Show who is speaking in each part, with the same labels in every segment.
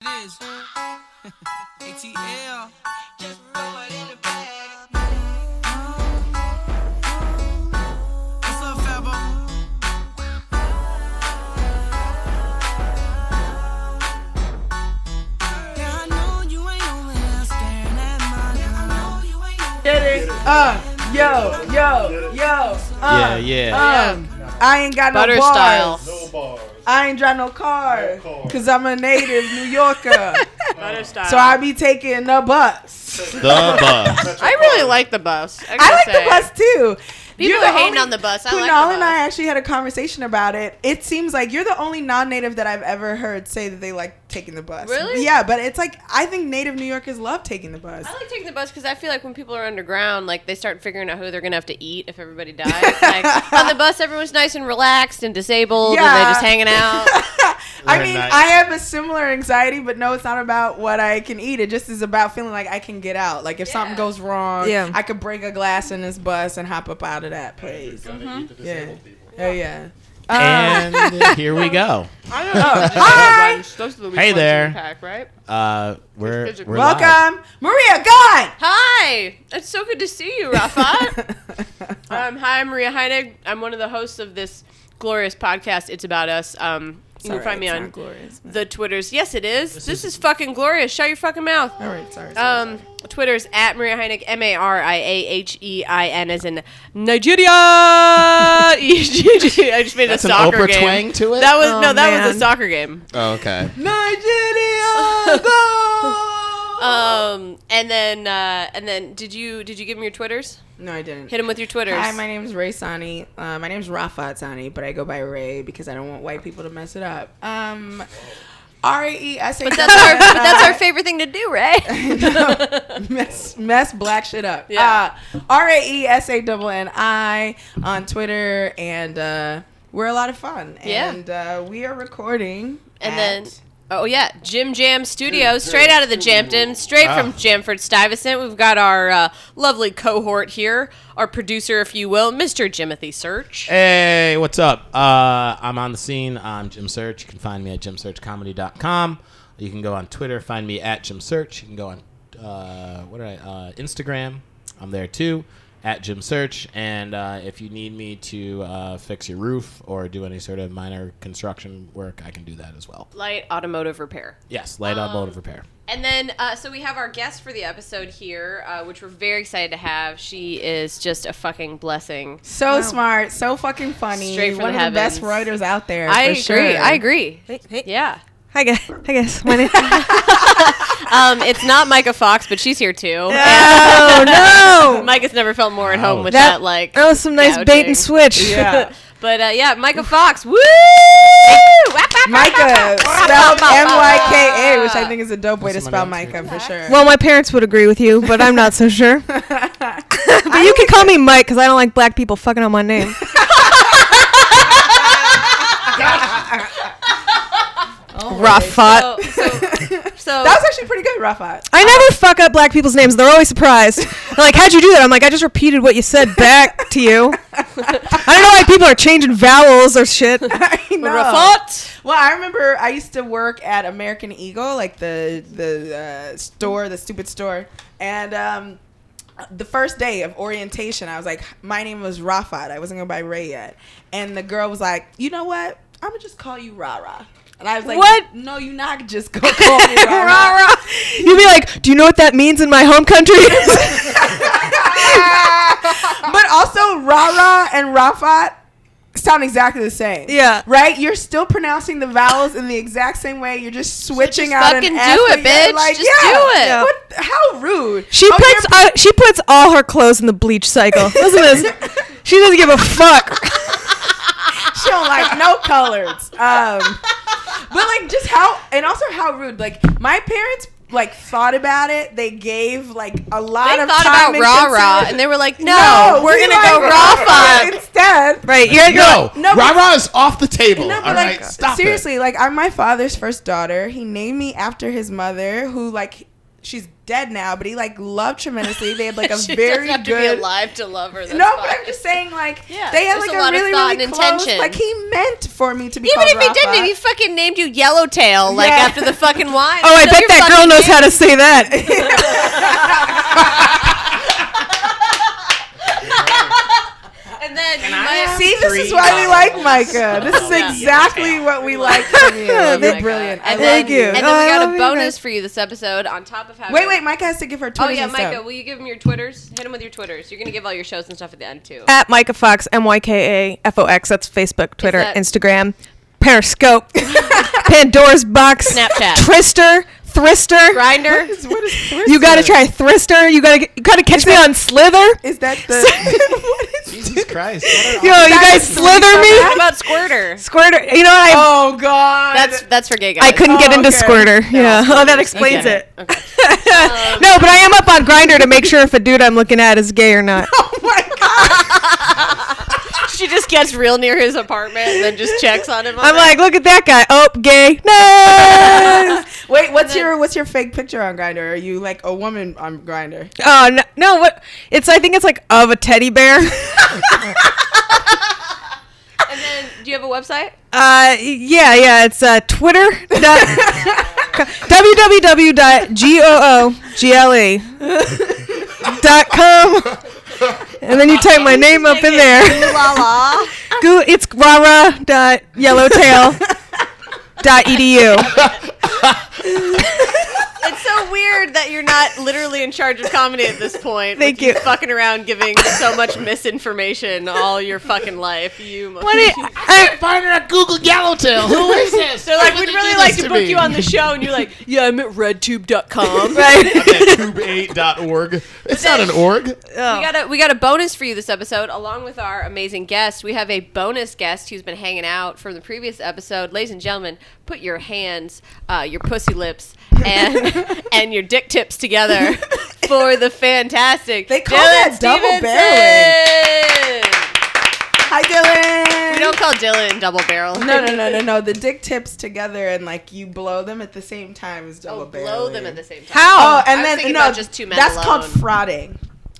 Speaker 1: is. ATL.
Speaker 2: Just roll it in the bag.
Speaker 1: What's up, Fabo? Yeah, I know you ain't over there staring at my Yeah, I know you ain't over
Speaker 3: Get it? Uh, yo, yo, yo. Uh,
Speaker 4: Yeah, yeah.
Speaker 3: Um, I ain't got no
Speaker 5: Butter
Speaker 3: bars.
Speaker 5: style.
Speaker 6: No bars.
Speaker 3: I ain't drive no car,
Speaker 6: No car.
Speaker 3: cause I'm a native New Yorker,
Speaker 5: Butter style.
Speaker 3: so I be taking the bus.
Speaker 4: The bus.
Speaker 5: I really like the bus. I, gotta
Speaker 3: I like the
Speaker 5: say.
Speaker 3: bus too.
Speaker 5: People
Speaker 3: You're the
Speaker 5: are hating
Speaker 3: only-
Speaker 5: on the bus. I
Speaker 3: Kunal
Speaker 5: like the
Speaker 3: and
Speaker 5: bus.
Speaker 3: I actually had a conversation about it. It seems like you're the only non-native that I've ever heard say that they like taking the bus.
Speaker 5: Really?
Speaker 3: Yeah, but it's like I think native New Yorkers love taking the bus.
Speaker 5: I like taking the bus because I feel like when people are underground, like they start figuring out who they're gonna have to eat if everybody dies. like on the bus, everyone's nice and relaxed and disabled, and
Speaker 3: Yeah.
Speaker 5: they're just hanging out.
Speaker 3: I
Speaker 4: Right,
Speaker 3: mean,
Speaker 4: nice.
Speaker 3: I have a similar anxiety, but no, it's not about what I can eat. It just is about feeling like I can get out. Like if something goes wrong,
Speaker 7: Yeah.
Speaker 3: I could break a glass in this bus and hop up out of that place.
Speaker 5: Mm-hmm.
Speaker 3: Yeah. Oh yeah. Uh,
Speaker 4: and here we go.
Speaker 8: I don't know. Just the
Speaker 3: Hi.
Speaker 8: ones- Those are the weak
Speaker 4: Hey
Speaker 8: ones in
Speaker 4: there.
Speaker 8: the pack, right?
Speaker 4: Uh, we're, we're live.
Speaker 3: Welcome, Maria. God.
Speaker 5: Hi, it's so good to see you, Rafa. um, hi, I'm Maria Heinig. I'm one of the hosts of this glorious podcast. It's about us. Um, you
Speaker 3: Sorry,
Speaker 5: can find me
Speaker 3: it's
Speaker 5: on
Speaker 3: not glorious.
Speaker 5: the Twitters. Yes, it is. This, is, fucking glorious. Shut your fucking mouth.
Speaker 3: All right, sorry. sorry.
Speaker 5: Um, Twitter's at Maria Heineck, M A R I A H E I N, as in Nigeria. I just made
Speaker 4: That's
Speaker 5: a
Speaker 4: an
Speaker 5: soccer
Speaker 4: Oprah
Speaker 5: game.
Speaker 4: twang to it.
Speaker 5: That was
Speaker 7: Oh,
Speaker 5: no, that was
Speaker 7: man.
Speaker 5: a soccer game.
Speaker 4: oh, okay.
Speaker 3: Nigeria.
Speaker 5: Um, and then uh, and then did you did you give him your Twitters?
Speaker 3: no, I didn't.
Speaker 5: Hit him with your Twitters.
Speaker 3: Hi, my name's Ray Sani. Uh, my name's Rafa Sani, but I go by Ray because I don't want white people to mess it up. Um, R E S A.
Speaker 5: but that's our but that's our favorite thing to do, right?
Speaker 3: mess mess black shit up.
Speaker 5: Yeah.
Speaker 3: Uh, R A E S A double N I on Twitter, and uh, we're a lot of fun.
Speaker 5: Yeah.
Speaker 3: And uh, we are recording.
Speaker 5: And
Speaker 3: at-
Speaker 5: then Oh yeah, Jim Jam Studios, straight out of the Jampton, straight
Speaker 4: Ah.
Speaker 5: from Jamford Stuyvesant. We've got our uh, lovely cohort here, our producer, if you will, Mr. Jimothy Search.
Speaker 4: Hey, what's up? Uh, I'm on the scene. I'm Jim Search. You can find me at jimsearchcomedy.com. You can go on Twitter. Find me at Jim Search. You can go on uh, what are I, uh, Instagram. I'm there too at Jim Search. And uh, if you need me to uh, fix your roof or do any sort of minor construction work, I can do that as well.
Speaker 5: Light automotive repair.
Speaker 4: Yes, light on automotive repair.
Speaker 5: And then, uh, so we have our guest for the episode here, uh, which we're very excited to have. She is just a fucking blessing.
Speaker 3: So smart, so fucking funny.
Speaker 5: Straight from
Speaker 3: One
Speaker 5: the
Speaker 3: of the best
Speaker 5: heavens.
Speaker 3: writers out there.
Speaker 5: I
Speaker 3: for
Speaker 5: agree.
Speaker 3: Sure.
Speaker 5: I agree.
Speaker 7: Hey, hey.
Speaker 5: Yeah.
Speaker 7: Hi guys. Hi guys. My name.
Speaker 5: Um, it's not Micah Fox, but she's here too.
Speaker 7: oh no.
Speaker 5: Micah's never felt more at home
Speaker 4: Ouch.
Speaker 5: with that,
Speaker 7: That-
Speaker 5: like.
Speaker 7: That was some nice bait
Speaker 5: gouging.
Speaker 7: and switch.
Speaker 3: Yeah.
Speaker 5: But uh, yeah, Micah Fox. Woo!
Speaker 3: Micah spelled M Y K A, which I think is a dope way to
Speaker 4: That's my
Speaker 3: spell
Speaker 4: notes here,
Speaker 3: Micah for sure.
Speaker 7: Well, my parents would agree with you, but I'm not so sure. but you can call me Mike because I don't like black people fucking on my name. Rafat.
Speaker 5: So, so, so
Speaker 3: that was actually pretty good, Rafa.
Speaker 7: I never fuck up black people's names. They're always surprised. They're like, how'd you do that? I'm like, I just repeated what you said back to you. I don't know why people are changing vowels or shit.
Speaker 3: I know.
Speaker 5: Rafat.
Speaker 3: Well, I remember I used to work at American Eagle, like the the uh, store, the stupid store, and um, the first day of orientation, I was like, my name was Rafat. I wasn't gonna buy Ray yet, and the girl was like, you know what? I'm gonna just call you Rara. And I was like,
Speaker 7: What?
Speaker 3: No, you not just gonna call me Rara.
Speaker 7: Rara. You'd be like, do you know what that means in my home country?
Speaker 3: but also Rara and Rafat sound exactly the same.
Speaker 7: Yeah.
Speaker 3: Right? You're still pronouncing the vowels in the exact same way. You're just switching
Speaker 5: just
Speaker 3: out
Speaker 5: fucking
Speaker 3: an
Speaker 5: do
Speaker 3: F,
Speaker 5: it,
Speaker 3: but you're
Speaker 5: bitch. Just do it.
Speaker 7: Yeah.
Speaker 3: What, how rude.
Speaker 7: She
Speaker 3: Oh,
Speaker 7: puts
Speaker 3: you're-
Speaker 7: uh, she puts all her clothes in the bleach cycle. Listen to this. She doesn't give a fuck.
Speaker 3: she don't like no colors. Um But like just how and also how rude. Like my parents like thought about it. They gave like a lot
Speaker 5: They
Speaker 3: of
Speaker 5: thought
Speaker 3: time
Speaker 5: about
Speaker 3: and
Speaker 5: rah
Speaker 3: consider-
Speaker 5: rah, and they were like, "No,
Speaker 3: No,
Speaker 5: we're
Speaker 3: we
Speaker 5: gonna go
Speaker 3: like
Speaker 5: Rafa."
Speaker 3: instead.
Speaker 7: Right? You're, you're
Speaker 4: No,
Speaker 3: no,
Speaker 4: no
Speaker 3: but-
Speaker 4: Rara is off the table.
Speaker 3: No, but
Speaker 4: All
Speaker 3: like
Speaker 4: right, stop it.
Speaker 3: seriously, like I'm my father's first daughter. He named me after his mother, who like she's dead now, but he like loved tremendously. They had like a
Speaker 5: she
Speaker 3: very
Speaker 5: doesn't have to
Speaker 3: good.
Speaker 5: be alive to love her. That's
Speaker 3: no, but
Speaker 5: fine.
Speaker 3: I'm just saying, like,
Speaker 5: Yeah,
Speaker 3: they had
Speaker 5: there's
Speaker 3: like
Speaker 5: a
Speaker 3: a,
Speaker 5: lot of
Speaker 3: really,
Speaker 5: thought
Speaker 3: really
Speaker 5: and
Speaker 3: close.
Speaker 5: intention.
Speaker 3: Like, he meant for me to be
Speaker 5: Even
Speaker 3: called
Speaker 5: if he
Speaker 3: Rafa.
Speaker 5: didn't, he fucking named you Yellowtail, like
Speaker 3: Yeah.
Speaker 5: after the fucking wine.
Speaker 7: Oh, I
Speaker 5: So
Speaker 7: bet
Speaker 5: you're
Speaker 7: that girl
Speaker 5: fucking
Speaker 7: knows how to say that.
Speaker 5: named- And then you might
Speaker 3: See, this is why we like Micah. This is
Speaker 5: Yeah.
Speaker 3: exactly what we like from you.
Speaker 7: Oh my
Speaker 3: You're
Speaker 7: God.
Speaker 3: brilliant. I
Speaker 5: I love
Speaker 7: Thank
Speaker 3: love
Speaker 7: you.
Speaker 5: And then
Speaker 7: I
Speaker 5: we
Speaker 7: love
Speaker 5: got a
Speaker 7: you
Speaker 5: bonus
Speaker 7: guys.
Speaker 5: for you this episode on top of having.
Speaker 3: Wait, wait, Micah has to give her
Speaker 5: Oh
Speaker 3: Twitter.
Speaker 5: yeah, Micah, will you give him your Twitters? Hit him with your Twitters. You're gonna give all your shows and stuff at the end too.
Speaker 7: At Micah Fox, M Y K A F O X. That's Facebook, Twitter,
Speaker 5: that-
Speaker 7: Instagram, Periscope, Pandora's Box,
Speaker 5: Snapchat.
Speaker 7: Twister, Thrister.
Speaker 5: Grinder.
Speaker 3: What is Thrister?
Speaker 7: You gotta try Thrister. You gotta you gotta catch me on Slither.
Speaker 3: Is that the?
Speaker 4: Jesus Christ. What are
Speaker 7: Yo, you guys slither
Speaker 5: How
Speaker 7: me.
Speaker 5: about Squirter?
Speaker 7: Squirter. You know what? I
Speaker 3: oh God.
Speaker 5: That's that's for gay guys.
Speaker 7: I couldn't get
Speaker 3: Oh,
Speaker 7: into
Speaker 3: okay.
Speaker 7: Squirter. yeah. Oh, that explains
Speaker 5: Okay.
Speaker 7: it. no, but I am up on Grinder to make sure if a dude I'm looking at is gay or not.
Speaker 3: oh my God.
Speaker 5: She just gets real near his apartment and then just checks on him. on
Speaker 7: I'm
Speaker 5: that.
Speaker 7: like, look at that guy. Oh, gay. No.
Speaker 3: Wait, what's your what's your fake picture on Grinder? Are you like a woman on Grinder?
Speaker 7: Oh no, no, what? It's I think it's like of a teddy bear.
Speaker 5: And then, do you have a website?
Speaker 7: Uh, yeah, yeah. It's uh, Twitter. dot- www.googlee E dot com, and then you type my name up in there.
Speaker 5: La la.
Speaker 7: Goo- It's rara dot yellowtail dot E edu.
Speaker 5: It's so weird that you're not literally in charge of comedy at this point.
Speaker 7: Thank
Speaker 5: with
Speaker 7: you.
Speaker 5: Fucking around, giving so much misinformation all your fucking life. You.
Speaker 7: What it, I,
Speaker 4: Find her at Google Yellowtail. Who is this?
Speaker 5: They're like, we'd
Speaker 4: They
Speaker 5: really
Speaker 4: do
Speaker 5: like
Speaker 4: this
Speaker 5: to book
Speaker 4: me.
Speaker 5: you on the show, and you're like, yeah, I'm at RedTube.com.
Speaker 7: right.
Speaker 4: At tube8.org. It's not an org.
Speaker 5: We got a we got a bonus for you this episode, along with our amazing guest. We have a bonus guest who's been hanging out from the previous episode. Ladies and gentlemen, put your hands, uh, your pussy lips, and and your dick tips together for the fantastic.
Speaker 3: They call that double
Speaker 5: barreling.
Speaker 3: Hi, Dylan.
Speaker 5: We don't call Dylan double barrel.
Speaker 3: no, no, no, no, no. The dick tips together and like you blow them at the same time is double
Speaker 5: Oh,
Speaker 3: barreling.
Speaker 5: blow them at the same time.
Speaker 7: How?
Speaker 3: Oh, and
Speaker 5: was
Speaker 3: then
Speaker 5: thinking
Speaker 3: no,
Speaker 5: about just two men
Speaker 3: that's
Speaker 5: alone.
Speaker 3: called frauding.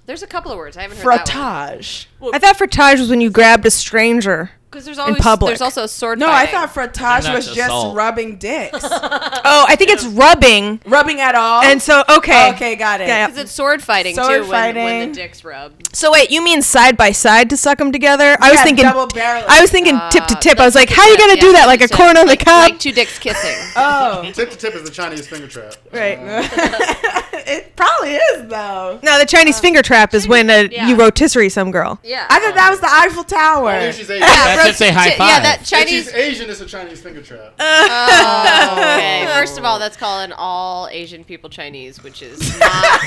Speaker 5: There's a couple of words I haven't heard. that
Speaker 3: Frottage.
Speaker 7: I thought frottage was when you grabbed a stranger.
Speaker 5: Because there's always
Speaker 7: public.
Speaker 5: there's also sword.
Speaker 3: No, I
Speaker 5: fighting.
Speaker 3: thought frottage
Speaker 4: And
Speaker 3: was
Speaker 4: that's
Speaker 3: just
Speaker 4: assault.
Speaker 3: rubbing dicks,
Speaker 7: Oh, I think it's rubbing.
Speaker 3: rubbing at
Speaker 5: Oh.
Speaker 3: all.
Speaker 7: And so okay.
Speaker 3: okay, got it.
Speaker 7: Yeah, yeah.
Speaker 5: because it's sword fighting
Speaker 3: Sword
Speaker 5: too when- When,
Speaker 3: fighting.
Speaker 5: the dicks rub.
Speaker 7: So wait, you mean side by side to suck them together? I was
Speaker 3: Yeah,
Speaker 7: thinking
Speaker 3: double barreling.
Speaker 7: I was thinking tip to
Speaker 5: Uh,
Speaker 7: tip. I was like,
Speaker 5: tip
Speaker 7: how
Speaker 5: to
Speaker 7: you
Speaker 5: tip,
Speaker 7: gonna
Speaker 5: yeah,
Speaker 7: do that?
Speaker 5: tip
Speaker 7: Like
Speaker 5: to
Speaker 7: a
Speaker 5: tip,
Speaker 7: corn on the
Speaker 5: like-
Speaker 7: cob?
Speaker 5: like two dicks kissing.
Speaker 3: oh,
Speaker 6: Tip to tip is the Chinese finger trap.
Speaker 7: right.
Speaker 3: it probably is though.
Speaker 7: No, the Chinese finger trap is when uh
Speaker 5: yeah.
Speaker 7: you rotisserie some girl.
Speaker 5: Yeah.
Speaker 3: I thought that was the Eiffel Tower.
Speaker 6: If she's Asian,
Speaker 5: yeah,
Speaker 4: That's if they high
Speaker 5: Yeah,
Speaker 4: five.
Speaker 5: that
Speaker 6: if she's
Speaker 5: Chinese.
Speaker 6: Asian, it's a Chinese finger trap.
Speaker 5: Oh, okay. First of all, that's calling all Asian people Chinese, which is not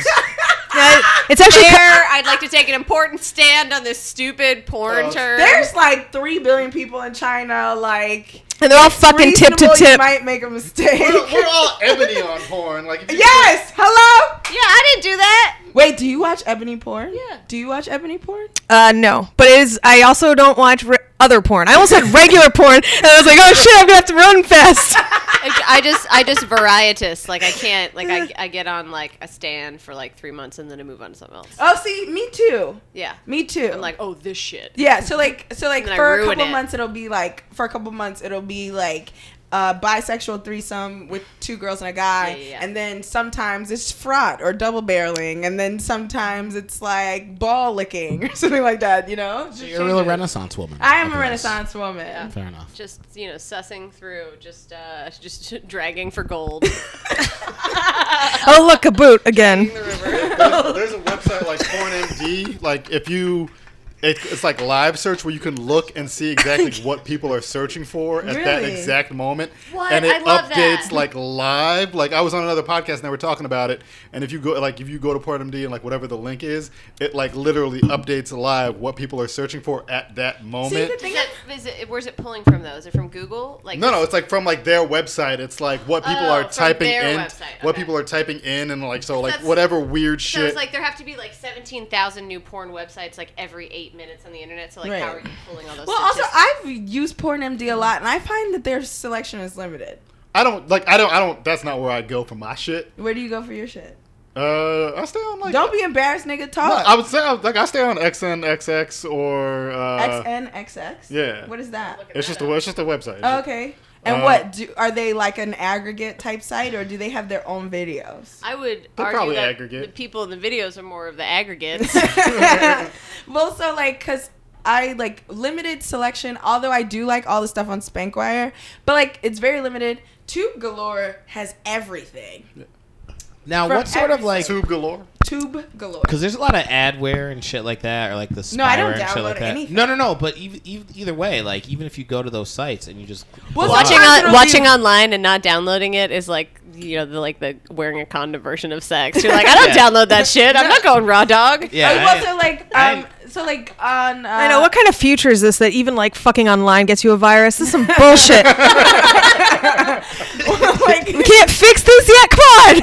Speaker 7: No, it's actually
Speaker 5: fair. I'd like to take an important stand on this stupid porn
Speaker 6: Oh.
Speaker 5: term.
Speaker 3: There's like three billion people in China. Like
Speaker 7: and they're all fucking tip to
Speaker 3: reasonable You
Speaker 7: tip.
Speaker 3: might make a mistake.
Speaker 6: We're, we're all ebony on porn. Like if you
Speaker 3: yes. Hello.
Speaker 5: yeah, I didn't do that.
Speaker 3: Wait. Do you watch ebony porn?
Speaker 5: Yeah.
Speaker 3: Do you watch ebony porn?
Speaker 7: Uh, no, but it is. I also don't watch re- other porn. I almost said regular porn, and I was like, oh shit, I'm gonna have to run fast.
Speaker 5: I I just, I just varietist. Like I can't. Like I, I get on like a stand for like three months and then I move on to something else.
Speaker 3: Oh, see, me too.
Speaker 5: Yeah.
Speaker 3: Me too.
Speaker 5: I'm like, oh, this shit.
Speaker 3: yeah. So like, so like
Speaker 5: And then I
Speaker 3: for a
Speaker 5: ruin
Speaker 3: couple
Speaker 5: it.
Speaker 3: months it'll be like for a couple months it'll be like a bisexual threesome with two girls and a guy,
Speaker 5: Yeah, yeah, yeah.
Speaker 3: and then sometimes it's fraud or double barreling, and then sometimes it's like ball licking or something like that. You know. Just
Speaker 4: You're a real
Speaker 3: changes.
Speaker 4: Renaissance woman.
Speaker 3: I am a
Speaker 4: Okay,
Speaker 3: Renaissance woman.
Speaker 4: that's Fair enough.
Speaker 5: Just you know, sussing through, just uh, just dragging for gold.
Speaker 7: oh look, a boot again.
Speaker 6: there's, there's a website like PornMD. Like if you, it, it's like live search where you can look and see exactly what people are searching for at that
Speaker 3: Really?
Speaker 6: exact moment.
Speaker 5: What?
Speaker 6: And it
Speaker 5: I love
Speaker 6: updates
Speaker 5: that.
Speaker 6: like live. Like I was on another podcast and they were talking about it. And if you go like if you go to PornMD and like whatever the link is, it like literally updates live what people are searching for at that
Speaker 3: See
Speaker 6: moment.
Speaker 3: the thing
Speaker 5: Is that, is it, where's it pulling from though? Is it from Google? Like
Speaker 6: No, no, it's like from like their website. It's like what people
Speaker 5: Oh,
Speaker 6: are
Speaker 5: from
Speaker 6: typing
Speaker 5: their
Speaker 6: in,
Speaker 5: website,
Speaker 6: what
Speaker 5: okay.
Speaker 6: people are typing in, and like so like
Speaker 5: That's-
Speaker 6: whatever weird
Speaker 5: So
Speaker 6: shit.
Speaker 5: it's like there have to be like seventeen thousand new porn websites like every eight minutes on the internet. So like, how
Speaker 3: Right.
Speaker 5: are you pulling all those?
Speaker 3: Well, also
Speaker 5: statistics?
Speaker 3: I've used PornMD a lot, and I find that their selection is limited.
Speaker 6: I don't like. I don't. I don't. That's not where I go for my shit.
Speaker 3: Where do you go for your shit?
Speaker 6: Uh, I stay on like.
Speaker 3: Don't be embarrassed, nigga. Talk.
Speaker 6: No, I would say I- like I stay on XNXX or uh,
Speaker 3: XNXX.
Speaker 6: yeah.
Speaker 3: What is that?
Speaker 6: it's just a it's just a website.
Speaker 3: Oh, okay. And
Speaker 6: Uh,
Speaker 3: what do are they like an aggregate type site or do they have their own videos?
Speaker 5: I would
Speaker 6: They're
Speaker 5: argue
Speaker 6: probably
Speaker 5: that
Speaker 6: aggregate.
Speaker 5: the people in the videos are more of the aggregates.
Speaker 3: well, so like, cause I like limited selection. Although I do like all the stuff on Spankwire, but like it's very limited. Tube Galore has everything.
Speaker 4: Now,
Speaker 3: From
Speaker 4: what sort of
Speaker 3: every-
Speaker 4: like?
Speaker 6: Tube galore.
Speaker 3: Tube Galore.
Speaker 4: Because there's a lot of adware and shit like that, or like the spyware
Speaker 3: No, I don't
Speaker 4: and shit like
Speaker 3: download
Speaker 4: that.
Speaker 3: anything.
Speaker 4: No, no, no. But even, even, either way, like even if you go to those sites and you just
Speaker 3: Well,
Speaker 4: Wow.
Speaker 5: watching
Speaker 3: Sometimes
Speaker 5: on,
Speaker 3: it'll
Speaker 5: watching
Speaker 3: be-
Speaker 5: online and not downloading it is like you know the like the wearing a condom version of sex. You're like, I don't
Speaker 4: Yeah.
Speaker 5: download that shit. I'm not going raw dog.
Speaker 4: yeah,
Speaker 3: Uh,
Speaker 4: I-
Speaker 3: well, so like,
Speaker 4: I-
Speaker 3: um, so like on. Uh,
Speaker 7: I know. What kind of future is this that even like fucking online gets you a virus? This is some bullshit. we
Speaker 3: like,
Speaker 7: can't fix this yet. Come on.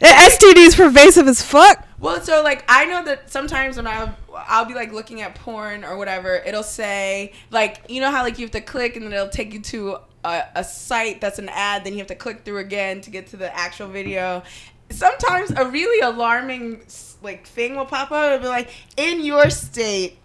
Speaker 7: The STD is pervasive as fuck.
Speaker 3: Well, so like I know that sometimes when I I'll be like looking at porn or whatever, it'll say like you know how like you have to click and then it'll take you to a, a site that's an ad, then you have to click through again to get to the actual video. Sometimes a really alarming s- like thing will pop up and be like, "In your state."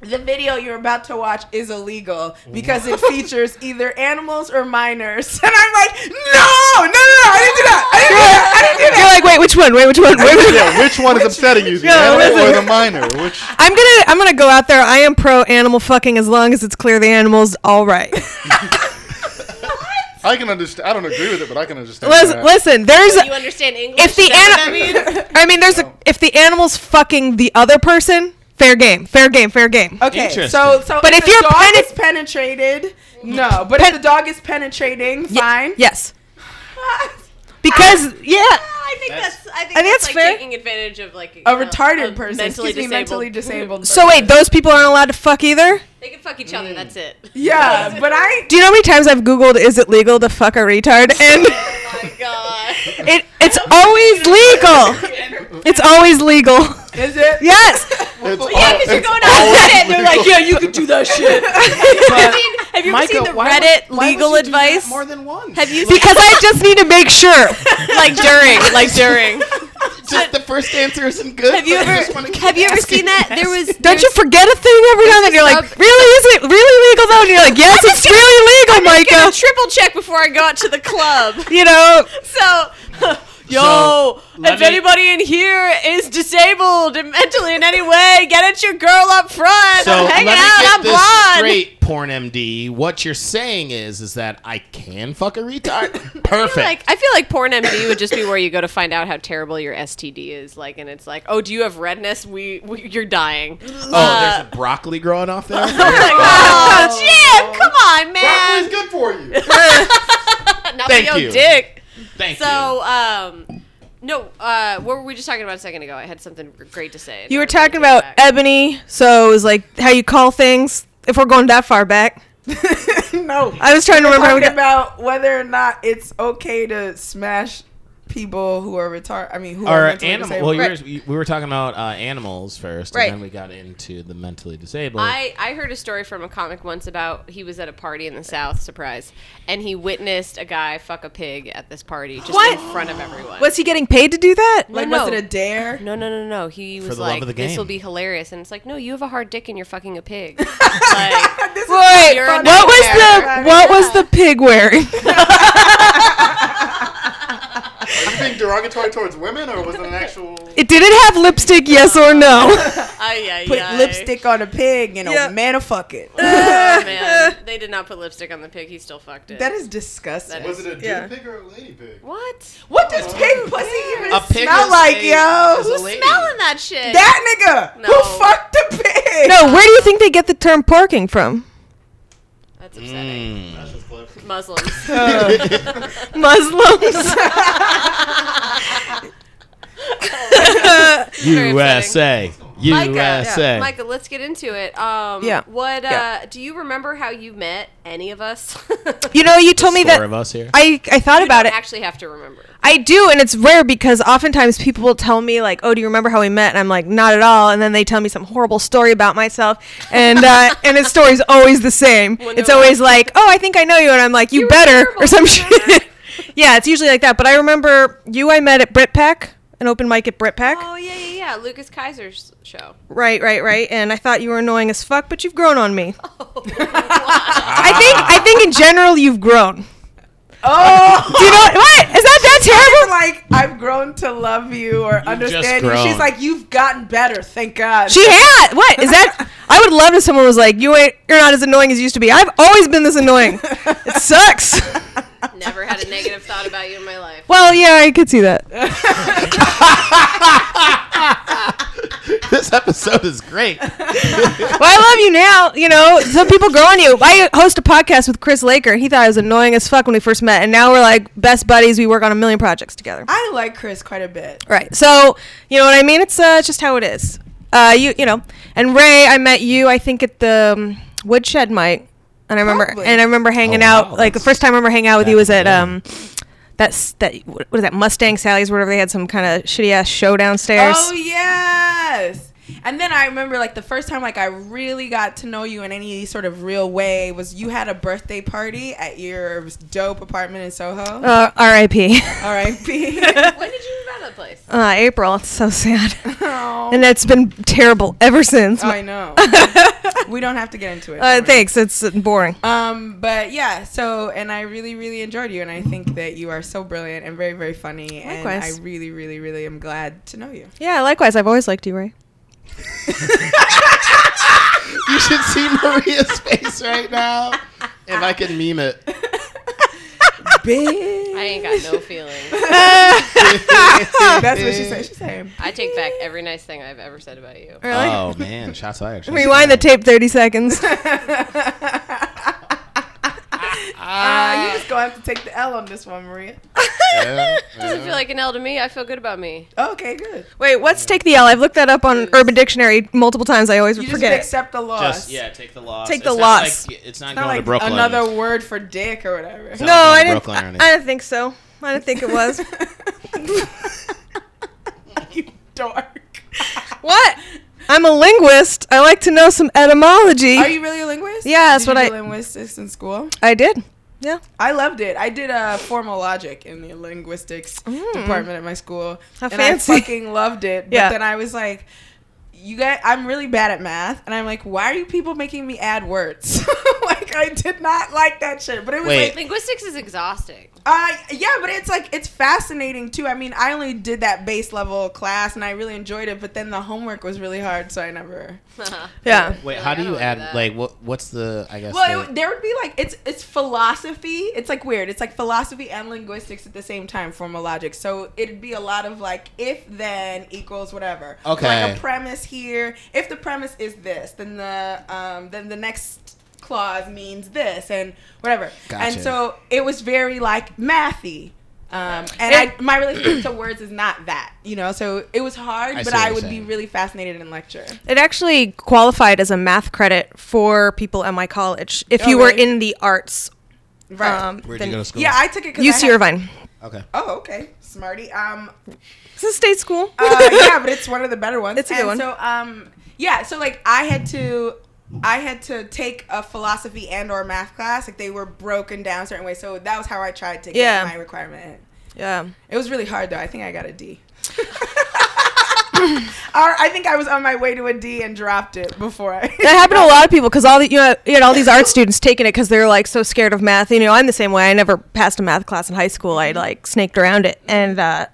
Speaker 3: The video you're about to watch is illegal because it features either animals or minors. And I'm like, no, no, no, no, I didn't do that. I didn't do that. I didn't do that.
Speaker 7: You're like, wait, which one? Wait, which one? Wait, which one?
Speaker 6: Yeah, which one is upsetting you, the
Speaker 7: Yeah,
Speaker 6: animal or
Speaker 7: listen.
Speaker 6: the minor? Which
Speaker 7: I'm gonna I'm gonna go out there. I am pro animal fucking as long as it's clear the animal's all right.
Speaker 6: I can understand. I don't agree with it, but I can understand.
Speaker 7: listen,
Speaker 6: that.
Speaker 7: listen. There's
Speaker 5: You understand English?
Speaker 7: if the animal. I mean, there's a, if the animal's fucking the other person, fair game, fair game, fair game.
Speaker 3: Okay,
Speaker 4: Interesting.
Speaker 3: so so
Speaker 7: But if
Speaker 3: the
Speaker 7: you're
Speaker 3: dog
Speaker 7: penet-
Speaker 3: is penetrated, no. But if the dog is penetrating, fine.
Speaker 7: Yes, because yeah.
Speaker 5: I think that's, I think
Speaker 7: I think
Speaker 5: that's,
Speaker 7: that's
Speaker 5: like
Speaker 7: fair.
Speaker 5: taking advantage of like
Speaker 3: A retarded person, mentally excuse me, mentally disabled.
Speaker 7: So wait, those people aren't allowed to fuck either.
Speaker 5: They can fuck each other. That's it.
Speaker 3: yeah, but I
Speaker 7: Do you know how many times I've Googled "Is it legal to fuck a retard?" and
Speaker 5: Oh my god.
Speaker 7: it it's always legal. It's always legal.
Speaker 3: is it?
Speaker 7: Yes.
Speaker 6: It's
Speaker 5: Yeah,
Speaker 6: all-
Speaker 5: because you're
Speaker 6: it's
Speaker 5: going out with it. They're like, yeah.
Speaker 3: you could do that shit.
Speaker 5: Have you seen- have you ever seen the Reddit legal advice?
Speaker 4: more than one.
Speaker 5: Have you seen
Speaker 7: Because I just need to make sure.
Speaker 5: like during, like during?
Speaker 4: Just the first answer isn't good.
Speaker 5: Have you
Speaker 4: but I
Speaker 5: ever
Speaker 4: just wanna keep
Speaker 5: have you ever
Speaker 4: asking
Speaker 5: seen that?
Speaker 4: and
Speaker 5: There was
Speaker 4: asking.
Speaker 7: Don't you forget a thing every now and then? You're like,
Speaker 5: sub-
Speaker 7: really? Is it really legal though? And you're like, yes, it's really legal,
Speaker 5: Get a
Speaker 7: Micah.
Speaker 5: triple check before I got to the club.
Speaker 7: You know,
Speaker 5: So, yo,
Speaker 4: So, let
Speaker 5: if
Speaker 4: me-
Speaker 5: anybody in here is disabled and mentally in any way, get at your girl up front.
Speaker 4: So
Speaker 5: I'm
Speaker 4: let me
Speaker 5: hanging
Speaker 4: get
Speaker 5: out. I'm
Speaker 4: this
Speaker 5: blonde.
Speaker 4: straight, porn MD. What you're saying is, is that I can fuck a retard.
Speaker 5: I
Speaker 4: Perfect.
Speaker 5: feel like I feel like porn MD would just be where you go to find out how terrible your STD is. Like, and it's like, oh, do you have redness? We, we you're dying.
Speaker 4: oh,
Speaker 5: uh,
Speaker 4: there's a broccoli growing off there.
Speaker 5: Like, oh, Jim, come on, man.
Speaker 6: Broccoli's good for you.
Speaker 5: Not
Speaker 4: Thank
Speaker 5: for your
Speaker 4: you.
Speaker 5: dick.
Speaker 4: Thank you.
Speaker 5: So, um, no, uh, what were we just talking about a second ago? I had something great to say. and I
Speaker 7: you were
Speaker 5: really
Speaker 7: talking
Speaker 5: took it
Speaker 7: about
Speaker 5: back.
Speaker 7: ebony, so it was like how you call things. If we're going that far back,
Speaker 3: no,
Speaker 7: I was trying to remember. How we
Speaker 3: talking
Speaker 7: got,
Speaker 3: about whether or not it's okay to smash people who are retarded. I mean, who are
Speaker 4: Or
Speaker 3: mentally
Speaker 4: animal.
Speaker 3: disabled.
Speaker 4: Well,
Speaker 7: Right.
Speaker 4: you were, we were talking about uh, animals first,
Speaker 7: Right.
Speaker 4: and then we got into the mentally disabled.
Speaker 5: I, I heard a story from a comic once about he was at a party in the South, surprise, and he witnessed a guy fuck a pig at this party just
Speaker 7: What?
Speaker 5: in front of everyone.
Speaker 7: was he getting paid to do that?
Speaker 3: like
Speaker 5: no,
Speaker 3: was
Speaker 5: no.
Speaker 3: it a dare?
Speaker 5: no, no, no, no. He was
Speaker 4: the love
Speaker 5: like,
Speaker 4: of the
Speaker 5: "This will
Speaker 4: game.
Speaker 5: be hilarious," and it's like, "No, you have a hard dick and you're fucking a pig." like,
Speaker 3: This is
Speaker 7: Wait,
Speaker 5: You're
Speaker 7: what
Speaker 5: a
Speaker 7: was
Speaker 3: nightmare.
Speaker 7: the what was the pig wearing?
Speaker 6: Are you being derogatory towards women, or was it an actual?
Speaker 7: It didn't have lipstick, yes or no?
Speaker 5: ay, ay,
Speaker 3: put
Speaker 5: ay.
Speaker 3: lipstick on a pig and
Speaker 7: Yeah.
Speaker 3: a man a fuck it.
Speaker 5: Oh, man, they did not put lipstick on the pig. He still fucked it.
Speaker 3: that is disgusting.
Speaker 5: That
Speaker 6: Was it a dude
Speaker 7: Yeah.
Speaker 6: pig or a lady pig?
Speaker 5: what?
Speaker 3: what does pig pussy even
Speaker 4: A pig
Speaker 3: smell
Speaker 4: is
Speaker 3: like,
Speaker 4: a-
Speaker 3: yo?
Speaker 4: is a
Speaker 3: Who's
Speaker 4: lady.
Speaker 5: Smelling that shit.
Speaker 3: That nigga
Speaker 5: No.
Speaker 3: who fucked the pig.
Speaker 7: no, where do you think they get the term porking from?
Speaker 5: That's upsetting.
Speaker 4: Mm.
Speaker 6: That's just clever.
Speaker 5: Muslims.
Speaker 7: Muslims.
Speaker 5: Very upsetting.
Speaker 4: USA, USA.
Speaker 5: Micah, let's get into it. Um,
Speaker 7: Yeah.
Speaker 5: What uh,
Speaker 7: Yeah.
Speaker 5: do you remember how you met any of us?
Speaker 7: You know, you told me
Speaker 4: Four
Speaker 7: that
Speaker 4: of us here.
Speaker 7: I I thought about it.
Speaker 5: Actually, have to remember.
Speaker 7: I do, and it's rare because oftentimes people will tell me like, "Oh, do you remember how we met?" And I'm like, "Not at all." And then they tell me some horrible story about myself, and uh, and his story's always the same.
Speaker 5: Well,
Speaker 7: it's
Speaker 5: no.
Speaker 7: always like, "Oh, I think I know you," and I'm like, "You,
Speaker 5: You were
Speaker 7: better"
Speaker 5: terrible,
Speaker 7: or some
Speaker 5: you
Speaker 7: shit.
Speaker 5: better.
Speaker 7: yeah, it's usually like that. But I remember you. I met at BritPack, an open mic at BritPack.
Speaker 5: Oh yeah, yeah, yeah. Lucas Kaiser's show.
Speaker 7: Right, right, right. And I thought you were annoying as fuck, but you've grown on me. I think I think in general you've grown.
Speaker 3: Oh,
Speaker 7: Do you know what? what? Is that that terrible?
Speaker 3: like I've grown to love you or understand you. She's
Speaker 4: grown.
Speaker 3: like, you've gotten better. Thank God.
Speaker 7: She had what is that? I would love if someone was like, "You ain't, you're not as annoying as you used to be." I've always been this annoying. It sucks.
Speaker 5: Never had a negative thought about you in my life.
Speaker 7: Well, yeah, I could see that.
Speaker 4: this episode is great.
Speaker 7: Well, I love you now. You know, some people grow on you. I host a podcast with Chris Laker, and he thought I was annoying as fuck when we first met, and now we're like best buddies. We work on a million projects together.
Speaker 3: I like Chris quite a bit.
Speaker 7: Right. So you know what I mean? It's uh, it's just how it is. Uh, you you know. And Ray, I met you. I think at the um, Woodshed mic, and I remember
Speaker 3: Probably.
Speaker 7: and I remember hanging
Speaker 4: Oh,
Speaker 7: out.
Speaker 4: wow,
Speaker 7: like the
Speaker 4: that's-
Speaker 7: first time I remember hanging out with you was at
Speaker 4: Yeah.
Speaker 7: um. That's that. What is that? Mustang Sally's, whatever. They had some kind of shitty ass show downstairs.
Speaker 3: Oh yes. And then I remember like the first time like I really got to know you in any sort of real way was you had a birthday party at your dope apartment in Soho.
Speaker 7: Uh, R.I.P.
Speaker 3: All right, B.
Speaker 5: When did you move out of the place?
Speaker 7: Uh, April. It's so sad,
Speaker 3: Oh,
Speaker 7: and it's been terrible ever since.
Speaker 3: I know. we don't have to get into it.
Speaker 7: uh,
Speaker 3: don't worry.
Speaker 7: thanks. It's boring.
Speaker 3: Um, but yeah, so and I really, really enjoyed you, and I think that you are so brilliant and very, very funny,
Speaker 7: Likewise.
Speaker 3: and I really, really, really am glad to know you.
Speaker 7: Yeah. Likewise, I've always liked you, Ray.
Speaker 4: You should see Maria's face right now. If I can meme it.
Speaker 3: Bitch.
Speaker 5: I ain't got no feelings.
Speaker 3: That's what she said. She said,
Speaker 5: I take back every nice thing I've ever said about you.
Speaker 7: Really?
Speaker 4: Oh man, shots fired. shots
Speaker 7: Rewind the
Speaker 4: fired.
Speaker 7: tape thirty seconds.
Speaker 3: uh, "You just gonna have to take the L on this one, Maria."
Speaker 4: Yeah,
Speaker 5: Doesn't feel
Speaker 4: yeah.
Speaker 5: like an L to me. I feel good about me.
Speaker 3: Okay, good.
Speaker 7: Wait, what's take the L? I've looked that up on Urban Dictionary multiple times. I always
Speaker 3: You just
Speaker 7: forget. it.
Speaker 3: accept the loss.
Speaker 4: Just yeah, take the loss.
Speaker 7: Take the
Speaker 4: not
Speaker 7: loss.
Speaker 4: like- it's not
Speaker 3: Not
Speaker 4: going to
Speaker 3: like
Speaker 4: Brooklyn.
Speaker 3: another word for dick or whatever.
Speaker 4: No.
Speaker 7: No, I didn't.
Speaker 4: Brooklyn or
Speaker 7: I,
Speaker 4: anything.
Speaker 7: I didn't think so. I didn't think it was.
Speaker 3: you dork.
Speaker 7: what? I'm a linguist. I like to know some etymology.
Speaker 3: Are you really a linguist?
Speaker 7: Yeah, that's
Speaker 3: Did you
Speaker 7: what
Speaker 3: do
Speaker 7: I-
Speaker 3: linguistics in school.
Speaker 7: I did. Yeah.
Speaker 3: I loved it. I did uh, formal logic in the linguistics department at my school,
Speaker 7: Hmm. How
Speaker 3: and
Speaker 7: fancy.
Speaker 3: I fucking loved it. But
Speaker 7: Yeah.
Speaker 3: then I was like, "You guys, I'm really bad at math," and I'm like, "Why are you people making me add words?" like I did not like that shit. But it was
Speaker 4: Wait.
Speaker 3: like,
Speaker 5: Linguistics is exhausting.
Speaker 3: uh, yeah, but it's like it's fascinating too. I mean, I only did that base level class, and I really enjoyed it. But then the homework was really hard, so I never.
Speaker 7: Yeah.
Speaker 4: Wait, how
Speaker 5: I
Speaker 4: do
Speaker 5: don't
Speaker 4: you
Speaker 5: wanna do
Speaker 4: add
Speaker 5: that.
Speaker 4: like what? What's the? I guess.
Speaker 3: Well,
Speaker 4: the-
Speaker 3: it, there would be like it's it's philosophy. It's like weird. It's like philosophy and linguistics at the same time, formal logic. So it'd be a lot of like if then equals whatever.
Speaker 4: Okay.
Speaker 3: Like a premise here. If the premise is this, then the um then the next clause means this and whatever.
Speaker 4: Gotcha.
Speaker 3: And so it was very like mathy. Um, and I, my relationship to words is not that, you know. So it was hard,
Speaker 4: I see
Speaker 3: but
Speaker 4: what
Speaker 3: I
Speaker 4: you're
Speaker 3: would be
Speaker 4: saying.
Speaker 3: really fascinated in lecture.
Speaker 7: It actually qualified as a math credit for people at my college if
Speaker 3: Oh,
Speaker 7: you were
Speaker 3: really?
Speaker 7: in the arts. Um,
Speaker 4: Where'd
Speaker 7: then-
Speaker 4: you go to school?
Speaker 3: Yeah, I took it because
Speaker 7: UC Irvine.
Speaker 4: okay.
Speaker 3: Oh, okay, smarty. Um,
Speaker 7: It's a state school.
Speaker 3: uh, yeah, but it's one of the better ones.
Speaker 7: It's a good
Speaker 3: And
Speaker 7: one.
Speaker 3: So, um, yeah, so like I had to, I had to take a philosophy and or math class. Like they were broken down certain ways. So that was how I tried to get
Speaker 7: Yeah.
Speaker 3: my requirement.
Speaker 7: yeah.
Speaker 3: It was really hard though. I think I got a D. or I think I was on my way to a D and dropped it before I.
Speaker 7: that happened to a lot of people because all the you, know, you had all these art students taking it because they were like so scared of math. You know, I'm the same way. I never passed a math class in high school. I like snaked around it, and uh,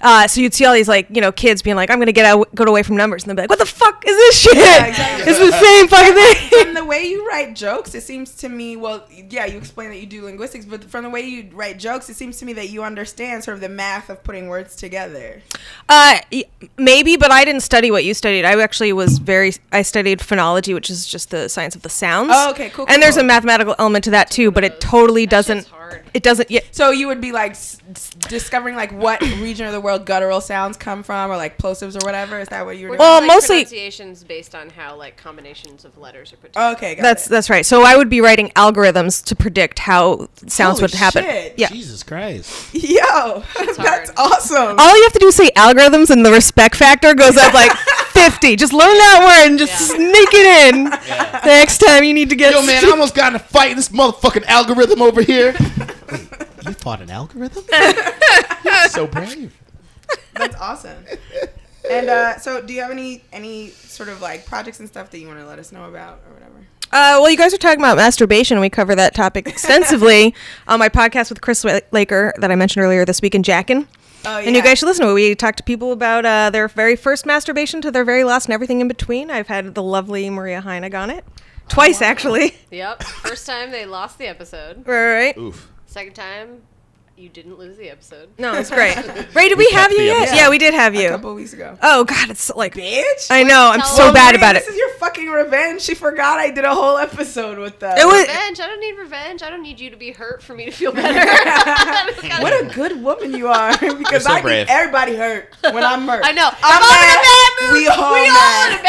Speaker 7: uh, so you'd see all these like you know kids being like, "I'm gonna get out, get away from numbers," and they'd be like, "What the fuck is this shit?
Speaker 3: exactly.
Speaker 7: It's the same fucking thing."
Speaker 3: from the way you write jokes, it seems to me, well, yeah, you explain that you do linguistics, but from the way you write jokes, it seems to me that you understand sort of the math of putting words together.
Speaker 7: Uh, y- maybe, but I didn't study what you studied. I actually was very. I studied phonology, which is just the science of the sounds.
Speaker 3: Oh, okay, cool, cool,
Speaker 7: And there's a
Speaker 3: cool.
Speaker 7: mathematical element to that too, but it totally
Speaker 5: That shit's
Speaker 7: doesn't.
Speaker 5: hard.
Speaker 7: it doesn't yet.
Speaker 3: So you would be like s- s- discovering like what region of the world guttural sounds come from, or like plosives or whatever. Is that what you're?
Speaker 7: Well,
Speaker 5: like
Speaker 7: mostly-
Speaker 5: pronunciations based on how like combinations of letters are put together.
Speaker 3: okay, got
Speaker 7: That's
Speaker 3: it.
Speaker 7: that's right. So I would be writing algorithms to predict how sounds
Speaker 3: Holy
Speaker 7: would happen.
Speaker 3: shit.
Speaker 7: Yeah.
Speaker 4: Jesus Christ.
Speaker 3: yo, that's
Speaker 5: hard.
Speaker 3: awesome.
Speaker 7: All you have to do is say algorithms, and the respect factor goes up like fifty. Just learn that word and just sneak it in. Next time you need to get.
Speaker 4: Yo, man, I almost got in a fight in this motherfucking algorithm over here. you fought an algorithm? You're so brave.
Speaker 3: That's awesome. And uh, so, do you have any any sort of like projects and stuff that you want to let us know about or whatever?
Speaker 7: Uh, well, you guys are talking about masturbation. We cover that topic extensively on my podcast with Chris Wa- Laker that I mentioned earlier this week in Jackin.
Speaker 3: Oh,
Speaker 7: And you guys should listen to it. We talk to people about uh, their very first masturbation to their very last and everything in between. I've had the lovely Maria Heinig on it.
Speaker 3: Oh,
Speaker 7: Twice, actually.
Speaker 5: Yep. First time they lost the episode.
Speaker 7: Right, right.
Speaker 4: Oof.
Speaker 5: Second time, you didn't lose the episode.
Speaker 7: No, it's great. Ray, did we, have you
Speaker 4: the
Speaker 7: yet?
Speaker 4: episode.
Speaker 7: Yeah, we did have
Speaker 3: a
Speaker 7: you.
Speaker 3: couple weeks ago.
Speaker 7: Oh, God, it's like.
Speaker 3: Bitch,
Speaker 7: I know, I'm
Speaker 5: Tell
Speaker 7: so
Speaker 5: them,
Speaker 7: bad
Speaker 3: Maria,
Speaker 7: about it.
Speaker 3: This is your fucking revenge. She forgot I did a whole episode with the.
Speaker 7: It was.
Speaker 5: Revenge. I don't need revenge. I don't need you to be hurt for me to feel better. what
Speaker 3: What a good woman you are because
Speaker 4: so
Speaker 3: I
Speaker 4: brave.
Speaker 3: think everybody hurt when I'm hurt.
Speaker 5: I know.
Speaker 3: I'm
Speaker 5: I'm,
Speaker 7: Uh,
Speaker 3: mad.
Speaker 5: all in a bad mood.
Speaker 3: We
Speaker 5: We
Speaker 3: all
Speaker 5: all,
Speaker 3: mad.
Speaker 5: in a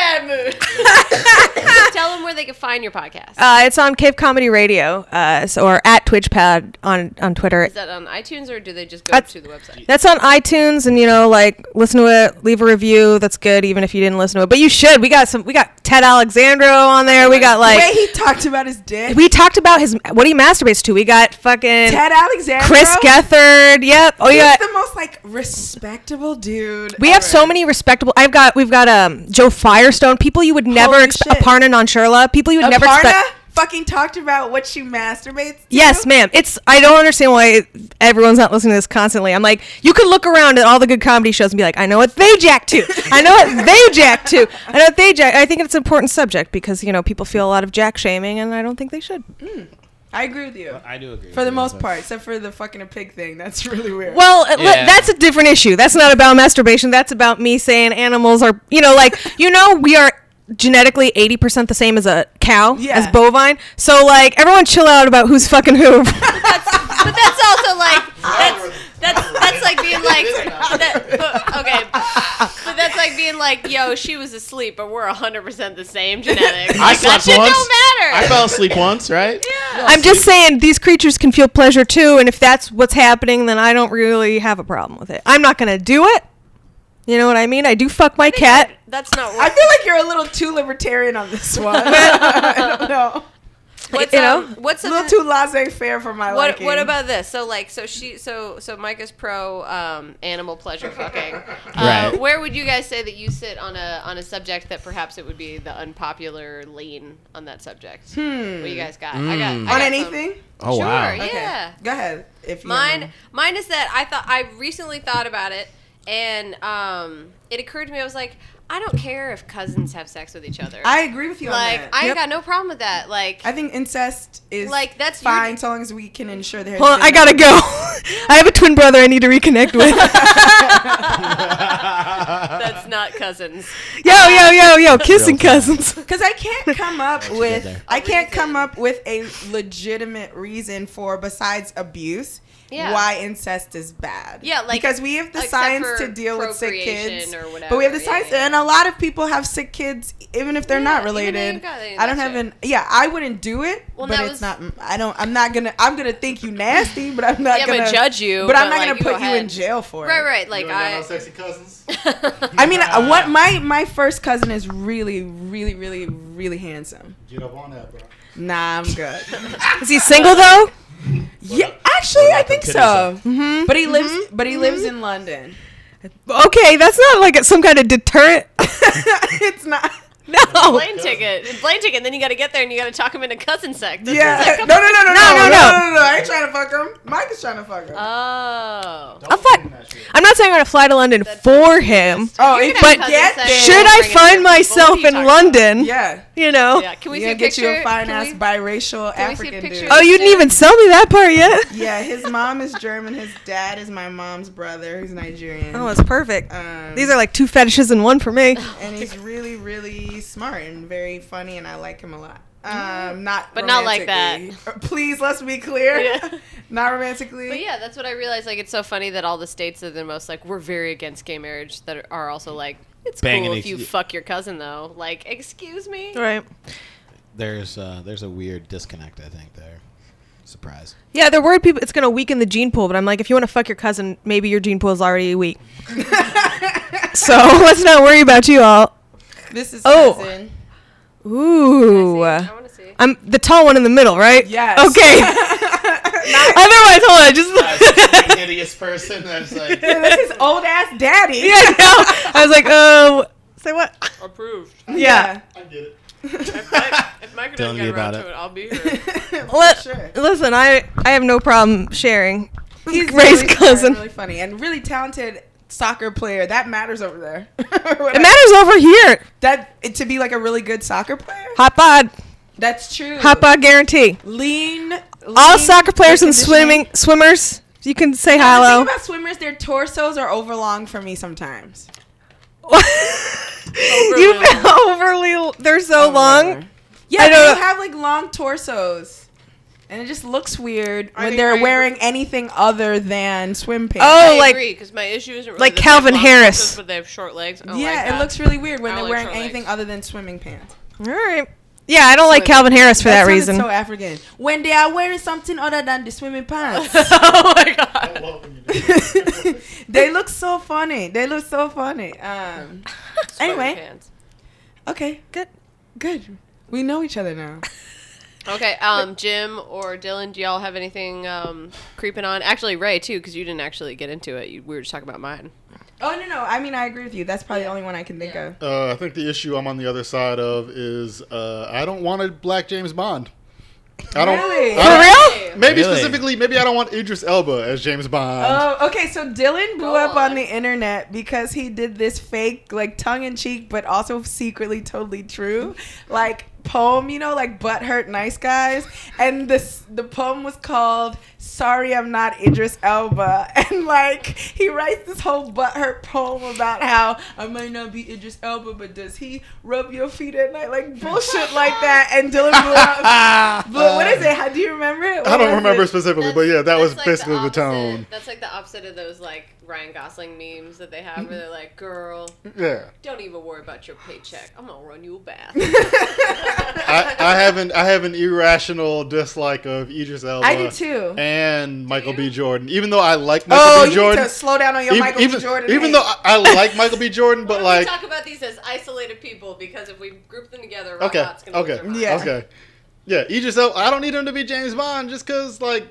Speaker 5: bad mood. Tell them where they can find your podcast.
Speaker 7: Uh, it's on Cave Comedy Radio, uh, so, or at TwitchPad on, on Twitter.
Speaker 5: Is that on iTunes or do they just go
Speaker 7: That's-
Speaker 5: to the website?
Speaker 7: That's on iTunes, and you know, like listen to it, leave a review. That's good, even if you didn't listen to it. But you should. We got some. We got Ted Alexandro on there. We got
Speaker 3: The
Speaker 7: like
Speaker 3: way he talked about his dick.
Speaker 7: we talked about his what he masturbates to. We got fucking
Speaker 3: Ted Alexander.
Speaker 7: Chris Gethard. Yep. Oh
Speaker 3: He's
Speaker 7: yeah.
Speaker 3: the most like respectable dude.
Speaker 7: We have so many respectable. I've got. We've got um Joe Firestone. People you would never
Speaker 3: Holy
Speaker 7: expect.
Speaker 3: shit.
Speaker 7: Aparna Nancherla. People you would never
Speaker 3: Aparna
Speaker 7: expect.
Speaker 3: fucking talked about what she masturbates. To.
Speaker 7: Yes, ma'am. It's I don't understand why everyone's not listening to this constantly. I'm like, you could look around at all the good comedy shows and be like, I know what they jack to. I know what they jack to. I know what they jack. I think it's an important subject because you know people feel a lot of jack shaming, and I don't think they should.
Speaker 3: I agree with you
Speaker 4: I do agree.
Speaker 3: for the most part, except for the fucking a pig thing. That's really weird.
Speaker 7: Well, uh, le-
Speaker 4: Yeah.
Speaker 7: that's a different issue. That's not about masturbation. That's about me saying animals are, you know, like, you know, we are genetically 80% the same as a cow,
Speaker 3: Yeah.
Speaker 7: as bovine. So, like, everyone chill out about who's fucking who.
Speaker 5: But that's also like that's that's that's like being like that, but, okay. But that's like being like, yo, she was asleep, but we're hundred percent the same genetics.
Speaker 4: I
Speaker 5: Like, that
Speaker 4: slept
Speaker 5: shit
Speaker 4: once.
Speaker 5: don't matter.
Speaker 4: I fell asleep once, right?
Speaker 7: I'm just saying these creatures can feel pleasure too, and if that's what's happening, then I don't really have a problem with it. I'm not gonna do it. You know what I mean? I do fuck my cat.
Speaker 5: That's not
Speaker 3: I
Speaker 5: worth.
Speaker 3: feel like you're a little too libertarian on this one. I don't know.
Speaker 5: What's,
Speaker 7: you know,
Speaker 5: um, what's
Speaker 3: A
Speaker 5: a
Speaker 3: little too laissez-faire for my
Speaker 5: What
Speaker 3: liking.
Speaker 5: What about this? So like, so she, so so Mike is pro um, animal pleasure fucking. Uh,
Speaker 4: Right.
Speaker 5: Where would you guys say that you sit on a on a subject that perhaps it would be the unpopular lean on that subject? What do you guys got? I got I got
Speaker 3: on
Speaker 5: some.
Speaker 3: anything?
Speaker 4: Oh
Speaker 5: Sure,
Speaker 4: wow.
Speaker 5: yeah.
Speaker 3: Go ahead. If you
Speaker 5: Mine, mine is that I thought I recently thought about it, and um, it occurred to me I was like, I don't care if cousins have sex with each other.
Speaker 3: I agree with you
Speaker 5: like
Speaker 3: on that.
Speaker 5: I
Speaker 7: Yep.
Speaker 5: ain't got no problem with that. Like
Speaker 3: I think incest is
Speaker 5: Like, that's your-
Speaker 3: fine so long as we can ensure there. has
Speaker 7: Hold on,
Speaker 3: been-
Speaker 7: I gotta go. I have a twin brother I need to reconnect with.
Speaker 5: that's not cousins.
Speaker 7: yo, yo, yo, yo, kissing
Speaker 4: Real time.
Speaker 7: cousins.
Speaker 3: Because I can't come up with
Speaker 4: there.
Speaker 3: I can't come up with a legitimate reason for besides abuse.
Speaker 5: Yeah.
Speaker 3: Why incest is bad?
Speaker 5: Yeah, like,
Speaker 3: because we have the
Speaker 5: except
Speaker 3: science
Speaker 5: for
Speaker 3: to deal with sick
Speaker 5: procreation
Speaker 3: kids,
Speaker 5: or
Speaker 3: but we have the
Speaker 5: whatever,
Speaker 3: science,
Speaker 5: yeah, yeah.
Speaker 3: and a lot of people have sick kids even if they're
Speaker 5: Yeah,
Speaker 3: not
Speaker 5: even if they
Speaker 3: related.
Speaker 5: ain't got any of
Speaker 3: I don't
Speaker 5: that
Speaker 3: have
Speaker 5: shit.
Speaker 3: an yeah. I wouldn't do it,
Speaker 5: Well,
Speaker 3: but
Speaker 5: that
Speaker 3: it's
Speaker 5: was-
Speaker 3: not. I don't. I'm not gonna. I'm gonna think you nasty, but I'm not
Speaker 5: Yeah,
Speaker 3: gonna
Speaker 5: but judge you.
Speaker 3: But, I'm not
Speaker 5: like,
Speaker 3: gonna put you in
Speaker 5: ahead.
Speaker 3: jail for it.
Speaker 5: Right, right. Like
Speaker 6: You ain't got
Speaker 5: I.
Speaker 6: no sexy cousins.
Speaker 3: I mean, uh, what my my first cousin is really, really, really, really handsome.
Speaker 6: Get up on that, bro.
Speaker 3: Nah, I'm good.
Speaker 7: Is he single though?
Speaker 3: Yeah, actually, I
Speaker 4: about
Speaker 3: think
Speaker 4: the
Speaker 3: so. Mm-hmm. But he lives, but he lives in London.
Speaker 7: Okay, that's not like some kind of deterrent.
Speaker 3: it's not.
Speaker 7: No. No,
Speaker 5: plane ticket, plane ticket. Then you got to get there and you got to talk him into cousin sex. That's
Speaker 3: Yeah.
Speaker 5: just
Speaker 3: No, no,
Speaker 5: like-
Speaker 3: no, no, no, no, no,
Speaker 7: no,
Speaker 3: no,
Speaker 7: no.
Speaker 3: no, no. I ain't trying to fuck him. Mike is trying to fuck him.
Speaker 5: Uh, oh.
Speaker 7: I'll fuck. I'm not saying I'm gonna fly to London for him.
Speaker 3: oh,
Speaker 5: You
Speaker 3: if
Speaker 5: can have
Speaker 3: you
Speaker 5: cousin
Speaker 3: get
Speaker 5: sex.
Speaker 3: there,
Speaker 7: Should
Speaker 5: Yeah,
Speaker 7: I
Speaker 5: bring it
Speaker 7: find
Speaker 5: up. What are you
Speaker 7: myself in
Speaker 5: talking about?
Speaker 7: London?
Speaker 3: yeah,
Speaker 7: you know.
Speaker 5: Yeah. Can
Speaker 3: we
Speaker 5: we
Speaker 3: you
Speaker 5: see
Speaker 3: gonna
Speaker 5: a
Speaker 3: get
Speaker 5: picture?
Speaker 3: you a fine
Speaker 5: Can
Speaker 3: ass
Speaker 5: we-
Speaker 3: biracial
Speaker 5: Can we see a
Speaker 3: African
Speaker 5: picture?
Speaker 3: dude.
Speaker 7: Oh, you didn't even sell me that part yet.
Speaker 3: Yeah, his mom is German. His dad is my mom's brother. He's Nigerian.
Speaker 7: Oh, it's perfect.
Speaker 3: um,
Speaker 7: These are like two fetishes in one for me.
Speaker 3: and he's really, really smart and very funny, and I like him a lot. Um, not
Speaker 5: But not like
Speaker 3: romantically. Uh, Please, let's be clear.
Speaker 5: Yeah.
Speaker 3: not romantically.
Speaker 5: But yeah, that's what I realized. Like, it's so funny that all the states that are the most like we're very against gay marriage that are also like it's
Speaker 4: Banging
Speaker 5: cool
Speaker 4: each-
Speaker 5: if you fuck your cousin though. Like, excuse me.
Speaker 7: Right.
Speaker 4: There's uh, there's a weird disconnect, I think, there. Surprise.
Speaker 7: Yeah, they're worried people it's gonna weaken the gene pool, but I'm like, if you want to fuck your cousin, maybe your gene pool is already weak. so let's not worry about you all.
Speaker 3: This is
Speaker 7: Oh.
Speaker 3: cousin.
Speaker 7: Ooh.
Speaker 5: I want to see.
Speaker 7: I'm the tall one in the middle, right?
Speaker 3: Yes.
Speaker 7: Okay. Otherwise, hold on. I Just
Speaker 4: hideous person. That's like
Speaker 3: this is old ass daddy.
Speaker 7: yeah, I know. I was like, oh, say what?
Speaker 5: Approved.
Speaker 7: Yeah.
Speaker 6: I get it.
Speaker 5: If Mike and
Speaker 4: Don't get about it.
Speaker 5: I'll be here.
Speaker 7: Let-
Speaker 3: sure.
Speaker 7: Listen, I I have no problem sharing.
Speaker 3: He's
Speaker 7: Ray's
Speaker 3: really-
Speaker 7: cousin.
Speaker 3: Really funny and really talented soccer player. That matters over there.
Speaker 7: It matters over here.
Speaker 3: that to be like a really good soccer player.
Speaker 7: Hot bod,
Speaker 3: That's true.
Speaker 7: hot bod guarantee.
Speaker 3: lean, lean.
Speaker 7: All soccer players
Speaker 3: good
Speaker 7: and
Speaker 3: conditioning.
Speaker 7: swimming swimmers, you can say
Speaker 3: The thing
Speaker 7: hello.
Speaker 3: about swimmers, their torsos are overlong for me sometimes.
Speaker 7: you overly, they're so long.
Speaker 3: Yeah,
Speaker 7: I
Speaker 3: I
Speaker 7: don't know.
Speaker 3: you have like long torsos. And it just looks weird when
Speaker 5: think
Speaker 3: they're
Speaker 5: I-
Speaker 3: wearing anything other than swim pants.
Speaker 7: Oh, like
Speaker 5: because my issue isn't really
Speaker 7: like
Speaker 5: that they have
Speaker 7: Calvin
Speaker 5: long
Speaker 7: Harris.
Speaker 5: torsos, but they have short legs. Oh, I don't
Speaker 3: yeah,
Speaker 5: like
Speaker 3: it
Speaker 5: that.
Speaker 3: looks really weird when
Speaker 5: I
Speaker 3: they're
Speaker 5: don't like
Speaker 3: wearing
Speaker 5: short
Speaker 3: anything
Speaker 5: legs.
Speaker 3: other than swimming pants.
Speaker 7: all right. Yeah, I don't like Calvin Harris for that,
Speaker 3: sounded
Speaker 7: reason.
Speaker 3: so African. When they are wearing something other than the swimming pants,
Speaker 5: oh my god.
Speaker 3: they look so funny. They look so funny. Um, anyway,
Speaker 5: Sweatpants.
Speaker 3: okay, good, good. We know each other now.
Speaker 5: Okay, um, Jim or Dylan, do y'all have anything um, creeping on? Actually, Ray too, because you didn't actually get into it. You, we were just talking about mine.
Speaker 3: Oh no, no. I mean, I agree with you. That's probably the only one I can think of.
Speaker 6: Uh, I think the issue I'm on the other side of is uh, I don't want a black James Bond. I don't.
Speaker 3: Really?
Speaker 6: I
Speaker 7: for
Speaker 6: don't-
Speaker 7: real?
Speaker 6: Maybe
Speaker 4: Really?
Speaker 6: specifically, maybe I don't want Idris Elba as James Bond.
Speaker 3: Oh, okay. So Dylan blew
Speaker 5: Go
Speaker 3: up on.
Speaker 5: on.
Speaker 3: the internet because he did this fake, like tongue in cheek, but also secretly totally true, like poem. You know, like butt hurt nice guys. And this the poem was called "Sorry I'm Not Idris Elba," and like he writes this whole butt hurt poem about how I might not be Idris Elba, but does he rub your feet at night? Like bullshit like that. And Dylan blew up. Oh, But what is it? How do you remember it?
Speaker 6: I
Speaker 3: What was
Speaker 6: don't remember
Speaker 3: it?
Speaker 6: specifically, but yeah, that was basically the, tone.
Speaker 5: That's like the opposite of those like Ryan Gosling memes that they have, where they're like, "Girl,
Speaker 6: Yeah,
Speaker 5: don't even worry about your paycheck. I'm gonna run you a bath."
Speaker 6: I, I have an I have an irrational dislike of Idris Elba.
Speaker 3: I do too.
Speaker 6: And Michael B. Jordan, even though I like Michael
Speaker 3: Oh,
Speaker 6: B.
Speaker 3: you
Speaker 6: Jordan,
Speaker 3: need to slow down on your
Speaker 6: even,
Speaker 3: Michael
Speaker 6: even,
Speaker 3: B. Jordan.
Speaker 6: even
Speaker 3: hate.
Speaker 6: though I, I like Michael B. Jordan, but
Speaker 5: Why don't we
Speaker 6: like,
Speaker 5: talk about these as isolated people because if we group them together, Rob
Speaker 6: okay,
Speaker 5: Lott's gonna lose
Speaker 6: okay,
Speaker 5: her mind.
Speaker 3: Yeah.
Speaker 6: okay, yeah, Idris Elba. I don't need him to be James Bond just because like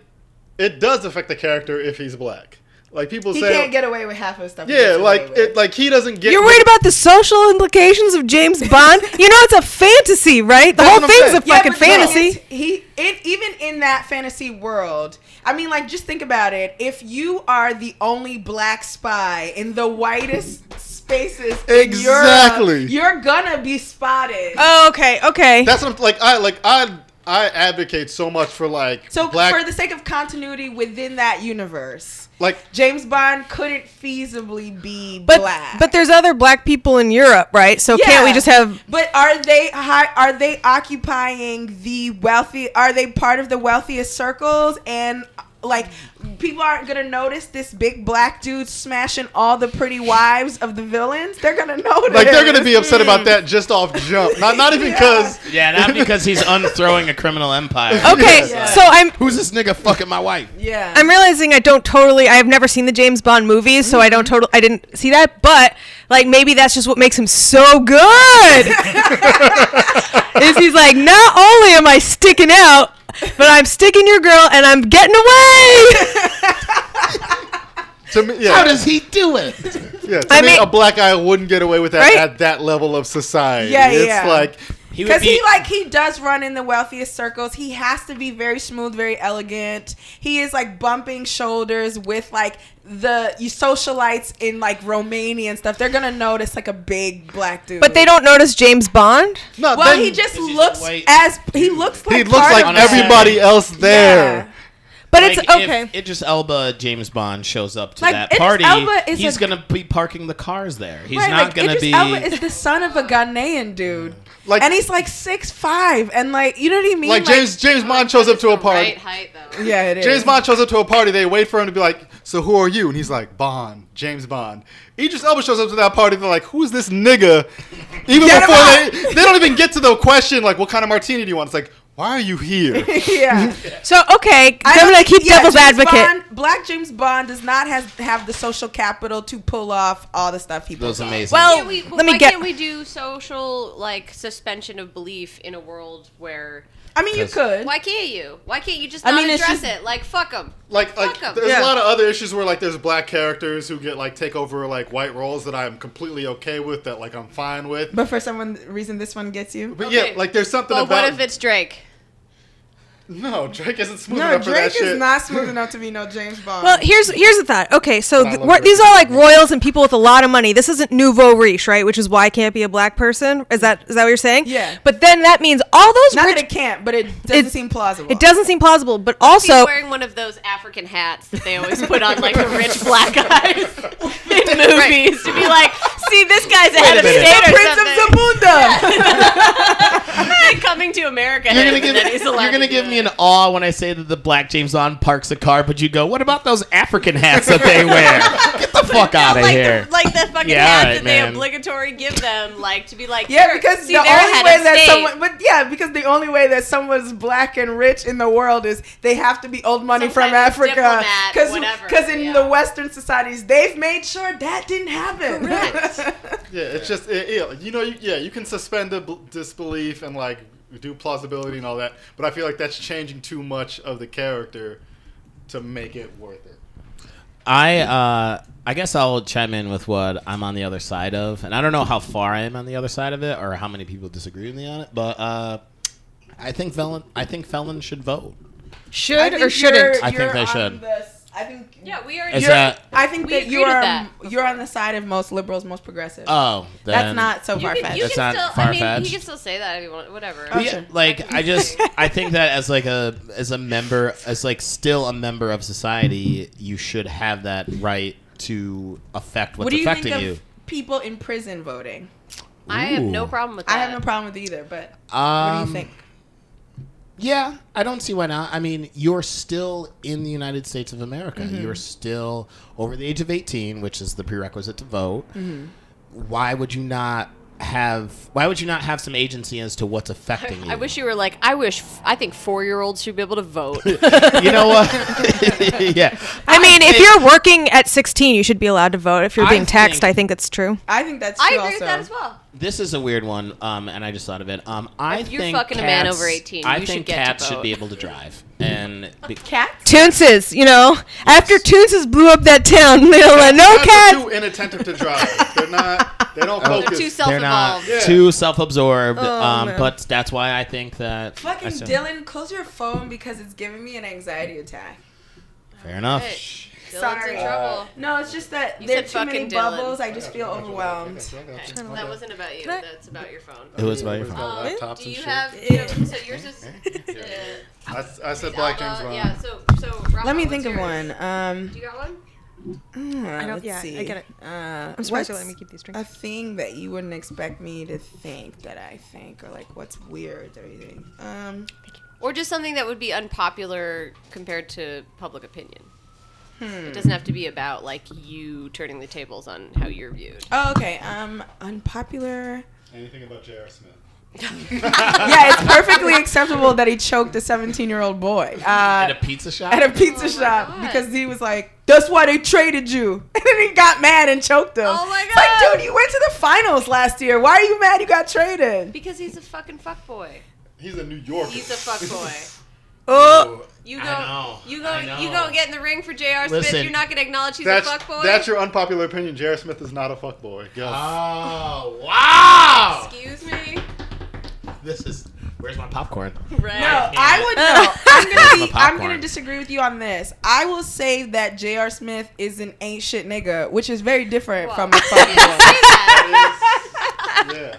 Speaker 6: it does affect the character if he's black. Like people
Speaker 3: he
Speaker 6: say,
Speaker 3: can't get away with half of the stuff. he
Speaker 6: yeah,
Speaker 3: gets
Speaker 6: like
Speaker 3: away with.
Speaker 6: it, like he doesn't get.
Speaker 7: You're worried about the social implications of James Bond? you know it's a fantasy, right? The
Speaker 6: That's
Speaker 7: whole
Speaker 6: what I'm
Speaker 7: thing's
Speaker 6: saying.
Speaker 7: a
Speaker 3: Yeah,
Speaker 7: fucking
Speaker 3: but the thing
Speaker 7: fantasy.
Speaker 3: is, He it, even in that fantasy world. I mean, like just think about it. If you are the only black spy in the whitest spaces, in Europe,
Speaker 6: Exactly.
Speaker 3: you're gonna be spotted.
Speaker 7: Oh, okay, okay.
Speaker 6: That's what I'm, like I like I I advocate so much for like
Speaker 3: so
Speaker 6: black
Speaker 3: for the sake of continuity within that universe,
Speaker 6: like
Speaker 3: James Bond couldn't feasibly be
Speaker 7: but
Speaker 3: black.
Speaker 7: but there's other black people in Europe, right? So can't we
Speaker 3: Yeah.
Speaker 7: just have
Speaker 3: But are they high, are they occupying the wealthy? Are they part of the wealthiest circles? And like, people aren't gonna notice this big black dude smashing all the pretty wives of the villains. They're gonna notice. Hmm,
Speaker 6: like they're gonna be upset about that just off jump. Not not even because
Speaker 4: Yeah, not because he's unthrowing a criminal empire.
Speaker 7: Okay,
Speaker 6: Yeah.
Speaker 7: so I'm
Speaker 4: Who's this nigga fucking my wife?
Speaker 3: Yeah.
Speaker 7: I'm realizing I don't totally I have never seen the James Bond movies, so I
Speaker 3: Mm-hmm.
Speaker 7: don't total I didn't see that, but like maybe that's just what makes him so good. is he's like, not only am I sticking out, but I'm sticking your girl and I'm getting away.
Speaker 6: to me yeah,
Speaker 4: How does he do it?
Speaker 6: yeah to
Speaker 7: I
Speaker 6: me
Speaker 7: mean-
Speaker 6: a black guy wouldn't get away with that
Speaker 7: Right?
Speaker 6: at that level of society.
Speaker 3: Yeah,
Speaker 6: it's
Speaker 3: yeah.
Speaker 6: like
Speaker 4: He would
Speaker 3: Because
Speaker 4: be
Speaker 3: he like he does run in the wealthiest circles. He has to be very smooth, very elegant. He is like bumping shoulders with like the you socialites in like Romania and stuff. They're gonna notice like a big black dude.
Speaker 7: but they don't notice James Bond.
Speaker 6: no.
Speaker 3: Well,
Speaker 6: then
Speaker 3: he just
Speaker 4: Because he's
Speaker 3: looks
Speaker 4: white.
Speaker 3: as he looks like
Speaker 6: he looks
Speaker 3: part
Speaker 6: like
Speaker 3: of
Speaker 4: that.
Speaker 6: everybody else
Speaker 3: Yeah.
Speaker 6: there.
Speaker 7: But it's
Speaker 4: Like, if
Speaker 7: okay.
Speaker 4: Idris Elba James Bond shows up to
Speaker 3: Like,
Speaker 4: that
Speaker 3: Idris
Speaker 4: party,
Speaker 3: Elba is
Speaker 4: he's
Speaker 3: a-
Speaker 4: gonna be parking the cars there. He's
Speaker 3: Right,
Speaker 4: not
Speaker 3: like,
Speaker 4: gonna
Speaker 3: Idris
Speaker 4: be.
Speaker 3: Elba is the son of a Ghanaian dude,
Speaker 6: Like-
Speaker 3: and he's like six five, and like you know what I mean?
Speaker 6: Like James James Bond shows up to a party.
Speaker 5: Right height though.
Speaker 3: yeah, it is.
Speaker 6: James Bond shows up to a party. They wait for him to be like, "So who are you?" And he's like, "Bond, James Bond." Idris Elba shows up to that party. They're like, "Who's this nigga?" Even
Speaker 3: Get him
Speaker 6: before
Speaker 3: out!
Speaker 6: they, they don't even get to the question like, "What kind of martini do you want?" It's like, "Why are you here?"
Speaker 3: yeah,
Speaker 7: So okay,
Speaker 3: I
Speaker 7: I'm
Speaker 3: don't
Speaker 7: gonna
Speaker 3: think-
Speaker 7: keep
Speaker 3: yeah,
Speaker 7: devil's
Speaker 3: James
Speaker 7: advocate.
Speaker 3: Bond- Black James Bond does not has have the social capital to pull off all the stuff he
Speaker 4: Those
Speaker 3: pulls off.
Speaker 4: amazing.
Speaker 7: Well-
Speaker 5: Can't we,
Speaker 7: Oh, Let me
Speaker 5: why
Speaker 7: get-
Speaker 5: can't we do social like suspension of belief in a world where?
Speaker 3: I mean, you
Speaker 4: 'Cause-
Speaker 3: could.
Speaker 5: Why can't you? Why can't you just
Speaker 3: I
Speaker 5: not
Speaker 3: mean, it's
Speaker 5: address
Speaker 3: just-
Speaker 5: it? Like fuck them.
Speaker 6: like
Speaker 5: fuck
Speaker 6: like
Speaker 5: 'em.
Speaker 6: there's
Speaker 3: Yeah.
Speaker 6: a lot of other issues where like there's black characters who get like take over like white roles that I'm completely okay with that like I'm fine with. But,
Speaker 3: But for some reason, this one gets you.
Speaker 5: Okay.
Speaker 6: yeah, like there's something
Speaker 5: Well,
Speaker 6: about
Speaker 5: what if it's Drake?
Speaker 6: no Drake isn't smooth
Speaker 3: No,
Speaker 6: enough for that
Speaker 3: Drake
Speaker 6: shit.
Speaker 3: is not smooth enough to be no James Bond.
Speaker 7: Well, here's here's the thought. Okay, so
Speaker 6: I
Speaker 7: th-
Speaker 6: love
Speaker 7: we're-
Speaker 6: her.
Speaker 7: these are like royals and people with a lot of money. This isn't nouveau riche, right? Which is why it can't be a black person. Is that is that what you're saying?
Speaker 3: Yeah.
Speaker 7: But then that means all those
Speaker 3: not
Speaker 7: rich.
Speaker 3: that it can't, but it doesn't
Speaker 7: It-
Speaker 3: seem plausible.
Speaker 7: It doesn't seem plausible, but
Speaker 5: He's
Speaker 7: also
Speaker 5: wearing one of those African hats that they always put on like the rich black guys in movies to be like, see, this guy's ahead of
Speaker 4: minute.
Speaker 5: state or
Speaker 3: Prince of
Speaker 5: something.
Speaker 3: Zamunda.
Speaker 5: coming to America.
Speaker 4: You're gonna
Speaker 5: and
Speaker 4: give
Speaker 5: then he's allowed
Speaker 4: you're gonna
Speaker 5: to
Speaker 4: give
Speaker 5: do
Speaker 4: me
Speaker 5: it.
Speaker 4: an awe when I say that the black James Bond parks a car, but you go, "What about those African hats that they wear? Get the fuck out of
Speaker 5: like
Speaker 4: here!"
Speaker 5: The, like the fucking
Speaker 4: Yeah,
Speaker 5: hat
Speaker 4: alright,
Speaker 5: that they
Speaker 4: man.
Speaker 5: obligatory give them, like to be like,
Speaker 3: Yeah,
Speaker 5: "Here,
Speaker 3: because
Speaker 5: see,
Speaker 3: the
Speaker 5: they're
Speaker 3: only
Speaker 5: ahead
Speaker 3: way
Speaker 5: of
Speaker 3: that
Speaker 5: state."
Speaker 3: someone, but yeah, because the only way that someone's black and rich in the world is they have to be old money
Speaker 5: Some
Speaker 3: from
Speaker 5: kind of
Speaker 3: Africa.
Speaker 5: diplomat, whatever,
Speaker 3: because in
Speaker 5: yeah.
Speaker 3: the Western societies, they've made sure that didn't happen.
Speaker 6: Yeah, it's just it, it- you know, you, yeah, you can suspend the bl- disbelief and like do plausibility and all that, but I feel like that's changing too much of the character to make it worth it.
Speaker 4: I uh, I guess I'll chime in with what I'm on the other side of, and I don't know how far I am on the other side of it, or how many people disagree with me on it. But uh, I think felon, I think felons should vote.
Speaker 3: I
Speaker 7: should
Speaker 3: think
Speaker 7: or shouldn't.
Speaker 3: you're-
Speaker 4: I think
Speaker 3: you're
Speaker 4: they
Speaker 3: on
Speaker 4: should.
Speaker 3: the s- I think.
Speaker 5: Yeah, we are.
Speaker 4: Is
Speaker 5: you're-
Speaker 4: that
Speaker 3: I think
Speaker 5: We
Speaker 3: that
Speaker 5: agreed
Speaker 3: you
Speaker 5: with
Speaker 3: are
Speaker 5: that
Speaker 3: you're on the side of most liberals, most progressive.
Speaker 4: oh
Speaker 3: That's
Speaker 4: then-
Speaker 3: not so
Speaker 5: you
Speaker 3: far
Speaker 5: can, you
Speaker 3: fetched.
Speaker 4: That's
Speaker 5: can
Speaker 4: not
Speaker 5: still. I mean,
Speaker 4: far-fetched.
Speaker 5: you can still say that if you want, whatever.
Speaker 4: Oh, Yeah, like I just I think that as like a as a member as like still a member of society, you should have that right to affect what's
Speaker 3: What do you
Speaker 4: affecting
Speaker 3: think of
Speaker 4: you.
Speaker 3: people in prison voting?
Speaker 5: I have no
Speaker 4: Ooh.
Speaker 5: problem with that.
Speaker 3: I have no problem with either, but what
Speaker 4: Um,
Speaker 3: do you think?
Speaker 4: Yeah, I don't see why not. I mean, you're still in the United States of America.
Speaker 3: Mm-hmm.
Speaker 4: You're still over the age of 18, which is the prerequisite to vote.
Speaker 3: Mm-hmm.
Speaker 4: Why would you not have why would you not have some agency as to what's affecting you?
Speaker 5: I wish you were like I wish. f- I think four-year-olds should be able to vote.
Speaker 4: You know what? yeah.
Speaker 7: I mean, if
Speaker 4: think-
Speaker 7: you're working at 16, you should be allowed to vote. If you're
Speaker 4: I
Speaker 7: being taxed,
Speaker 4: think-
Speaker 7: I think that's true.
Speaker 3: I think that's true
Speaker 5: I agree
Speaker 3: also.
Speaker 5: with that as well.
Speaker 4: This is a weird one, um, and I just thought of it. Um, I
Speaker 5: If you're
Speaker 4: think
Speaker 5: fucking a man
Speaker 4: cats-
Speaker 5: over 18,
Speaker 4: I
Speaker 5: you should
Speaker 4: think
Speaker 5: get to
Speaker 4: cats should
Speaker 5: vote.
Speaker 4: be able to drive, and be-
Speaker 5: Cats.
Speaker 7: Toonses, you know, after Toonses blew up that town, they
Speaker 5: Uh,
Speaker 7: were like, no
Speaker 6: Cats are
Speaker 7: cats.
Speaker 6: too inattentive to drive. They're not. They don't
Speaker 5: They're too
Speaker 6: focus.
Speaker 4: they're not
Speaker 5: self-involved.
Speaker 6: Yeah.
Speaker 4: too self-absorbed.
Speaker 7: Oh,
Speaker 4: um,
Speaker 7: man.
Speaker 4: but that's why I think that
Speaker 3: Fucking
Speaker 4: I said-
Speaker 3: Dylan, close your phone because it's giving me an anxiety attack.
Speaker 4: Fair enough.
Speaker 5: Shh. Dylan's
Speaker 3: Sorry.
Speaker 5: in trouble.
Speaker 3: No, it's just that
Speaker 5: You
Speaker 3: there are
Speaker 5: said
Speaker 3: too many
Speaker 5: fucking Dylan.
Speaker 3: bubbles. I just feel overwhelmed.
Speaker 5: That wasn't about you.
Speaker 7: I-
Speaker 5: That's about your phone.
Speaker 4: It was my
Speaker 6: Got laptops
Speaker 5: Um, Do
Speaker 6: and
Speaker 5: you
Speaker 6: shit.
Speaker 5: have? You know, so yours is. uh,
Speaker 6: I, I said Black James
Speaker 5: uh,
Speaker 6: Bond.
Speaker 5: Yeah. So so. Rafa,
Speaker 3: Let me
Speaker 5: what's
Speaker 3: think of
Speaker 5: yours?
Speaker 3: one. Um,
Speaker 5: Do you got one?
Speaker 3: I
Speaker 7: don't-
Speaker 3: let's
Speaker 7: yeah, I
Speaker 3: see.
Speaker 7: get it.
Speaker 3: Uh,
Speaker 7: I'm surprised
Speaker 3: what's
Speaker 7: you're letting me keep these drinks.
Speaker 3: a thing that you wouldn't expect me to think that I think, or like what's weird or anything? Um,
Speaker 5: Or just something that would be unpopular compared to public opinion.
Speaker 3: Hmm.
Speaker 5: It doesn't have to be about like you turning the tables on how you're viewed.
Speaker 3: oh, okay. Um, unpopular.
Speaker 6: Anything about J.R. Smith?
Speaker 3: yeah, it's perfectly acceptable that he choked a 17 year old boy uh,
Speaker 4: At a pizza shop.
Speaker 3: at a pizza
Speaker 5: my
Speaker 3: shop
Speaker 5: God.
Speaker 3: because he was like, "That's why they traded you," and then he got mad and choked him.
Speaker 5: Oh my
Speaker 3: It's Like,
Speaker 5: God.
Speaker 3: dude, you went to the finals last year. Why are you mad? You got traded.
Speaker 5: Because he's a fucking fuckboy.
Speaker 6: He's a New Yorker.
Speaker 5: He's a fuckboy.
Speaker 7: Oh,
Speaker 5: You
Speaker 4: I
Speaker 5: go,
Speaker 4: know,
Speaker 5: you go,
Speaker 4: I know.
Speaker 5: you go get in the ring for J.R.
Speaker 4: Listen,
Speaker 5: Smith. You're not gonna acknowledge he's
Speaker 6: That's
Speaker 5: a fuckboy.
Speaker 6: that's your unpopular opinion. J.R. Smith is not a fuckboy. Go.
Speaker 5: Ah.
Speaker 4: Oh wow!
Speaker 5: Excuse me.
Speaker 4: This is where's my popcorn?
Speaker 5: Right.
Speaker 3: No, I would know. I'm gonna
Speaker 4: Grab
Speaker 3: be.
Speaker 4: a
Speaker 3: I'm
Speaker 4: popcorn.
Speaker 3: gonna disagree with you on this. I will say that J.R. Smith is an ain't shit nigga, which is very different
Speaker 5: Well,
Speaker 3: from a
Speaker 5: you didn't say
Speaker 3: fuckboy.
Speaker 5: that.
Speaker 6: Yeah.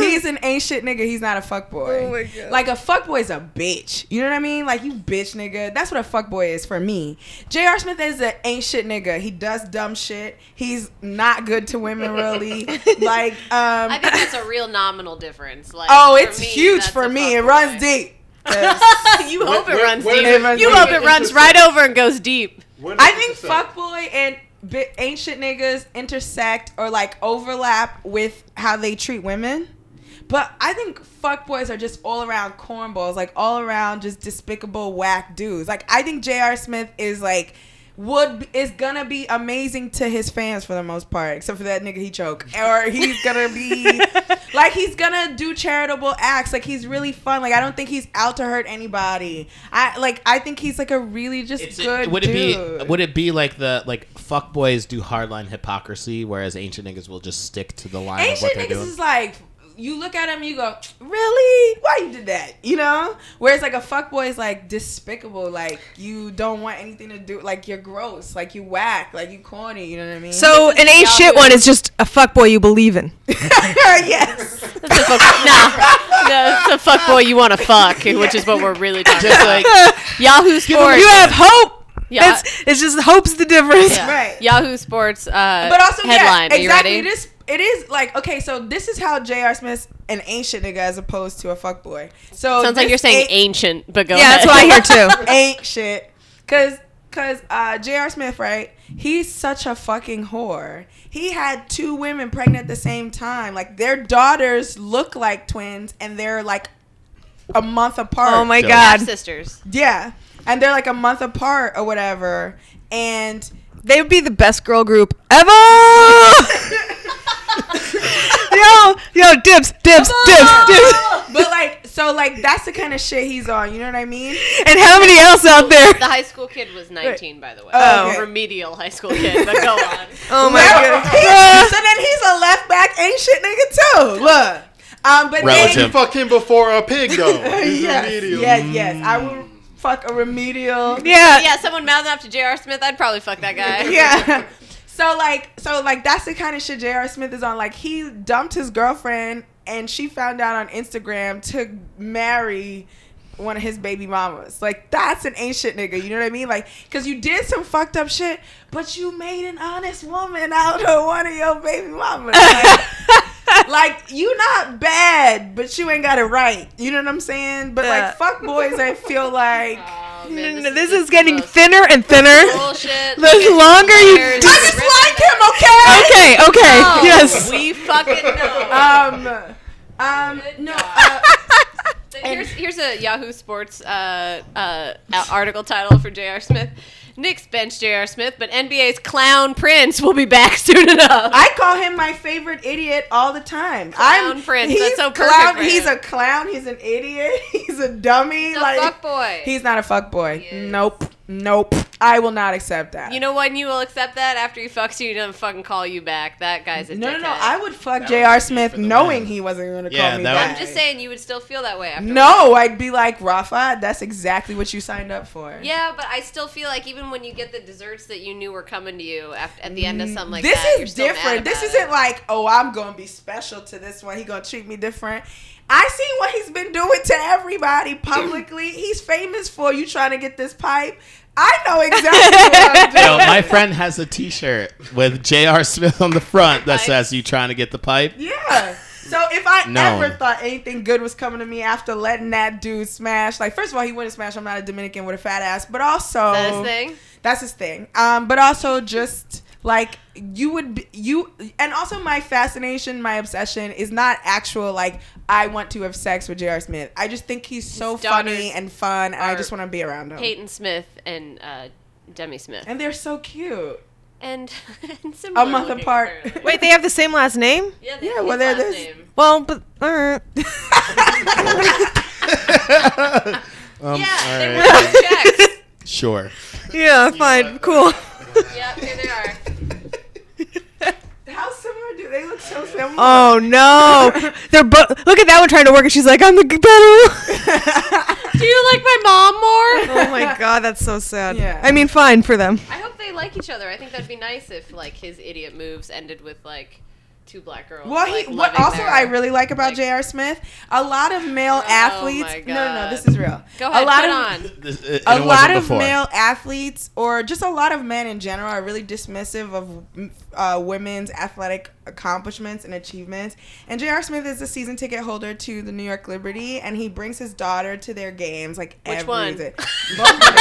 Speaker 3: He's an ancient nigga. He's not a fuck boy.
Speaker 7: Oh my God.
Speaker 3: Like a fuck boy's a bitch. You know what I mean? Like you bitch nigga. That's what a fuck boy is for me. J.R. Smith is an ancient nigga. He does dumb shit. He's not good to women really. like um
Speaker 5: I think that's a real nominal difference. Like,
Speaker 3: Oh,
Speaker 5: for
Speaker 3: it's
Speaker 5: me,
Speaker 3: huge
Speaker 5: that's
Speaker 3: for
Speaker 5: a
Speaker 3: me. It
Speaker 5: fuckboy.
Speaker 3: runs deep. 'Cause
Speaker 5: you hope
Speaker 6: Where-
Speaker 5: it
Speaker 6: where-
Speaker 5: runs
Speaker 6: where
Speaker 5: deep.
Speaker 6: does
Speaker 3: it-
Speaker 5: you
Speaker 3: where
Speaker 5: hope
Speaker 6: does
Speaker 5: it
Speaker 6: it
Speaker 5: runs right over and goes deep.
Speaker 6: When does
Speaker 3: I
Speaker 6: it
Speaker 3: think
Speaker 6: intersect?
Speaker 3: fuckboy and bi- ancient niggas intersect or like overlap with how they treat women. But I think fuckboys are just all around cornballs, like all around just despicable whack dudes. Like I think J.R. Smith is like would b- is gonna be amazing to his fans for the most part, except for that nigga he choke, or he's gonna be like he's gonna do charitable acts. Like he's really fun. Like I don't think he's out to hurt anybody. I like I think he's like a really just
Speaker 4: It's-
Speaker 3: good.
Speaker 4: would it
Speaker 3: dude.
Speaker 4: be would it be like the like fuck boys do hardline hypocrisy, whereas ancient niggas will just stick to the line
Speaker 3: ancient
Speaker 4: of what
Speaker 3: niggas
Speaker 4: they're doing?
Speaker 3: is like you look at him you go really why you did that you know whereas like a fuck boy is like despicable like you don't want anything to do like you're gross like you whack like you corny you know what i mean
Speaker 7: So an ain't shit one is just a fuckboy you believe in.
Speaker 3: yes
Speaker 5: That's a fuck, nah, that's a fuck boy you want to fuck, which is what we're really talking
Speaker 4: Just
Speaker 5: about.
Speaker 4: like
Speaker 5: Yahoo Sports.
Speaker 7: You have hope.
Speaker 5: Yeah.
Speaker 7: That's, it's just hope's the difference.
Speaker 5: Yeah.
Speaker 3: Right.
Speaker 5: Yahoo Sports uh,
Speaker 3: but also
Speaker 5: headline.
Speaker 3: yeah
Speaker 5: Are you ready?
Speaker 3: exactly this it is like okay so this is how J.R. Smith's an ancient nigga as opposed to a fuck boy so
Speaker 5: Sounds like
Speaker 3: this
Speaker 5: you're saying
Speaker 3: ain't-
Speaker 5: ancient, but go
Speaker 7: Yeah,
Speaker 5: ahead.
Speaker 7: that's what I hear too.
Speaker 3: ain't shit. Cause cause uh J.R. Smith, right? He's such a fucking whore. He had two women pregnant at the same time. Like their daughters look like twins and they're like a month apart.
Speaker 7: Oh my
Speaker 4: Dope.
Speaker 5: Half
Speaker 7: god.
Speaker 5: sisters.
Speaker 3: Yeah. And they're like a month apart or whatever. And
Speaker 7: They would be the best girl group ever. yo, yo, dips, dips, dips, dips.
Speaker 3: but like so like that's the kind of shit he's on, you know what I mean?
Speaker 7: And how many else out there?
Speaker 5: The high school kid was 19, by the way.
Speaker 3: Oh, okay.
Speaker 5: remedial high school kid. But go on.
Speaker 7: Oh my
Speaker 3: Well,
Speaker 7: god.
Speaker 3: he- so then he's a left back ancient nigga too. Look. Um but then
Speaker 4: Relative.
Speaker 6: Fuck him before a pig, though. He's
Speaker 3: yes,
Speaker 6: remedial.
Speaker 3: yes, yes. I would fuck a remedial.
Speaker 7: yeah.
Speaker 5: yeah, someone mouthing off to J.R. Smith. I'd probably fuck that guy.
Speaker 3: Yeah. So like, so like, that's the kind of shit J.R. Smith is on. Like, he dumped his girlfriend, and she found out on Instagram to marry one of his baby mamas. Like, that's an ancient nigga. You know what I mean? Like, cause you did some fucked up shit, but you made an honest woman out of one of your baby mamas. Like, like you not bad, but you ain't got it right. You know what I'm saying? But
Speaker 7: Yeah.
Speaker 3: like fuck boys, I feel like
Speaker 5: Oh,
Speaker 7: No,
Speaker 5: man,
Speaker 7: no, no,
Speaker 5: this
Speaker 7: this is
Speaker 5: the
Speaker 7: getting
Speaker 5: most
Speaker 7: thinner and thinner.
Speaker 5: Bullshit.
Speaker 7: The longer you.
Speaker 5: There's-
Speaker 3: I just like him, okay?
Speaker 7: Okay, okay.
Speaker 5: Oh,
Speaker 7: Yes.
Speaker 5: We fucking know.
Speaker 3: Um, um, no, uh,
Speaker 5: Here's, here's a Yahoo Sports uh, uh, a- article title for J.R. Smith. Knicks bench J.R. Smith, but NBA's clown prince will be back soon enough.
Speaker 3: I call him my favorite idiot all the time.
Speaker 5: Clown
Speaker 3: I'm
Speaker 5: prince,
Speaker 3: He's
Speaker 5: that's so perfect
Speaker 3: clown.
Speaker 5: for
Speaker 3: He's
Speaker 5: him.
Speaker 3: a clown. He's an idiot. He's a dummy.
Speaker 5: He's a
Speaker 3: like
Speaker 5: fuckboy.
Speaker 3: He's not a fuck boy.
Speaker 5: He is.
Speaker 3: Nope. Nope. I will not accept that.
Speaker 5: you know when you will accept that after he fucks you, he doesn't fucking call you back. That guy's a
Speaker 3: no, no, no.
Speaker 5: dickhead.
Speaker 3: I would fuck
Speaker 6: That
Speaker 3: J.R.
Speaker 6: would be
Speaker 3: Smith
Speaker 6: for the
Speaker 3: knowing
Speaker 6: win.
Speaker 3: he wasn't going to
Speaker 4: Yeah,
Speaker 3: call me
Speaker 4: that
Speaker 3: back.
Speaker 4: would-
Speaker 5: I'm just saying you would still feel that way after.
Speaker 3: No, I'd be like Rafa. That's exactly what you signed up for.
Speaker 5: Yeah, but I still feel like even when you get the desserts that you knew were coming to you after, at the end of something like
Speaker 3: this
Speaker 5: that,
Speaker 3: is
Speaker 5: you're still mad
Speaker 3: different. This
Speaker 5: about
Speaker 3: isn't
Speaker 5: it.
Speaker 3: like, oh, I'm gonna be special to this one. He gonna treat me different. I see what he's been doing to everybody publicly. he's famous for you trying to get this pipe. I know exactly
Speaker 4: Yo,
Speaker 3: what I'm
Speaker 4: my
Speaker 3: doing.
Speaker 4: friend has a T-shirt with J.R. Smith on the front that says "You trying to get the pipe."
Speaker 3: yeah. So if I
Speaker 4: No.
Speaker 3: ever thought anything good was coming to me after letting that dude smash, like first of all, he wouldn't smash. I'm not a Dominican with a fat ass, but also
Speaker 5: That is thing.
Speaker 3: That's his thing. Um, but also just like you would be, you and also my fascination, my obsession is not actual like I want to have sex with J.R. Smith. I just think he's so
Speaker 5: daughters
Speaker 3: funny and fun and I
Speaker 5: are
Speaker 3: just want to be around him.
Speaker 5: Peyton Smith and uh, Demi Smith,
Speaker 3: And they're so cute.
Speaker 5: and, and similar
Speaker 3: month
Speaker 5: looking,
Speaker 3: apart.
Speaker 5: apparently.
Speaker 7: Wait, they have the same last name?
Speaker 5: Yeah,
Speaker 3: Yeah,
Speaker 5: his
Speaker 3: well, there
Speaker 5: last
Speaker 3: it is.
Speaker 5: name.
Speaker 7: Well, but uh. alright.
Speaker 4: Um,
Speaker 5: Yeah, they
Speaker 4: all
Speaker 5: were
Speaker 4: right.
Speaker 5: both checks.
Speaker 4: Sure.
Speaker 7: yeah, fine, cool.
Speaker 5: yep, here they are.
Speaker 3: How similar do they look? So similar.
Speaker 7: Oh no, they're both. Look at that one trying to work, and she's like, "I'm the g- better."
Speaker 5: Do you like my mom more?
Speaker 7: oh my god, that's so sad.
Speaker 3: Yeah.
Speaker 7: I mean, fine for them.
Speaker 5: I hope they like each other. I think that'd be nice if like his idiot moves ended with like two black girls.
Speaker 3: Well,
Speaker 5: like,
Speaker 3: he, what
Speaker 5: loving
Speaker 3: also
Speaker 5: their-
Speaker 3: I really like about
Speaker 5: like- Oh
Speaker 3: J.R. Smith, a lot of male athletes.
Speaker 5: my
Speaker 3: No, no, no,
Speaker 5: God.
Speaker 3: this is real.
Speaker 5: Go ahead,
Speaker 3: a lot
Speaker 5: put
Speaker 3: of
Speaker 5: on.
Speaker 4: This- it-
Speaker 3: a
Speaker 4: and it
Speaker 3: lot
Speaker 4: wasn't
Speaker 3: of
Speaker 4: before.
Speaker 3: male athletes or just a lot of men in general are really dismissive of mm, uh, women's athletic accomplishments and achievements and j.r smith is a season ticket holder to the new york liberty and he brings his daughter to their games like
Speaker 5: Which
Speaker 3: every
Speaker 5: one?
Speaker 3: day. Both of them.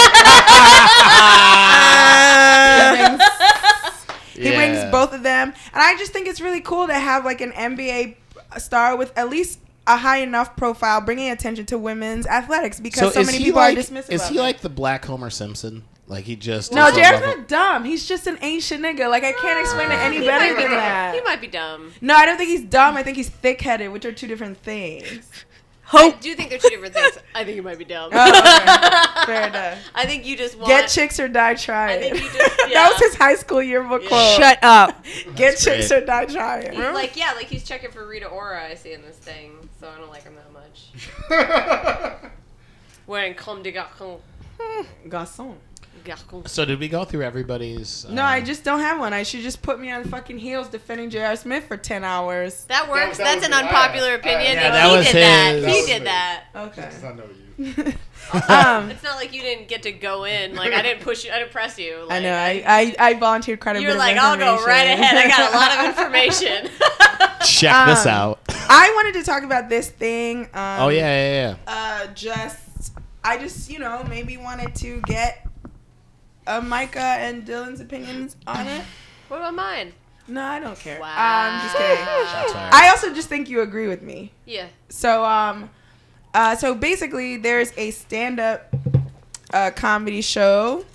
Speaker 3: He brings- he brings both of them and i just think it's really cool to have like an nba star with at least a high enough profile bringing attention to women's athletics because so,
Speaker 4: is
Speaker 3: many
Speaker 4: he
Speaker 3: people
Speaker 4: like,
Speaker 3: are dismissive
Speaker 4: Is
Speaker 3: of
Speaker 4: he
Speaker 3: it.
Speaker 4: like the black Homer Simpson? Like he just
Speaker 3: No,
Speaker 4: is a
Speaker 3: Jared's
Speaker 4: level-
Speaker 3: not dumb. He's just an ancient nigga. Like I can't explain it any
Speaker 5: He
Speaker 3: better
Speaker 5: might be
Speaker 3: than
Speaker 5: dumb.
Speaker 3: that.
Speaker 5: He might be dumb.
Speaker 3: No, I don't think he's dumb. I think he's thick-headed, which are two different things.
Speaker 5: I
Speaker 7: Hope.
Speaker 5: do think they're two different things. I think he might be dumb.
Speaker 3: Oh, okay. Fair enough.
Speaker 5: I think you just want.
Speaker 3: Get chicks or die trying.
Speaker 5: think you just-
Speaker 3: that
Speaker 5: yeah.
Speaker 3: was his high school yearbook
Speaker 5: Yeah.
Speaker 3: quote.
Speaker 7: Shut up.
Speaker 3: Get chicks
Speaker 4: great.
Speaker 3: or die trying.
Speaker 5: He's like yeah, like he's checking for Rita Ora. I see in this thing, so I don't like him that much. Wearing comme des garçons.
Speaker 3: Garçon.
Speaker 5: Garçons.
Speaker 4: So did we go through everybody's? uh,
Speaker 3: No, I just don't have one. I should just put me on fucking heels defending J.R. Smith for ten hours.
Speaker 5: That works.
Speaker 6: that
Speaker 5: That's
Speaker 6: was
Speaker 5: an
Speaker 6: it.
Speaker 5: unpopular
Speaker 6: I- I-
Speaker 5: opinion.
Speaker 6: Yeah,
Speaker 5: but
Speaker 4: that
Speaker 5: he
Speaker 4: was
Speaker 5: did
Speaker 4: his.
Speaker 5: that.
Speaker 6: That
Speaker 5: He
Speaker 6: was
Speaker 5: did
Speaker 6: me.
Speaker 5: that.
Speaker 3: Okay.
Speaker 6: Does not know you.
Speaker 3: um,
Speaker 5: It's not like you didn't get to go in. Like I didn't push you. I didn't press you. Like,
Speaker 3: I know. I, I I volunteered quite a
Speaker 5: You
Speaker 3: bit. of
Speaker 5: were like, I'll go
Speaker 3: information.
Speaker 5: right ahead. I got a lot of information.
Speaker 4: check this
Speaker 3: um,
Speaker 4: out.
Speaker 3: I wanted to talk about this thing. Um,
Speaker 4: oh yeah, yeah, yeah.
Speaker 3: uh, just I just you know maybe wanted to get uh, Micah and Dylan's opinions on it.
Speaker 5: what about mine?
Speaker 3: No, I don't care.
Speaker 5: Wow.
Speaker 3: Um, just kidding.
Speaker 4: Shots fired.
Speaker 3: I also just think you agree with me.
Speaker 5: Yeah.
Speaker 3: So um, uh, so basically there's a stand-up uh, comedy show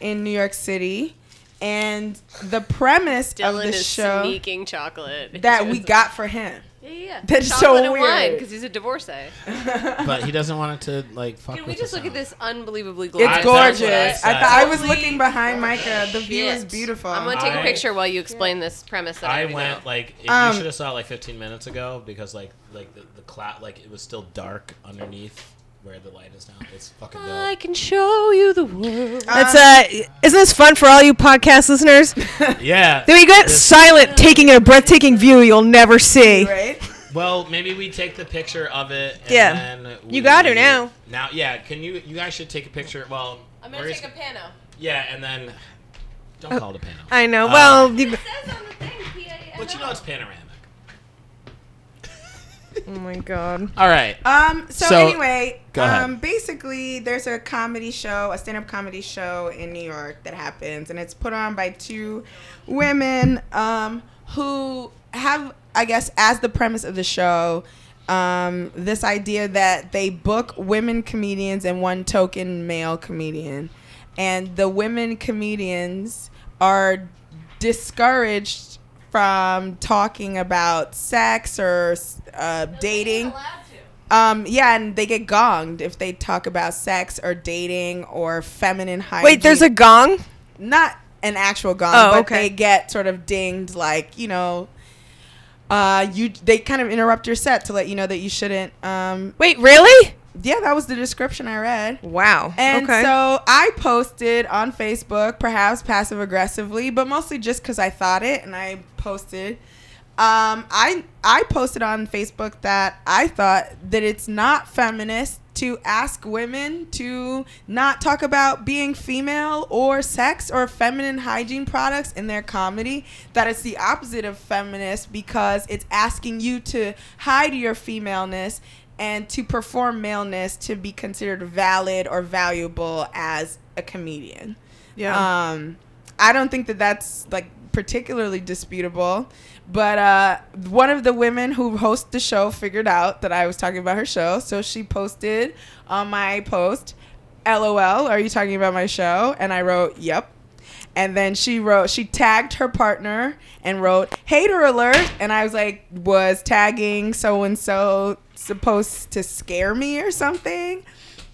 Speaker 3: in New York City, and the premise
Speaker 5: Dylan
Speaker 3: of the
Speaker 5: is
Speaker 3: show
Speaker 5: sneaking chocolate.
Speaker 3: that we got for him.
Speaker 5: Yeah, yeah, yeah.
Speaker 3: That's so
Speaker 5: chocolate and wine
Speaker 3: weird.
Speaker 5: because he's a divorcee.
Speaker 4: but he doesn't want it to like fuck.
Speaker 5: Can we
Speaker 4: with
Speaker 5: just
Speaker 4: the
Speaker 5: look at
Speaker 4: sound.
Speaker 5: this unbelievably
Speaker 3: It's
Speaker 5: glorious?
Speaker 3: gorgeous. I,
Speaker 4: said.
Speaker 3: thought I was
Speaker 5: Holy
Speaker 3: looking behind Micah. The view is
Speaker 5: shit.
Speaker 3: beautiful.
Speaker 5: I'm gonna take a
Speaker 4: I-
Speaker 5: picture while you explain this premise. That I,
Speaker 4: I
Speaker 5: do
Speaker 4: went
Speaker 5: now.
Speaker 4: like it,
Speaker 3: Um,
Speaker 4: you should have saw it like 15 minutes ago because like like the, the cloud like it was still dark underneath where the light is now. It's fucking
Speaker 5: I
Speaker 4: dope.
Speaker 5: can show you the world.
Speaker 7: That's uh, isn't this fun for all you podcast listeners?
Speaker 4: Yeah.
Speaker 7: There you go.
Speaker 4: This-
Speaker 7: Silent, taking in a breathtaking view you'll never see.
Speaker 3: right?
Speaker 4: Well, maybe we take the picture of it. And
Speaker 7: Yeah.
Speaker 4: Then we-
Speaker 7: You got her now.
Speaker 4: Now, yeah. Can you? You guys should take a picture. Well,
Speaker 5: I'm gonna
Speaker 4: where is-
Speaker 5: take a pano.
Speaker 4: Yeah, and then don't call it a pano.
Speaker 7: Oh. I know.
Speaker 4: Uh,
Speaker 7: well, you,
Speaker 5: says on the thing, P-A-N-O.
Speaker 4: but you know it's panoramic.
Speaker 7: oh my god.
Speaker 4: All right.
Speaker 7: Uh,
Speaker 3: Um. So,
Speaker 4: So-
Speaker 3: anyway,
Speaker 4: Go ahead.
Speaker 3: um, basically, there's a comedy show, a stand-up comedy show in New York that happens, and it's put on by two women um, who have, I guess, as the premise of the show, um, this idea that they book women comedians and one token male comedian, and the women comedians are discouraged from talking about sex or uh, dating. Um, yeah, and they get gonged if they talk about sex or dating or feminine hygiene.
Speaker 7: Wait, there's a gong.
Speaker 3: not an actual gong,
Speaker 7: Oh,
Speaker 3: but
Speaker 7: okay.
Speaker 3: they get sort of dinged, like you know, uh, you they kind of interrupt your set to let you know that you shouldn't. Um,
Speaker 7: Wait, really?
Speaker 3: yeah, that was the description I read.
Speaker 7: Wow.
Speaker 3: And
Speaker 7: okay.
Speaker 3: so I posted on Facebook, perhaps passive aggressively, but mostly just because I thought it and I posted. Um, I I posted on Facebook that I thought that it's not feminist to ask women to not talk about being female or sex or feminine hygiene products in their comedy. That it's the opposite of feminist because it's asking you to hide your femaleness and to perform maleness to be considered valid or valuable as a comedian.
Speaker 7: yeah.
Speaker 3: Um, I don't think that that's like particularly disputable, but uh, one of the women who hosts the show figured out that I was talking about her show, so she posted on my post, "LOL, are you talking about my show?" And I wrote, "Yep." And then she wrote, she tagged her partner and wrote, hater alert. And I was like, was tagging so and so supposed to scare me or something?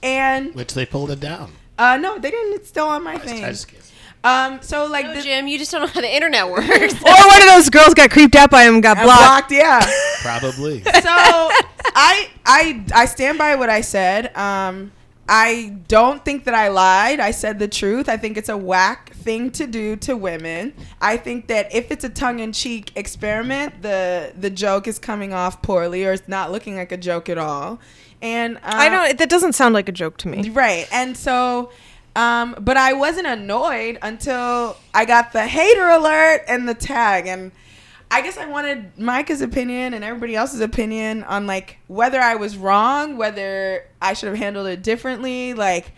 Speaker 3: And
Speaker 4: Which they pulled it down.
Speaker 3: uh, no, they didn't. It's still on my
Speaker 4: I
Speaker 3: thing.
Speaker 4: just can't-
Speaker 3: Um, so like
Speaker 5: No,
Speaker 3: this,
Speaker 5: Jim, you just don't know how the internet works.
Speaker 7: or one of those girls got creeped out by him, and got
Speaker 3: I'm
Speaker 7: blocked.
Speaker 3: blocked, yeah.
Speaker 4: Probably.
Speaker 3: so I I I stand by what I said. Um, I don't think that I lied. I said the truth. I think it's a whack thing to do to women. I think that if it's a tongue-in-cheek experiment, the the joke is coming off poorly or it's not looking like a joke at all. And uh,
Speaker 7: I don't. That doesn't sound like a joke to me.
Speaker 3: Right. And so, um, but I wasn't annoyed until I got the hater alert and the tag. And I guess I wanted Micah's opinion and everybody else's opinion on like whether I was wrong, whether I should have handled it differently. Like,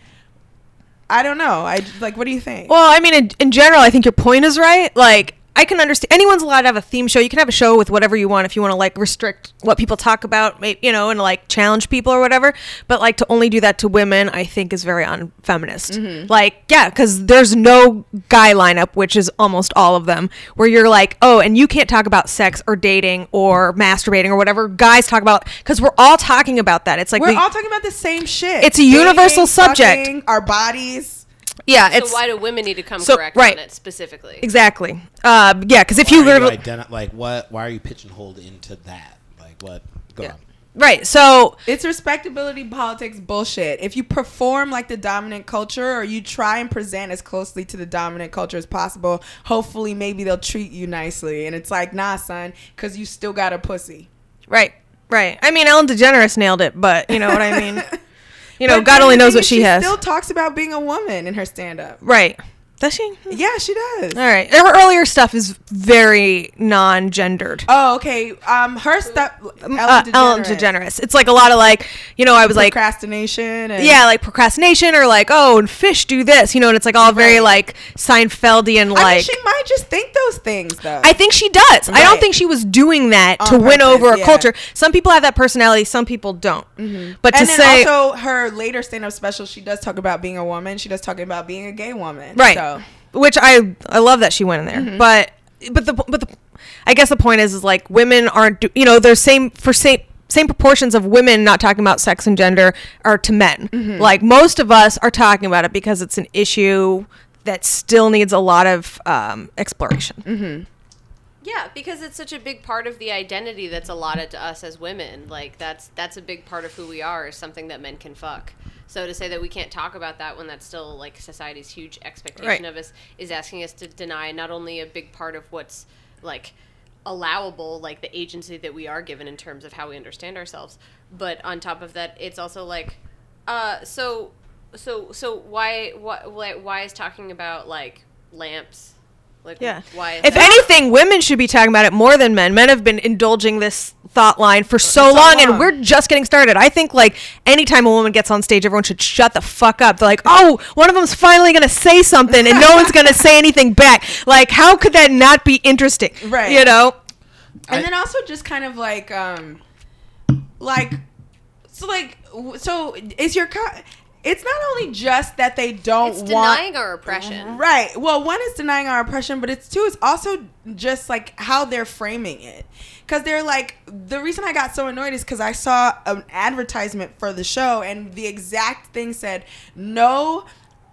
Speaker 3: I don't know. I like, what do you think?
Speaker 7: Well, I mean, in, in general, I think your point is right. Like, I can understand anyone's allowed to have a theme show. You can have a show with whatever you want if you want to like restrict what people talk about, may- you know, and like challenge people or whatever. But like to only do that to women, I think is very unfeminist. Like, yeah, because there's no guy lineup, which is almost all of them, where you're like, oh, and you can't talk about sex or dating or masturbating or whatever guys talk about because we're all talking about that. It's like
Speaker 3: We're
Speaker 7: the-
Speaker 3: all talking about the same shit.
Speaker 7: It's a universal subject.
Speaker 3: fucking, Our bodies.
Speaker 7: yeah,
Speaker 5: So
Speaker 7: it's
Speaker 5: why do women need to come
Speaker 7: So,
Speaker 5: correct
Speaker 7: right.
Speaker 5: on it specifically?
Speaker 7: exactly. Uh, yeah, because if
Speaker 4: Why
Speaker 7: you
Speaker 4: are
Speaker 7: literally.
Speaker 4: identi- like what? Why are you pigeonholed into that? Like what? Go on.
Speaker 7: Right. So
Speaker 3: It's respectability politics bullshit. If you perform like the dominant culture or you try and present as closely to the dominant culture as possible, hopefully maybe they'll treat you nicely. And it's like, nah, son, because you still got a pussy.
Speaker 7: right, right. I mean, Ellen DeGeneres nailed it, but you know what I mean. You know,
Speaker 3: But
Speaker 7: God
Speaker 3: the
Speaker 7: only knows
Speaker 3: thing
Speaker 7: what
Speaker 3: is,
Speaker 7: she, has.
Speaker 3: still talks about being a woman in her stand up.
Speaker 7: right. Does she?
Speaker 3: Yeah, she does.
Speaker 7: All right. Her earlier stuff is very non-gendered.
Speaker 3: Oh, okay. Um, her stuff, Ellen,
Speaker 7: Uh, Ellen
Speaker 3: DeGeneres.
Speaker 7: DeGeneres. It's like a lot of like, you know, I was like,
Speaker 3: procrastination. And
Speaker 7: yeah, like procrastination or like, oh, and fish do this, you know, and it's like all very like Seinfeldian
Speaker 3: I
Speaker 7: like.
Speaker 3: mean, she might just think those things though.
Speaker 7: I think she does. I don't
Speaker 3: Right.
Speaker 7: think she was doing that
Speaker 3: On
Speaker 7: to win
Speaker 3: purpose,
Speaker 7: over a
Speaker 3: yeah. Mm-hmm.
Speaker 7: culture. Some people have that personality, some people don't. But to
Speaker 3: and then
Speaker 7: say,
Speaker 3: also her later stand-up special she does talk about being a woman she does talk about being a gay woman
Speaker 7: right
Speaker 3: so
Speaker 7: which i i love that she went in there but but the but the i guess the point is is like women aren't do, you know they're same for same same proportions of women not talking about sex and gender are to men like most of us are talking about it because it's an issue that still needs a lot of um, exploration
Speaker 5: Yeah, because it's such a big part of the identity that's allotted to us as women. Like that's that's a big part of who we are is something that men can fuck. So to say that we can't talk about that when that's still like society's huge expectation
Speaker 7: Right.
Speaker 5: of us is asking us to deny not only a big part of what's like allowable, like the agency that we are given in terms of how we understand ourselves, but on top of that, it's also like, uh, so so so why why why is talking about like lamps like
Speaker 7: Yeah.
Speaker 5: why is
Speaker 7: if
Speaker 5: that-
Speaker 7: anything, women should be talking about it more than men. Men have been indulging this thought line for so, long, and
Speaker 3: long.
Speaker 7: we're just getting started. I think like anytime a woman gets on stage, everyone should shut the fuck up. They're like, oh, one of them's finally gonna say something, and no one's gonna say anything back. Like, how could that not be interesting?
Speaker 3: Right.
Speaker 7: You know.
Speaker 3: and then also just kind of like um like so like w- so is your co- it's not only just that they don't
Speaker 5: it's
Speaker 3: want
Speaker 5: denying our oppression.
Speaker 3: Right. Well, one is denying our oppression, but it's two is also just like how they're framing it. Cuz they're like the reason I got so annoyed is cuz I saw an advertisement for the show and the exact thing said no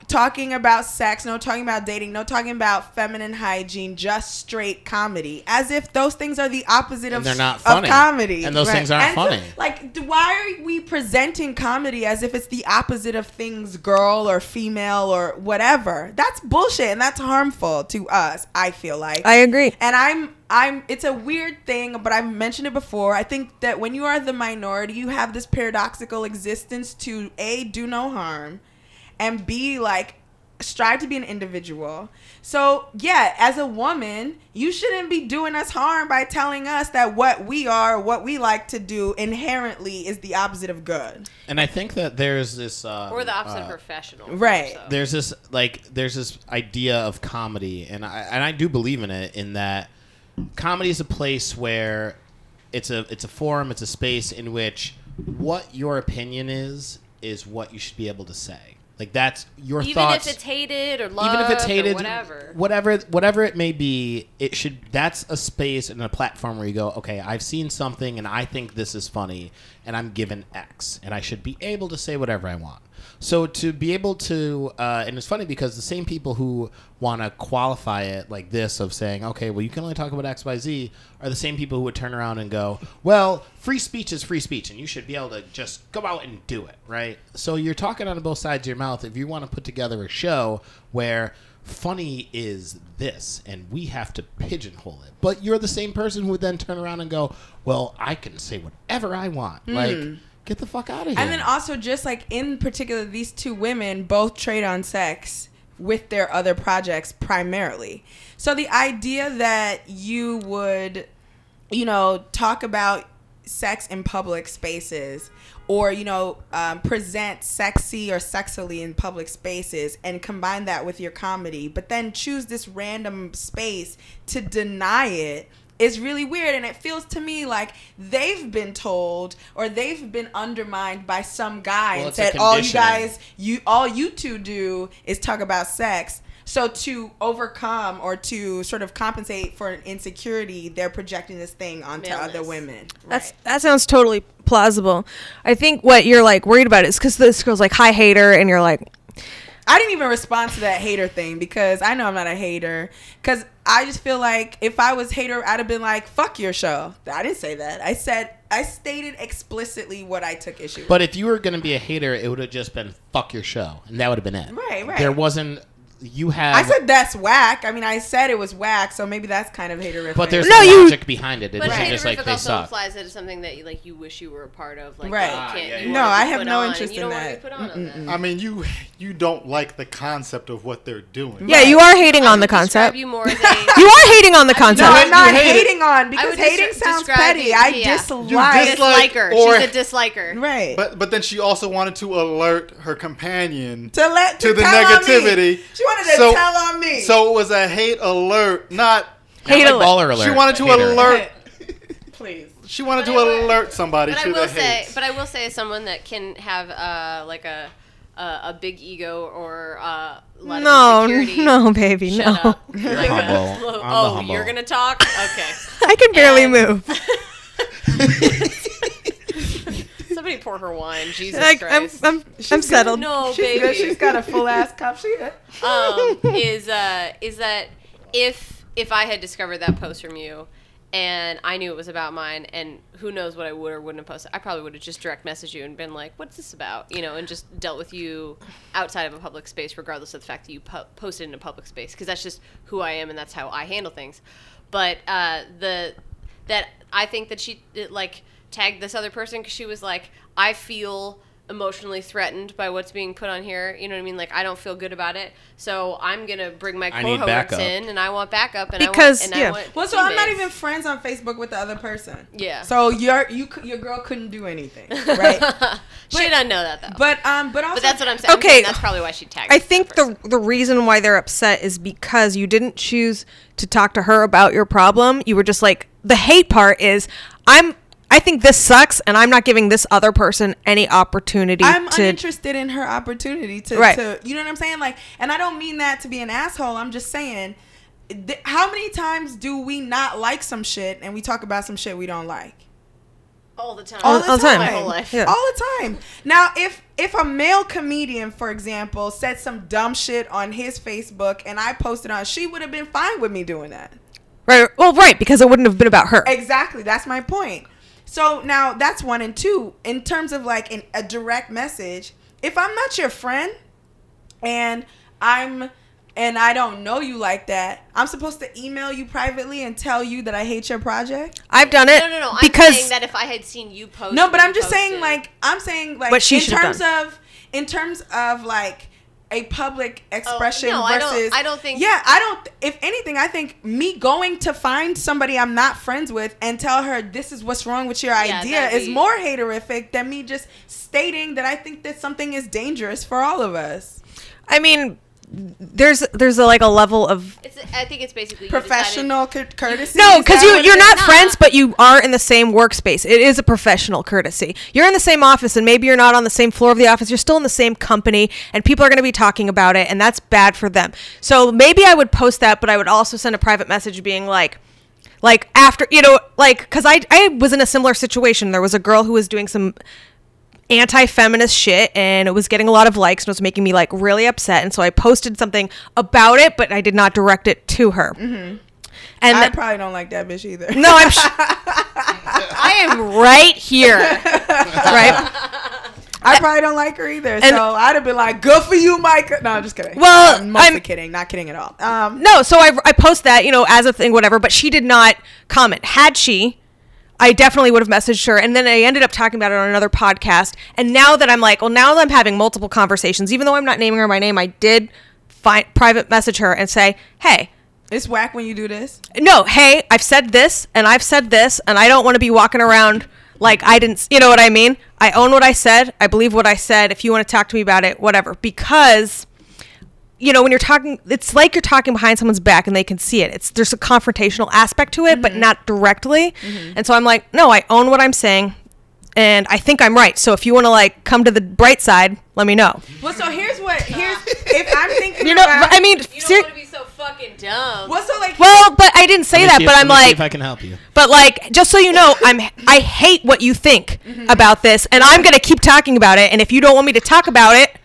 Speaker 3: talking about sex, no talking about dating, no talking about feminine hygiene, just straight comedy as if those things are the opposite of
Speaker 4: And they're not
Speaker 3: of
Speaker 4: funny.
Speaker 3: comedy.
Speaker 4: And those things
Speaker 3: so,
Speaker 4: aren't funny.
Speaker 3: like, d- why are we presenting comedy as if it's the opposite of things girl or female or whatever? That's bullshit and that's harmful to us, I feel like.
Speaker 7: I agree.
Speaker 3: and I'm I'm it's a weird thing, but I've mentioned it before. I think that when you are the minority, you have this paradoxical existence to A do no harm and B like strive to be an individual. So, yeah, as a woman, you shouldn't be doing us harm by telling us that what we are, what we like to do inherently is the opposite of good.
Speaker 4: And I think that there's this um,
Speaker 5: Or the opposite
Speaker 4: uh,
Speaker 5: of professional.
Speaker 3: right.
Speaker 5: so.
Speaker 4: there's this like there's this idea of comedy and I and I do believe in it in that comedy is a place where it's a it's a forum, it's a space in which what your opinion is is what you should be able to say. Like that's your
Speaker 5: Even
Speaker 4: thoughts
Speaker 5: if it's hated or loved
Speaker 4: even if it's hated
Speaker 5: or whatever.
Speaker 4: whatever whatever it may be it should that's a space and a platform where you go okay i've seen something and i think this is funny and i'm given x and i should be able to say whatever i want So to be able to, uh, and it's funny because the same people who want to qualify it like this of saying, okay, well, you can only talk about X, Y, Z, are the same people who would turn around and go, well, free speech is free speech, and you should be able to just go out and do it, right? So you're talking out of both sides of your mouth. If you want to put together a show where funny is this and we have to pigeonhole it but you're the same person who would then turn around and go well i can say whatever i want like get the fuck out of here
Speaker 3: And then also just like in particular, these two women both trade on sex with their other projects primarily. So the idea that you would, you know, talk about sex in public spaces or you know um, present sexy or sexily in public spaces and combine that with your comedy but then choose this random space to deny it is really weird and it feels to me like they've been told or they've been undermined by some guy
Speaker 4: Well,
Speaker 3: and
Speaker 4: it's a
Speaker 3: said all you
Speaker 4: conditioning.
Speaker 3: guys you all you two do is talk about sex so to overcome or to sort of compensate for an insecurity they're projecting this thing onto other
Speaker 5: Maleness.
Speaker 3: women
Speaker 7: That's that sounds totally plausible. I think what you're like worried about is because this girl's like hi hater, and you're like,
Speaker 3: I didn't even respond to that hater thing because I know I'm not a hater. Because I just feel like if I was hater, I'd have been like, "Fuck your show." I didn't say that. I said I stated explicitly what I took issue. with.
Speaker 4: But if you were going to be a hater, it would have just been fuck your show, and that would have been it.
Speaker 3: Right, right.
Speaker 4: There wasn't. You have.
Speaker 3: I said that's whack. I mean, I said it was whack, so maybe that's kind of haterific.
Speaker 4: but there's
Speaker 7: No,
Speaker 4: no,
Speaker 7: you-
Speaker 4: logic behind it. It
Speaker 5: But
Speaker 4: isn't
Speaker 5: haterific
Speaker 4: just like they
Speaker 5: also
Speaker 4: suck.
Speaker 5: implies that it's something that you, like you wish you were a part of. Like,
Speaker 3: Right.
Speaker 5: you
Speaker 3: Ah,
Speaker 5: can't-
Speaker 4: yeah, yeah.
Speaker 5: you wanna
Speaker 3: No,
Speaker 5: be
Speaker 3: I have
Speaker 5: put
Speaker 3: no
Speaker 5: on,
Speaker 3: interest
Speaker 5: and you
Speaker 3: in
Speaker 5: don't wanna be
Speaker 3: that.
Speaker 5: put on on that.
Speaker 6: I mean, you you don't like the concept of what they're doing.
Speaker 7: yeah, you are hating on the
Speaker 5: Describe
Speaker 7: concept.
Speaker 5: You more as a
Speaker 7: You are hating on the
Speaker 3: no,
Speaker 7: concept.
Speaker 3: I'm not
Speaker 6: You hate it.
Speaker 3: hating on because
Speaker 5: would
Speaker 3: hating
Speaker 5: descri-
Speaker 3: sounds
Speaker 5: describe
Speaker 3: petty.
Speaker 5: you-
Speaker 3: I
Speaker 5: yeah.
Speaker 3: dislike.
Speaker 6: You dislike
Speaker 5: disliker.
Speaker 6: or-
Speaker 5: She's a disliker.
Speaker 3: right.
Speaker 6: But but then she also wanted to alert her companion
Speaker 3: to let
Speaker 6: to the
Speaker 3: tell on me.
Speaker 6: negativity.
Speaker 3: She wanted to
Speaker 6: So-
Speaker 3: tell on me.
Speaker 6: So it was a hate alert, not
Speaker 7: Hate
Speaker 4: Like
Speaker 7: alert.
Speaker 4: baller alert.
Speaker 6: she wanted to
Speaker 4: Hater.
Speaker 6: alert.
Speaker 3: please.
Speaker 6: She wanted
Speaker 5: But
Speaker 6: to
Speaker 5: I will-
Speaker 6: alert somebody
Speaker 5: But I
Speaker 6: to the
Speaker 5: will say,
Speaker 6: hate.
Speaker 5: but I will say, as someone that can have uh, like a a, a big ego or uh, a lot
Speaker 7: No,
Speaker 5: of insecurity.
Speaker 7: no, baby,
Speaker 5: Shut
Speaker 7: no.
Speaker 5: up. You're like,
Speaker 4: humble.
Speaker 5: oh,
Speaker 4: I'm the humble.
Speaker 5: you're gonna talk? Okay.
Speaker 7: I can barely
Speaker 5: And-
Speaker 7: move.
Speaker 5: Somebody pour her wine. Jesus
Speaker 7: Like I'm,
Speaker 5: Christ.
Speaker 7: I'm, I'm settled.
Speaker 5: no,
Speaker 3: She's, good.
Speaker 5: baby.
Speaker 3: she's got a full ass cup. She
Speaker 5: um, is uh, is that if if I had discovered that post from you and I knew it was about mine and who knows what I would or wouldn't have posted, I probably would have just direct messaged you and been like, "What's this about?" You know, and just dealt with you outside of a public space, regardless of the fact that you po- posted in a public space, because that's just who I am and that's how I handle things. But uh, the that I think that she it, like tagged this other person because she was like, I feel emotionally threatened by what's being put on here. You know what I mean? Like I don't feel good about it, so I'm gonna bring my
Speaker 4: I need
Speaker 5: cohorts
Speaker 4: backup.
Speaker 5: in and I want backup and
Speaker 7: Because,
Speaker 5: I want, and
Speaker 7: yeah.
Speaker 5: I want
Speaker 3: Well, so I'm not
Speaker 5: teammates.
Speaker 3: even friends on Facebook with the other person.
Speaker 5: Yeah.
Speaker 3: So your you cou- your girl couldn't do anything, right?
Speaker 5: she didn't know that though. But,
Speaker 3: but um, but also
Speaker 5: that's what I'm saying. I'm
Speaker 7: Okay.
Speaker 5: saying that's probably why she tagged.
Speaker 7: I
Speaker 5: that
Speaker 7: think
Speaker 5: person.
Speaker 7: the the reason why they're upset is because you didn't choose to talk to her about your problem. You were just like the hate part is I'm I think this sucks and I'm not giving this other person any opportunity
Speaker 3: I'm
Speaker 7: to
Speaker 3: uninterested in her opportunity to,
Speaker 7: Right.
Speaker 3: to you know what I'm saying? Like, and I don't mean that to be an asshole. I'm just saying, th- how many times do we not like some shit and we talk about some shit we don't like?
Speaker 5: all the time.
Speaker 3: all the
Speaker 7: all the
Speaker 3: time,
Speaker 7: time.
Speaker 5: My whole life.
Speaker 7: Yeah.
Speaker 3: all the time. Now, if if a male comedian, for example, said some dumb shit on his Facebook and I posted on, she would have been fine with me doing that.
Speaker 7: Right. Well, right, because it wouldn't have been about her.
Speaker 3: Exactly. That's my point. So now that's one and two. In terms of like an, a direct message, if I'm not your friend and I'm and I don't know you like that, I'm supposed to email you privately and tell you that I hate your project.
Speaker 7: I've done it
Speaker 5: No, no, no. I'm saying
Speaker 7: because
Speaker 5: that if I had seen you post,
Speaker 3: No, but
Speaker 5: what
Speaker 3: I'm
Speaker 5: you
Speaker 3: just saying
Speaker 5: posted-
Speaker 3: like I'm saying like
Speaker 7: What she
Speaker 3: in
Speaker 7: should've
Speaker 3: terms
Speaker 7: done.
Speaker 3: of in terms of like a public expression
Speaker 5: Oh, no, I
Speaker 3: versus
Speaker 5: don't- I don't think-
Speaker 3: Yeah, I don't if anything I think me going to find somebody I'm not friends with and tell her this is what's wrong with your
Speaker 5: Yeah,
Speaker 3: idea
Speaker 5: that'd
Speaker 3: is
Speaker 5: be-
Speaker 3: more haterific than me just stating that I think that something is dangerous for all of us.
Speaker 7: I mean there's there's a, like a level of
Speaker 5: It's, I think it's basically you decided-
Speaker 3: Professional cour- courtesy. is
Speaker 7: no, because
Speaker 3: that
Speaker 7: you,
Speaker 3: what it
Speaker 7: you're
Speaker 3: is?
Speaker 7: not
Speaker 5: Nah.
Speaker 7: friends, but you are in the same workspace. It is a professional courtesy. You're in the same office, and maybe you're not on the same floor of the office. You're still in the same company, and people are going to be talking about it, and that's bad for them. So maybe I would post that, but I would also send a private message being like, like after you know, like because I I was in a similar situation. There was a girl who was doing some anti-feminist shit and it was getting a lot of likes and it was making me like really upset and so I posted something about it but I did not direct it to her. And
Speaker 3: Mm-hmm. I
Speaker 7: th-
Speaker 3: probably don't like that bitch either.
Speaker 7: no, I'm sh- I am right here. right?
Speaker 3: I probably don't like her either. so I'd have been like, "Good for you, Micah." No, I'm just kidding.
Speaker 7: Well,
Speaker 3: I'm mostly
Speaker 7: I'm-
Speaker 3: kidding. Not kidding at all. Um,
Speaker 7: No, so I, I post that, you know, as a thing, whatever, but she did not comment. Had she, I definitely would have messaged her. And then I ended up talking about it on another podcast. And now that I'm like, well, now that I'm having multiple conversations, even though I'm not naming her by name, I did find, private message her and say, hey,
Speaker 3: it's whack when you do this.
Speaker 7: no, hey, I've said this and I've said this, and I don't want to be walking around like I didn't, s- you know what I mean? I own what I said. I believe what I said. If you want to talk to me about it, whatever. Because, you know, when you're talking, it's like you're talking behind someone's back and they can see it. It's There's a confrontational aspect to it,
Speaker 3: Mm-hmm.
Speaker 7: but not directly. And so I'm like, no, I own what I'm saying. And I think I'm right. So if you want to like come to the bright side, let me know.
Speaker 3: Well, so here's what here's if I'm thinking
Speaker 7: You know,
Speaker 3: about.
Speaker 7: I mean,
Speaker 5: You don't
Speaker 7: ser-
Speaker 5: want to be so fucking dumb.
Speaker 3: well, so like
Speaker 7: well, but I didn't say
Speaker 4: Let
Speaker 7: that.
Speaker 4: me see
Speaker 7: But
Speaker 4: if-
Speaker 7: I'm
Speaker 4: let me see
Speaker 7: like,
Speaker 4: if I can help you.
Speaker 7: But like, just so you know, I'm I hate what you think about this, and I'm gonna keep talking about it. And if you don't want me to talk about it,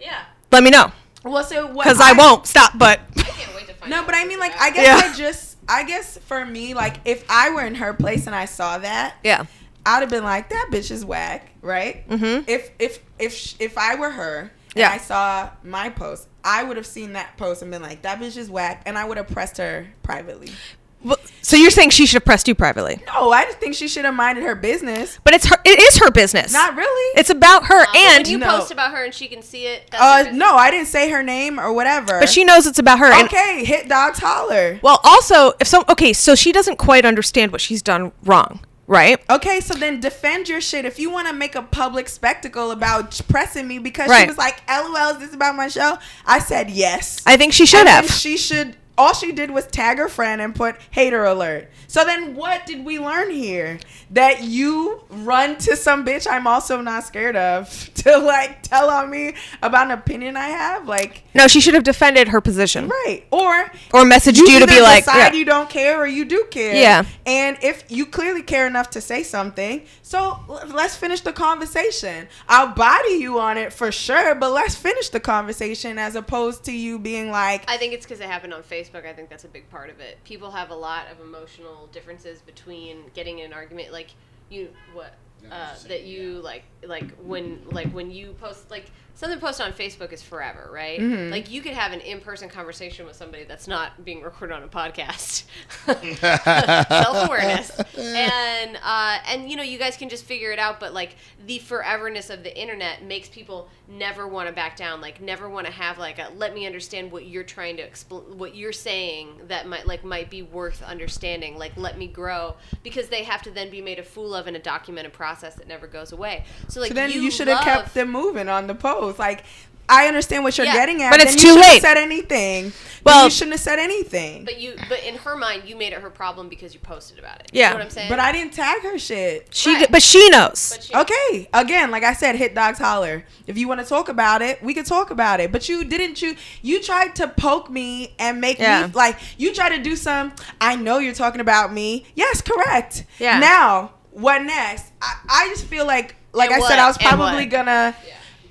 Speaker 5: yeah.
Speaker 7: let me know,
Speaker 3: well, so what?
Speaker 7: because I won't stop. But
Speaker 5: I can't wait to find
Speaker 3: No,
Speaker 5: out
Speaker 3: but I
Speaker 5: what
Speaker 3: mean,
Speaker 5: this
Speaker 3: like
Speaker 5: is
Speaker 3: I
Speaker 5: about.
Speaker 3: guess
Speaker 7: Yeah.
Speaker 3: I just I guess for me, like if I were in her place and I saw that,
Speaker 7: yeah,
Speaker 3: I'd have been like, "That bitch is whack," right?
Speaker 7: Mhm.
Speaker 3: If if if sh- if I were her and
Speaker 7: Yeah.
Speaker 3: I saw my post, I would have seen that post and been like, "That bitch is whack," and I would have pressed her privately.
Speaker 7: Well, so you're saying she should have pressed you privately,
Speaker 3: No, I just think she should have minded her business.
Speaker 7: but it's her. It is her business.
Speaker 3: Not really.
Speaker 7: It's about her,
Speaker 5: Uh, but
Speaker 7: and
Speaker 5: when you
Speaker 3: No.
Speaker 5: post about her and she can see it. That's her
Speaker 3: uh,
Speaker 5: business.
Speaker 3: no, I didn't say her name or whatever.
Speaker 7: but she knows it's about her. and-
Speaker 3: okay, hit dogs holler.
Speaker 7: well, also, if some okay, so she doesn't quite understand what she's done wrong, right?
Speaker 3: Okay, so then defend your shit. If you want to make a public spectacle about pressing me because she
Speaker 7: Right.
Speaker 3: was like, "LOL, is this about my show?" I said yes.
Speaker 7: I think she should
Speaker 3: And
Speaker 7: have.
Speaker 3: then She should. All she did was tag her friend and put hater alert. So then, what did we learn here? That you run to some bitch I'm also not scared of to like tell on me about an opinion I have, like
Speaker 7: no, she should have defended her position
Speaker 3: right? Or
Speaker 7: or messaged you, to
Speaker 3: either
Speaker 7: be like, yeah.
Speaker 3: decide you don't care or you do care.
Speaker 7: Yeah.
Speaker 3: And if you clearly care enough to say something, so l- let's finish the conversation. I'll body you on it for sure, but let's finish the conversation as opposed to you being like,
Speaker 5: I think it's because it happened on Facebook. I think that's a big part of it. People have a lot of emotional differences between getting in an argument, like you what uh, that you like, like when like when you post like something posted on Facebook is forever, right?
Speaker 3: Mm-hmm.
Speaker 5: Like you could have an in-person conversation with somebody that's not being recorded on a podcast. Self-awareness, and uh, and you know you guys can just figure it out. But like the foreverness of the internet makes people never want to back down. Like never want to have like a let me understand what you're trying to expl- what you're saying that might like might be worth understanding. Like let me grow because they have to then be made a fool of in a documented process that never goes away. So like
Speaker 3: So then you, should have
Speaker 5: love-
Speaker 3: kept them moving on the post. Like, I understand what you're
Speaker 5: Yeah,
Speaker 3: getting at,
Speaker 7: but it's
Speaker 3: then
Speaker 7: too
Speaker 3: you shouldn't
Speaker 7: late.
Speaker 3: Have said anything? Well,
Speaker 7: Well-
Speaker 3: you shouldn't have said anything. But,
Speaker 5: But you but in her mind you made it her problem because you posted about it.
Speaker 7: Yeah.
Speaker 5: you know what I'm saying.
Speaker 3: I didn't tag her shit.
Speaker 7: she,
Speaker 5: Right.
Speaker 7: but she knows.
Speaker 5: But she-
Speaker 3: Okay, again, like I said, hit dogs holler. If you want to talk about it, we could talk about it. But you didn't. You you tried to poke me and make
Speaker 7: Yeah.
Speaker 3: me like you tried to do some. I know you're talking about me. Yes, correct.
Speaker 7: Yeah.
Speaker 3: Now what next? I, I just feel like like
Speaker 5: And
Speaker 3: I said, I
Speaker 5: what?
Speaker 3: was
Speaker 5: And what?
Speaker 3: probably gonna.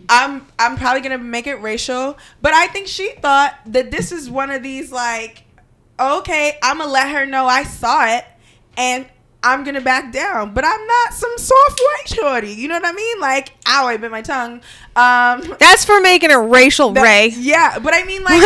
Speaker 3: I'm I'm probably gonna make it racial, but I think she thought that this is one of these like, okay, I'm gonna let her know I saw it, and I'm gonna back down. But I'm not some soft white shorty, you know what I mean? Like, ow, I bit my tongue. Um,
Speaker 7: That's for making it racial,
Speaker 3: that-
Speaker 7: Ray.
Speaker 3: Yeah, but I mean, like,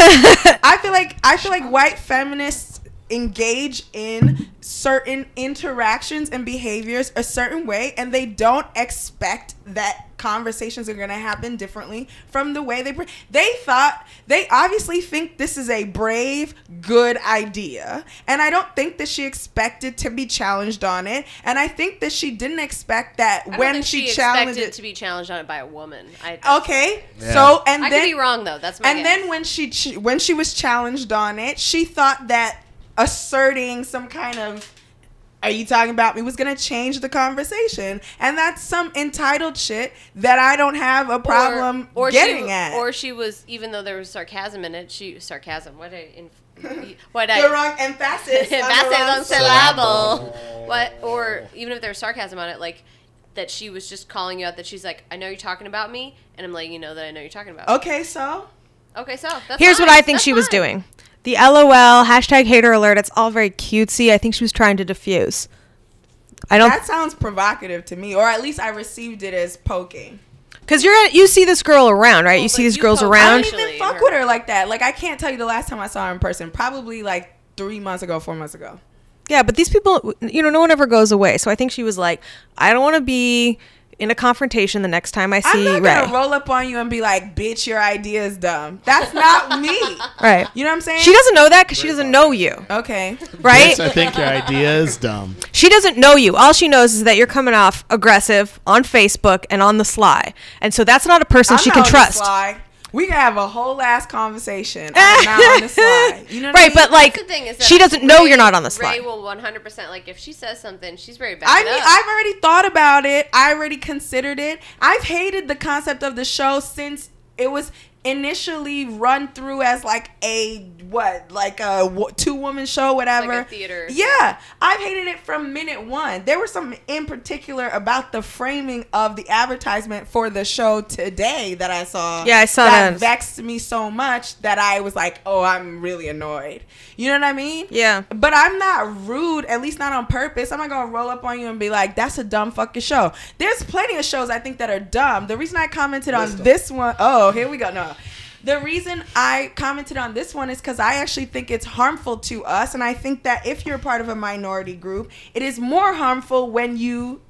Speaker 3: I feel like I feel like white feminists engage in certain interactions and behaviors a certain way, and they don't expect that conversations are going to happen differently from the way they. Pre- they thought they obviously think this is a brave, good idea, and I don't think that she expected to be challenged on it, and I think that she didn't expect that
Speaker 5: I don't
Speaker 3: when
Speaker 5: think
Speaker 3: she, challenged
Speaker 5: expected
Speaker 3: it.
Speaker 5: to be challenged on it by a woman. I,
Speaker 3: Okay, so and
Speaker 5: I
Speaker 3: then
Speaker 5: could be wrong though. That's my
Speaker 3: and
Speaker 5: guess.
Speaker 3: then when she ch- when she was challenged on it, she thought that asserting some kind of "Are you talking about me?" was gonna change the conversation, and that's some entitled shit that I don't have a problem getting
Speaker 5: she,
Speaker 3: at.
Speaker 5: Or she was, even though there was sarcasm in it, she sarcasm. What I in, what I
Speaker 3: the wrong emphasis. on the
Speaker 5: emphasis
Speaker 3: wrong
Speaker 5: on
Speaker 3: syllable.
Speaker 5: syllable. What or even if there was sarcasm on it, like that she was just calling you out. That she's like, I know you're talking about me, and I'm letting you know that I know you're talking about. me.
Speaker 3: Okay, so
Speaker 5: Okay, so that's
Speaker 7: Here's what
Speaker 5: fine.
Speaker 7: I think
Speaker 5: That's
Speaker 7: she was
Speaker 5: fine.
Speaker 7: doing. The LOL hashtag hater alert. It's all very cutesy. I think she was trying to diffuse. I don't
Speaker 3: that sounds provocative to me, or at least I received it as poking.
Speaker 7: because you're at, you see this girl around, right? you
Speaker 5: but
Speaker 7: see these
Speaker 5: you
Speaker 7: girls
Speaker 5: poke-
Speaker 3: I
Speaker 7: around.
Speaker 3: Oh, don't even
Speaker 5: Actually,
Speaker 3: fuck
Speaker 5: her-
Speaker 3: with her like that. Like I can't tell you the last time I saw her in person. Probably like three months ago, four months ago.
Speaker 7: Yeah, but these people, you know, no one ever goes away. So I think she was like, I don't want to be in a confrontation the next time I
Speaker 3: I'm
Speaker 7: see
Speaker 3: not
Speaker 7: Ray.
Speaker 3: gonna roll up on you and be like, "Bitch, your idea is dumb." That's not me.
Speaker 7: right.
Speaker 3: You know what I'm saying?
Speaker 7: She doesn't know that because she doesn't know you,
Speaker 3: Okay.
Speaker 7: right?
Speaker 4: Yes, I think your idea is dumb.
Speaker 7: She doesn't know you. All she knows is that you're coming off aggressive on Facebook and on the sly. And so that's not a person
Speaker 3: I'm
Speaker 7: she
Speaker 3: not
Speaker 7: can
Speaker 3: on the
Speaker 7: trust.
Speaker 3: sly. We can have a whole ass conversation. I'm not on the slide. You know what I
Speaker 7: right,
Speaker 3: mean?
Speaker 7: but like
Speaker 5: That's the thing is that
Speaker 7: she doesn't know you're
Speaker 5: Ray-
Speaker 7: not on the slide.
Speaker 5: Ray will 100 percent like if she says something, she's very bad.
Speaker 3: I mean, I've already thought about it. I already considered it. I've hated the concept of the show since it was initially run through as like a what, like a two woman show, whatever.
Speaker 5: theater.
Speaker 3: Yeah, I've hated it from minute one. There were some in particular about the framing of the advertisement for the show today that I saw.
Speaker 7: Yeah, I saw that.
Speaker 3: vexed me so much that I was like, oh, I'm really annoyed. You know what I mean?
Speaker 7: yeah.
Speaker 3: But I'm not rude, at least not on purpose. I'm not gonna roll up on you and be like, "That's a dumb fucking show." There's plenty of shows I think that are dumb. The reason I commented on this one, oh, here we go. No, the reason I commented on this one is because I actually think it's harmful to us, and I think that if you're part of a minority group, it is more harmful when you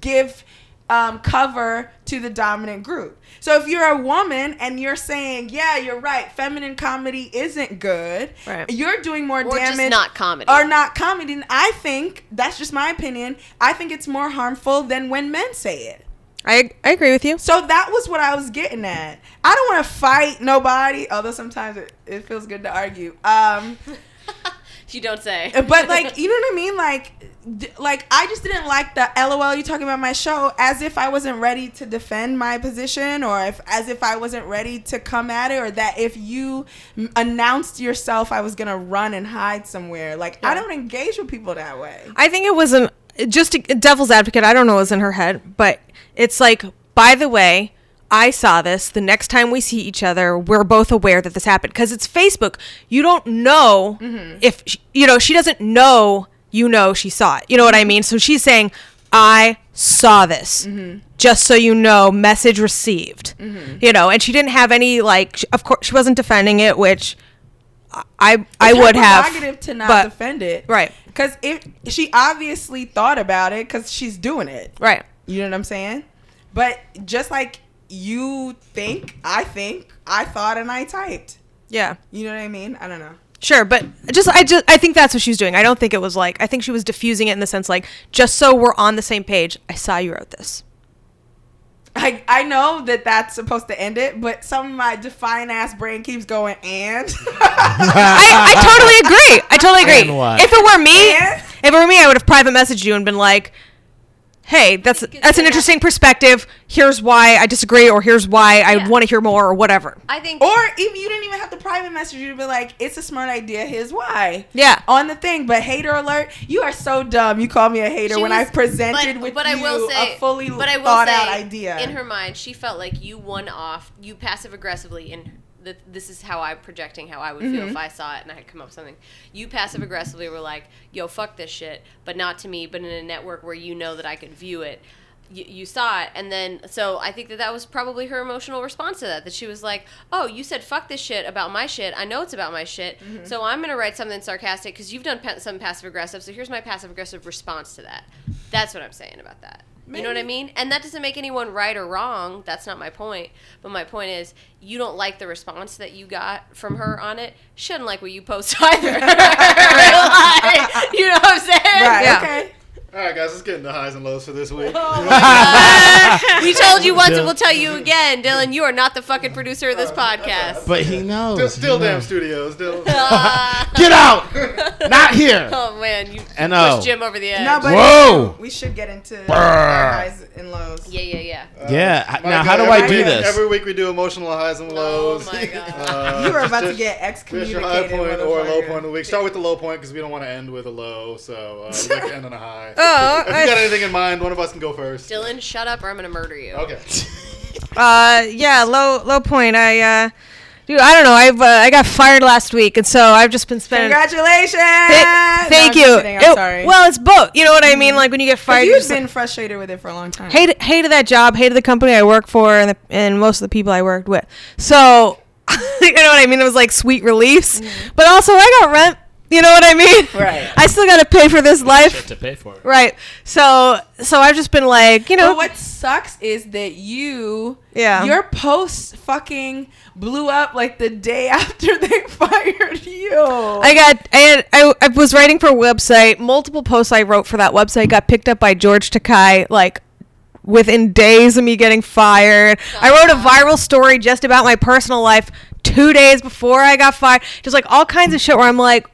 Speaker 3: give um, cover to the dominant group. So if you're a woman and you're saying, "Yeah, you're right, feminine comedy isn't good,"
Speaker 7: Right.
Speaker 3: you're doing more
Speaker 5: Or just
Speaker 3: damage
Speaker 5: not comedy.
Speaker 3: or not comedy. And I think that's just my opinion. I think it's more harmful than when men say it.
Speaker 7: I, I agree with you.
Speaker 3: So that was what I was getting at. I don't want to fight nobody, although sometimes it, it feels good to argue. Um,
Speaker 5: you don't say.
Speaker 3: but like you know what i mean like d- like i just didn't like the lol you talking about my show as if i wasn't ready to defend my position or if as if i wasn't ready to come at it or that if you m- announced yourself i was gonna run and hide somewhere like i don't engage with people that way
Speaker 7: I think it was an just a devil's advocate. I don't know what was in her head, but it's like, by the way, I saw this. The next time we see each other, we're both aware that this happened because it's Facebook. You don't know
Speaker 3: Mm-hmm.
Speaker 7: if sh you know she doesn't know you know she saw it. You know what
Speaker 3: Mm-hmm.
Speaker 7: I mean? So she's saying, I saw this.
Speaker 3: Mm-hmm.
Speaker 7: Just so you know, message received. You know, and she didn't have any like. sh- Of course, she wasn't defending it, which I I, I
Speaker 3: It's her
Speaker 7: would have.
Speaker 3: prerogative to not
Speaker 7: but-
Speaker 3: defend it
Speaker 7: Right.
Speaker 3: because if she obviously thought about it because she's doing it
Speaker 7: Right.
Speaker 3: You know what I'm saying? But just like you think, I think, I thought and I typed.
Speaker 7: Yeah.
Speaker 3: You know what I mean? I don't know.
Speaker 7: Sure, but just I just I think that's what she was doing. I don't think it was like I think she was diffusing it in the sense like just so we're on the same page. I saw you wrote this.
Speaker 3: I, I know that that's supposed to end it, but some of my defiant ass brain keeps going and.
Speaker 7: I, I totally agree. I totally agree.
Speaker 4: And what?
Speaker 7: If it were me,
Speaker 3: And?
Speaker 7: if it were me, I would have private messaged you and been like, "Hey, that's that's an interesting perspective. Here's why I disagree, or here's why I
Speaker 5: Yeah.
Speaker 7: want to hear more, or whatever."
Speaker 5: I think
Speaker 3: or even you didn't even have to private message you to be like, it's a smart idea. Here's why.
Speaker 7: Yeah.
Speaker 3: On the thing, but hater alert, you are so dumb. You call me a hater
Speaker 5: She
Speaker 3: when
Speaker 5: was-
Speaker 3: I presented
Speaker 5: but-
Speaker 3: with
Speaker 5: but
Speaker 3: you
Speaker 5: I will say,
Speaker 3: a fully
Speaker 5: but I will
Speaker 3: thought out
Speaker 5: say,
Speaker 3: idea.
Speaker 5: In her mind, she felt like you won off, you passive aggressively, and th- this is how I'm projecting how I would feel if I saw it and I had come up with something. You passive aggressively were like, yo, fuck this shit, but not to me, but in a network where you know that I could view it. You, you saw it, and then so I think that that was probably her emotional response to that. That she was like, "Oh, you said fuck this shit about my shit. I know it's about my shit, so I'm gonna write something sarcastic because you've done pa- some passive aggressive. So here's my passive aggressive response to that. That's what I'm saying about that. You know what I mean? And that doesn't make anyone right or wrong. That's not my point. But my point is, you don't like the response that you got from her on it. She doesn't like what you post either. Like, you know what I'm saying?
Speaker 3: right.
Speaker 7: Yeah.
Speaker 3: Okay.
Speaker 6: All right, guys, let's get into highs and lows for this week.
Speaker 5: Oh. We told you once,
Speaker 4: Dylan-
Speaker 5: and we'll tell you again, Dylan. You are not the fucking producer of this
Speaker 3: Oh,
Speaker 5: podcast.
Speaker 4: But he knows.
Speaker 6: Still,
Speaker 4: he
Speaker 6: still damn
Speaker 4: knows.
Speaker 6: studios. Still.
Speaker 5: Ah,
Speaker 4: Get out! Not here.
Speaker 5: oh man, you
Speaker 4: And oh.
Speaker 5: pushed Jim over the edge.
Speaker 3: No, but
Speaker 4: Whoa.
Speaker 3: we should get into our highs and lows.
Speaker 5: yeah, yeah, yeah.
Speaker 4: yeah. I-
Speaker 6: My
Speaker 4: Now,
Speaker 6: God,
Speaker 4: how do
Speaker 6: every
Speaker 4: I do
Speaker 6: week-
Speaker 4: this?
Speaker 6: Every week we do emotional highs and lows.
Speaker 5: Oh my god.
Speaker 6: Uh,
Speaker 3: You were about to
Speaker 6: just-
Speaker 3: get
Speaker 6: Just your high
Speaker 3: excommunicated.
Speaker 6: point or low
Speaker 3: motherfucker.
Speaker 6: point of the week. Start with the low point because we don't want to end with a low, so uh, we like to end on a high.
Speaker 7: Oh, I
Speaker 6: got anything in mind, one of us can go first.
Speaker 5: Dylan, shut up or I'm gonna murder you.
Speaker 6: Okay.
Speaker 7: Uh, yeah, low low point. I uh, dude, I don't know. I've uh, I got fired last week, and so I've just been spending.
Speaker 3: Congratulations!
Speaker 7: Th-
Speaker 3: Uh,
Speaker 7: thank
Speaker 3: no,
Speaker 7: you.
Speaker 3: I'm just kidding, I'm
Speaker 7: It-
Speaker 3: sorry.
Speaker 7: Well, it's both. You know what I mean? Like when you get fired, you're
Speaker 3: you've
Speaker 7: just like,
Speaker 3: been frustrated with it for a long time.
Speaker 7: hate hated that job, hated the company I work for, and the, and most of the people I worked with. So you know what I mean? It was like sweet reliefs, but also I got rent. You know what I mean?
Speaker 3: Mm. Right.
Speaker 7: I still got to pay for this
Speaker 4: Shit
Speaker 7: life.
Speaker 4: to pay for.
Speaker 7: Right. So so I've just been like, you know,
Speaker 3: But what sucks is that you,
Speaker 7: Yeah.
Speaker 3: your post fucking blew up like the day after they fired you.
Speaker 7: I got I, had, I I was writing for a website. Multiple posts I wrote for that website got picked up by George Takai like within days of me getting fired. I wrote a viral story just about my personal life 2 days before I got fired. Just like all kinds of shit where I'm like,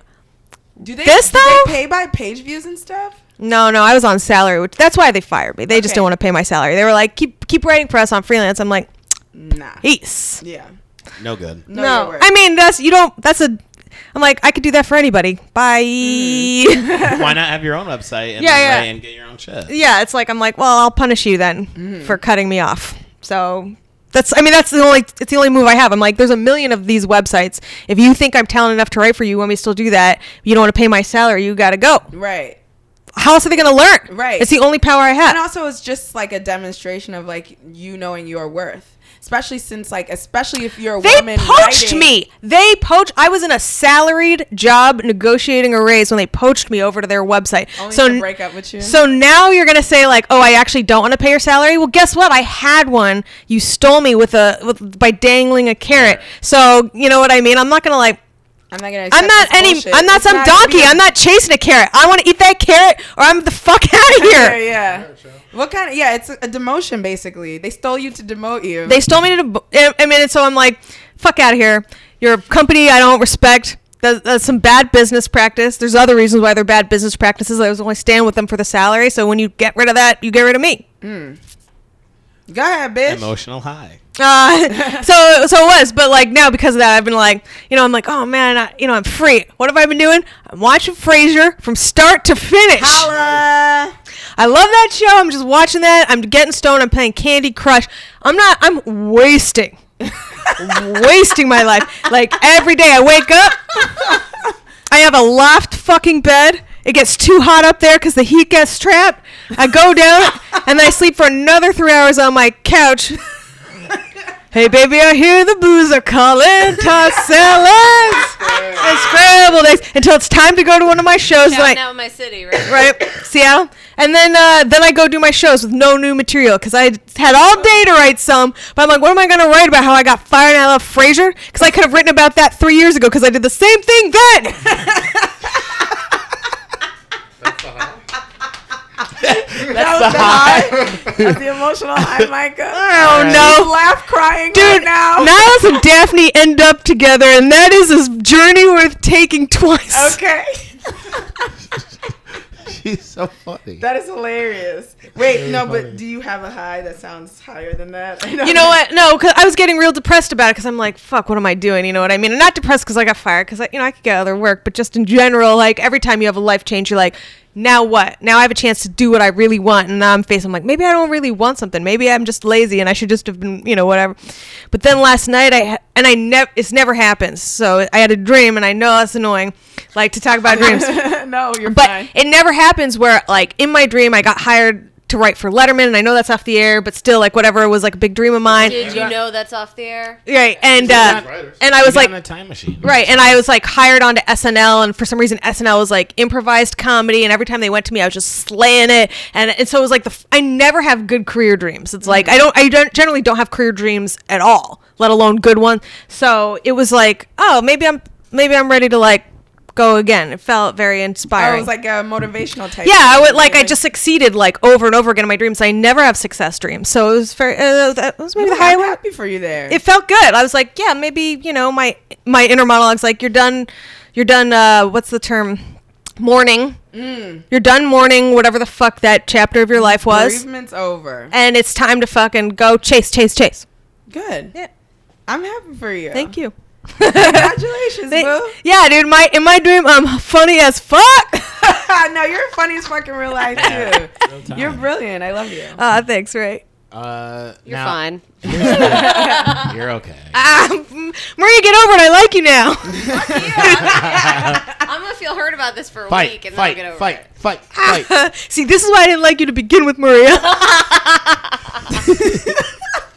Speaker 3: do they,
Speaker 7: This,
Speaker 3: do
Speaker 7: though?
Speaker 3: they pay by page views and stuff?
Speaker 7: "No, no, I was on salary." Which that's why they fired me. They just
Speaker 3: Okay.
Speaker 7: didn't want to pay my salary. They were like, "Keep keep writing for us on freelance." I'm like,
Speaker 3: Nah.
Speaker 7: "Peace."
Speaker 3: Yeah.
Speaker 4: No good.
Speaker 3: No. you're
Speaker 7: No.
Speaker 3: right.
Speaker 7: I mean, that's you don't that's a I'm like, I could do that for anybody. Bye.
Speaker 3: Mm-hmm.
Speaker 4: Why not have your own website and,
Speaker 7: Yeah,
Speaker 4: then
Speaker 7: yeah.
Speaker 4: write and get your own shit?
Speaker 7: yeah, it's like I'm like, well, I'll punish you then
Speaker 3: Mm.
Speaker 7: for cutting me off. So that's I mean that's the only it's the only move I have. I'm like, there's a million of these websites. If you think I'm talented enough to write for you, when we still do that, you don't want to pay my salary, you gotta go.
Speaker 3: right.
Speaker 7: How else are they gonna learn?
Speaker 3: Right.
Speaker 7: It's the only power I have.
Speaker 3: and also it's just like a demonstration of like you knowing your worth especially since like especially if you're a
Speaker 7: they
Speaker 3: woman
Speaker 7: poached
Speaker 3: writing-
Speaker 7: me. They poached. I was in a salaried job negotiating a raise when they poached me over to their website.
Speaker 3: only
Speaker 7: so
Speaker 3: to
Speaker 7: n-
Speaker 3: break up with you
Speaker 7: So now you're gonna say like, oh, I actually don't want to pay your salary. Well, guess what? I had one. You stole me with a with, by dangling a carrot. So you know what I mean. I'm not gonna like.
Speaker 3: i'm not gonna
Speaker 7: I'm
Speaker 3: accept
Speaker 7: not
Speaker 3: this
Speaker 7: any.
Speaker 3: bullshit.
Speaker 7: I'm not
Speaker 3: It's
Speaker 7: some
Speaker 3: gonna
Speaker 7: donkey.
Speaker 3: be-
Speaker 7: I'm not chasing a carrot. I want to eat that carrot, or I'm the fuck out of
Speaker 3: yeah,
Speaker 7: here.
Speaker 3: yeah. What kind of yeah? It's a a demotion basically. They stole you to demote you.
Speaker 7: They stole me to. the- I- I mean, and so I'm like, fuck out of here. You're a company I don't respect. That's, that's some bad business practice. There's other reasons why they're bad business practices. I was only staying with them for the salary. So when you get rid of that, you get rid of me.
Speaker 3: Go ahead, bitch.
Speaker 4: Emotional high.
Speaker 7: Uh, so so it was, but like now because of that, I've been like, you know, I'm like, oh man, I, you know, I'm free. What have I been doing? I'm watching Frasier from start to finish.
Speaker 3: Holla.
Speaker 7: I love that show. I'm just watching that. I'm getting stoned. I'm playing Candy Crush. I'm not. I'm wasting, wasting my life. Like every day, I wake up. I have a loft fucking bed. It gets too hot up there because the heat gets trapped. I go down and then I sleep for another three hours on my couch. hey baby, I hear the booze are calling. Toss salads and scrambled eggs until it's time to go to one of my shows. and I-
Speaker 5: Shouting out my city, right?
Speaker 7: right? Seattle. And then uh, then I go do my shows with no new material because I had all day to write some. But I'm like, what am I going to write about how I got fired and I love Frasier? Because I could have written about that three years ago because I did the same thing then.
Speaker 3: That was the high. That's the emotional high, Micah.
Speaker 7: Oh
Speaker 3: She's
Speaker 7: no,
Speaker 3: laugh crying right
Speaker 7: dude!
Speaker 3: now.
Speaker 7: Niles and Daphne end up together, and that is a journey worth taking twice.
Speaker 3: Okay.
Speaker 8: She's so funny.
Speaker 3: That is hilarious. Wait, no, but do you have a high that sounds higher than that? I
Speaker 7: You know what? No, because I was getting real depressed about it because I'm like, fuck, what am I doing? You know what I mean? And not depressed because I got fired because, you know, I could get other work. But just in general, like every time you have a life change, you're like, now what? Now I have a chance to do what I really want. And now I'm facing, I'm like, maybe I don't really want something. Maybe I'm just lazy and I should just have been, you know, whatever. But then last night, I, ha- and I never, it's never happens. So I had a dream and I know that's annoying, like to talk about dreams.
Speaker 3: no, you're
Speaker 7: But
Speaker 3: fine.
Speaker 7: it never happens where like in my dream I got hired to write for Letterman and I know that's off the air, but still like whatever it was like a big dream of mine.
Speaker 5: Did you know that's off the air?
Speaker 7: Right. And
Speaker 6: Yeah.
Speaker 7: uh, and I
Speaker 4: You
Speaker 7: was
Speaker 4: got
Speaker 7: like
Speaker 4: in a time machine.
Speaker 7: Right, and I was like hired onto SNL, and for some reason SNL was like improvised comedy, and every time they went to me, I was just slaying it, and, and so it was like the f- I never have good career dreams. It's like I don't I don't generally don't have career dreams at all, let alone good ones. So it was like oh maybe I'm maybe I'm ready to like go again. It felt very inspiring.
Speaker 3: I Oh, was like a motivational type.
Speaker 7: Yeah, I would
Speaker 3: thing.
Speaker 7: like I just succeeded like over and over again in my dreams. I never have success dreams, so it was very uh, that was maybe
Speaker 3: Yeah,
Speaker 7: the high
Speaker 3: I'm
Speaker 7: one.
Speaker 3: happy for you there.
Speaker 7: It felt good. I was like, yeah, maybe you know my my inner monologue's like you're done, you're done. Uh, what's the term? Mourning. You're done mourning whatever the fuck that chapter of your life was,
Speaker 3: Bereavement's over.
Speaker 7: and it's time to fucking go chase, chase, chase.
Speaker 3: Good.
Speaker 7: Yeah.
Speaker 3: I'm happy for you.
Speaker 7: Thank you.
Speaker 3: Congratulations,
Speaker 7: They-
Speaker 3: boo.
Speaker 7: yeah, dude. My in my dream, I'm funny as fuck.
Speaker 3: no, you're funny as fucking real life too.
Speaker 4: Real time.
Speaker 3: You're brilliant. I love you.
Speaker 7: Ah, thanks, Ray.
Speaker 4: Uh,
Speaker 5: You're
Speaker 4: now-
Speaker 5: fine.
Speaker 4: You're okay.
Speaker 7: Ah, m- Maria, get over it. I like you now.
Speaker 5: I'm gonna feel hurt about this for a
Speaker 4: Fight,
Speaker 5: week, and
Speaker 4: fight,
Speaker 5: then I'll get
Speaker 4: fight,
Speaker 5: over it.
Speaker 4: fight, fight,
Speaker 7: See, this is why I didn't like you to begin with, Maria.
Speaker 6: Uh, Jim,
Speaker 5: No,
Speaker 6: Jim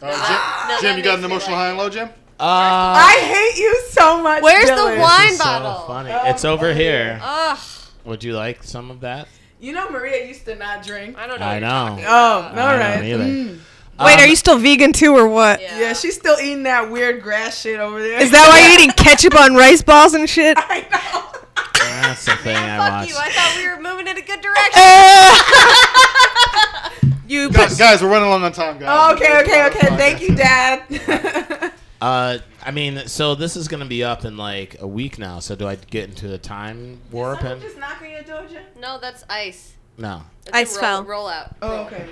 Speaker 5: Ah, that
Speaker 6: you got
Speaker 5: makes
Speaker 6: an
Speaker 5: me
Speaker 6: emotional
Speaker 5: like
Speaker 6: high and low, Jim?
Speaker 4: Uh,
Speaker 3: I hate you so much.
Speaker 5: Where's
Speaker 3: Dylan.
Speaker 5: the wine
Speaker 4: this is so
Speaker 5: bottle?
Speaker 4: funny. it's over here.
Speaker 5: Ugh,
Speaker 4: Would you like some of that?
Speaker 3: You know Maria used to not drink.
Speaker 5: I don't know.
Speaker 4: I
Speaker 5: what you're
Speaker 4: know.
Speaker 3: Oh, all
Speaker 4: I don't
Speaker 3: right. Mm.
Speaker 4: either.
Speaker 7: Wait,
Speaker 4: Um,
Speaker 7: are you still vegan too, or what? Is
Speaker 5: talking
Speaker 3: Yeah,
Speaker 5: about.
Speaker 3: she's still eating that weird grass shit over there.
Speaker 7: that why you're eating ketchup on rice balls and shit?
Speaker 3: I know.
Speaker 4: That's the thing I
Speaker 5: Fuck
Speaker 4: watched.
Speaker 5: you! I thought we were moving in a good direction.
Speaker 7: Ah! you
Speaker 6: Guys, guys, we're running long on time, guys.
Speaker 3: Oh, okay, okay,
Speaker 6: Podcast.
Speaker 3: okay. Thank you, Dad.
Speaker 4: Uh, I mean, so this is gonna be up in like a week now. So do I get into the time warp? And
Speaker 3: just knock on your door, Jim?
Speaker 5: No, that's ice.
Speaker 4: no.
Speaker 5: That's
Speaker 7: Ice
Speaker 5: a roll,
Speaker 7: fell.
Speaker 5: Roll out.
Speaker 3: Oh, okay.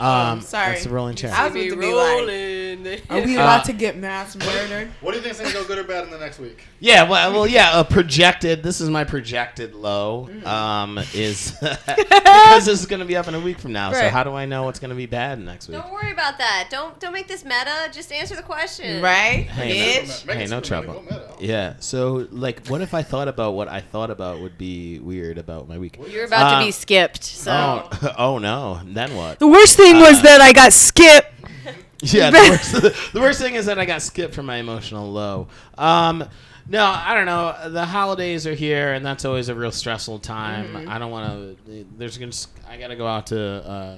Speaker 5: Oh,
Speaker 4: Um,
Speaker 3: sorry.
Speaker 4: That's the rolling chair. Uh,
Speaker 3: I was
Speaker 5: Be
Speaker 3: with the new line.
Speaker 5: rolling.
Speaker 3: Are we about to get mass murdered?
Speaker 6: What do you think's gonna go good or bad in the next week?
Speaker 4: Yeah, well, well, yeah. A projected. This is my projected low.
Speaker 5: Mm.
Speaker 4: Um, is because this is gonna be up in a week from now. So
Speaker 7: Right.
Speaker 4: how do I know what's gonna be bad next week?
Speaker 5: Don't worry about that. Don't don't make this meta. Just answer the question.
Speaker 3: Right?
Speaker 4: Hey,
Speaker 3: Bitch.
Speaker 4: no, hey, no trouble. Yeah. So, like, what if I thought about what I thought about would be weird about my week?
Speaker 5: You're about
Speaker 4: Uh,
Speaker 7: Um,
Speaker 5: to be skipped. So
Speaker 4: Oh, oh no. Then what?
Speaker 7: The worst thing was that I got skipped.
Speaker 4: Yeah, the worst, the worst thing is that I got skipped from my emotional low. Um, no, I don't know. The holidays are here, and that's always a real stressful time.
Speaker 5: Mm-hmm.
Speaker 4: I don't want to. There's gonna. s- I gotta go out to uh,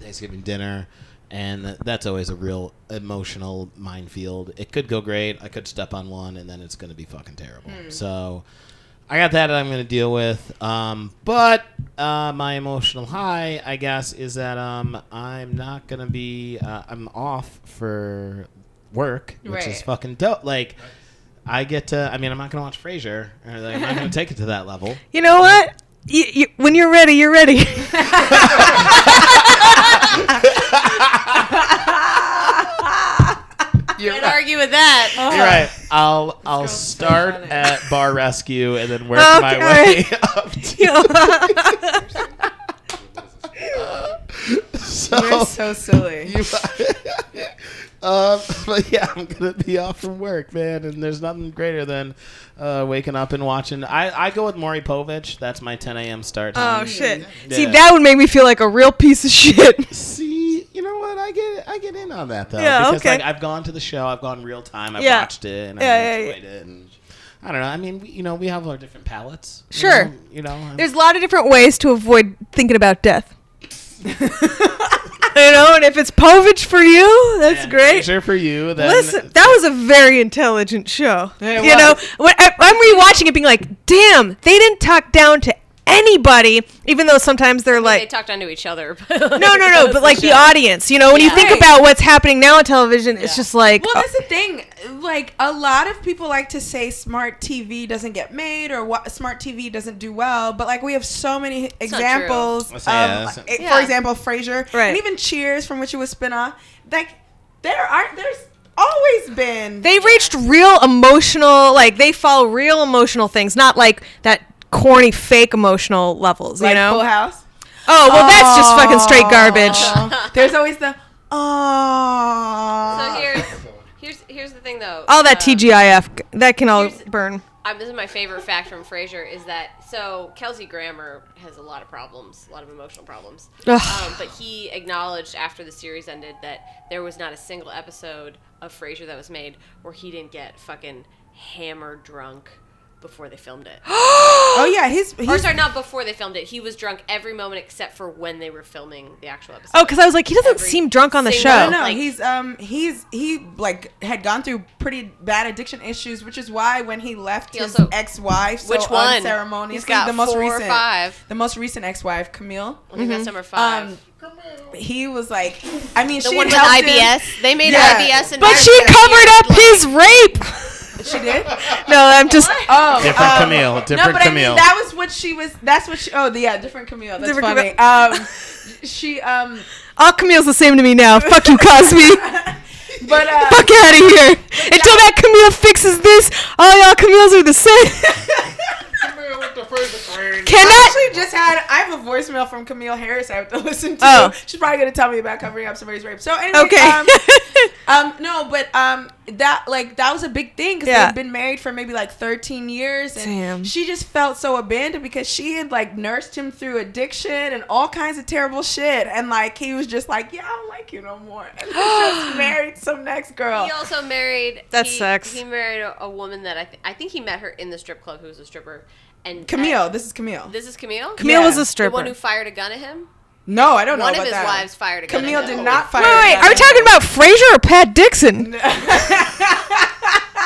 Speaker 4: Thanksgiving dinner, and that's always a real emotional minefield. It could go great. I could step on one, and then it's gonna be fucking terrible. So. I got that I'm going to deal with. Um, but uh, my emotional high, I guess, is that um, I'm not going to be, uh, I'm off for work, which is
Speaker 3: Right.
Speaker 4: fucking dope. Like, I get to, I mean, I'm not going to watch Frasier. Or, like, I'm not going to take it to that level.
Speaker 7: You know what? You, you, when you're ready, you're ready.
Speaker 5: can't argue with that.
Speaker 4: You're right. I'll I'll start at Bar Rescue and then work my way
Speaker 7: Okay.
Speaker 4: up. To,
Speaker 3: You're
Speaker 4: so,
Speaker 3: so silly.
Speaker 4: you, um, but yeah, I'm gonna be off from work, man, and there's nothing greater than uh, waking up and watching. I, I go with Maury Povich. That's my 10 a.m. start time.
Speaker 7: oh shit! See,
Speaker 4: Yeah.
Speaker 7: that would make me feel like a real piece of shit.
Speaker 4: See, you know what? I get I get in on that though.
Speaker 7: Yeah,
Speaker 4: because
Speaker 7: okay.
Speaker 4: like I've gone to the show, I've gone real time, I've
Speaker 7: Yeah.
Speaker 4: watched it, and
Speaker 7: Yeah,
Speaker 4: I
Speaker 7: yeah,
Speaker 4: enjoyed it. And I don't know. I mean, we, you know, we have our different palettes. you
Speaker 7: Sure.
Speaker 4: know, You know, I'm-
Speaker 7: There's a lot of different ways to avoid thinking about death. you know, and if it's Povich for you, that's
Speaker 4: and
Speaker 7: great.
Speaker 4: Frasier for you. Then
Speaker 7: Listen, that was a very intelligent show.
Speaker 3: Yeah, it
Speaker 7: you know,
Speaker 3: was.
Speaker 7: when I, I'm rewatching it, being like, "Damn, they didn't talk down to anybody," even though sometimes they're
Speaker 5: they
Speaker 7: like,
Speaker 5: talked onto each other.
Speaker 7: "No, no, no," but like the audience. You know, when you
Speaker 5: Yeah.
Speaker 7: think
Speaker 5: Right.
Speaker 7: about what's happening now on television, it's just like,
Speaker 3: Well,
Speaker 7: uh,
Speaker 3: that's the thing. Like a lot of people like to say smart TV doesn't get made or what smart TV doesn't do well, but like we have so many
Speaker 5: not
Speaker 3: examples
Speaker 4: true.
Speaker 3: of,
Speaker 4: Yeah, that's-
Speaker 3: uh,
Speaker 5: Yeah.
Speaker 3: for example, Frasier,
Speaker 7: Right.
Speaker 3: and even Cheers, from which it was spin off. Like there are, there's always been.
Speaker 7: they reached real emotional, like they follow real emotional things, not like that corny fake emotional levels. You
Speaker 3: like
Speaker 7: know?
Speaker 3: Full House.
Speaker 7: Oh well, that's just fucking straight garbage.
Speaker 3: Aw. there's always the oh.
Speaker 5: So here's here's here's the thing though.
Speaker 7: All that
Speaker 5: Uh,
Speaker 7: TGIF, g- that can all
Speaker 5: here's-
Speaker 7: burn.
Speaker 5: I, this is my favorite fact from Frasier is that so Kelsey Grammer has a lot of problems, a lot of emotional problems.
Speaker 7: Ugh.
Speaker 5: Um, but he acknowledged after the series ended that there was not a single episode of Frasier that was made where he didn't get fucking hammered drunk before they filmed it.
Speaker 3: oh yeah, he's,
Speaker 5: or
Speaker 3: he's
Speaker 5: sorry, not before they filmed it. He was drunk every moment except for when they were filming the actual episode.
Speaker 7: Oh, because I was like, he doesn't
Speaker 5: Every
Speaker 7: seem drunk on the
Speaker 5: single-
Speaker 7: show.
Speaker 3: No, no,
Speaker 5: Like-
Speaker 3: he's um he's he like had gone through pretty bad addiction issues, which is why when he left
Speaker 5: He
Speaker 3: his
Speaker 5: also-
Speaker 3: ex-wife, so
Speaker 5: Which one?
Speaker 3: unceremoniously,
Speaker 5: He's got
Speaker 3: the most
Speaker 5: four or
Speaker 3: recent,
Speaker 5: five.
Speaker 3: the most recent ex-wife, Camille.
Speaker 5: I think
Speaker 7: mm-hmm.
Speaker 5: that's number five.
Speaker 3: Um, he was like, I mean,
Speaker 5: the
Speaker 3: she
Speaker 5: one with
Speaker 3: helped him-
Speaker 5: IBS. They made
Speaker 3: Yeah.
Speaker 5: IBS, and
Speaker 7: But she covered up his rape.
Speaker 3: She did.
Speaker 7: No, I'm just.
Speaker 3: Oh,
Speaker 4: different
Speaker 3: um,
Speaker 4: Camille. Different
Speaker 3: no, but
Speaker 4: Camille.
Speaker 3: I mean, that was what she was. That's what she. Oh, the- yeah, different Camille. That's
Speaker 7: Different
Speaker 3: funny. Um, she um.
Speaker 7: All Camille's the same to me now. Fuck you, Cosby.
Speaker 3: But uh,
Speaker 7: Fuck out of here! Until that Camille fixes this, all y'all Camilles are the same.
Speaker 6: Man, what the first grade?
Speaker 3: I
Speaker 7: Cannot.
Speaker 3: actually just had I have a voicemail from Camille Harris I have to listen to.
Speaker 7: Oh.
Speaker 3: She's probably gonna tell me about covering up somebody's rape. So anyway,
Speaker 7: Okay.
Speaker 3: um, um, no, but um, that like that was a big thing because
Speaker 7: Yeah.
Speaker 3: they've been married for maybe like 13 years, and
Speaker 7: Damn.
Speaker 3: she just felt so abandoned because she had like nursed him through addiction and all kinds of terrible shit, and like he was just like, yeah, I don't like you no more. And he just married some next girl.
Speaker 5: He also married.
Speaker 7: That
Speaker 5: he,
Speaker 7: sucks.
Speaker 5: He married a, a woman that I, th- I think he met her in the strip club, who was a stripper. And
Speaker 3: Camille,
Speaker 5: and-
Speaker 3: this is Camille.
Speaker 5: this is Camille.
Speaker 7: Camille
Speaker 3: Yeah.
Speaker 7: was a
Speaker 5: the one
Speaker 7: stripper.
Speaker 5: who fired a gun at him.
Speaker 3: No, I don't know
Speaker 5: One
Speaker 3: about
Speaker 5: of his
Speaker 3: that.
Speaker 5: wives fired a gun.
Speaker 3: Camille
Speaker 5: at him.
Speaker 3: did not fire.
Speaker 7: Wait, wait, are we
Speaker 3: Natalie.
Speaker 7: talking about Frasier or Pat Dixon?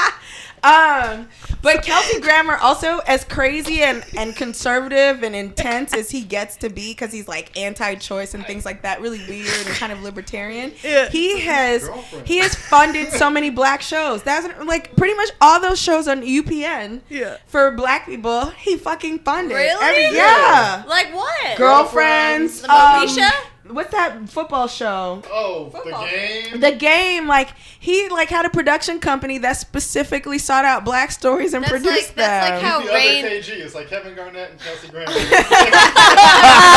Speaker 3: um, but Kelsey Grammer also, as crazy and, and conservative and intense as he gets to be, because he's like anti-choice and things like that, really weird and kind of libertarian.
Speaker 7: Yeah.
Speaker 3: He has
Speaker 6: Girlfriend.
Speaker 3: he has funded so many black shows. That's like pretty much all those shows on UPN
Speaker 7: Yeah.
Speaker 3: for black people. He fucking funded.
Speaker 5: Really?
Speaker 3: Every- yeah.
Speaker 5: Like what?
Speaker 3: Girlfriends.
Speaker 5: The Moesha?
Speaker 3: um, what's that football show?
Speaker 6: Oh,
Speaker 5: Football.
Speaker 6: the game.
Speaker 3: the game like he like had a production company that specifically sought out black stories and
Speaker 5: That's
Speaker 3: produced
Speaker 5: like- that's like
Speaker 3: them
Speaker 5: how-
Speaker 6: the
Speaker 5: Rain-
Speaker 6: other KG is like Kevin Garnett and Kelsey Grammer.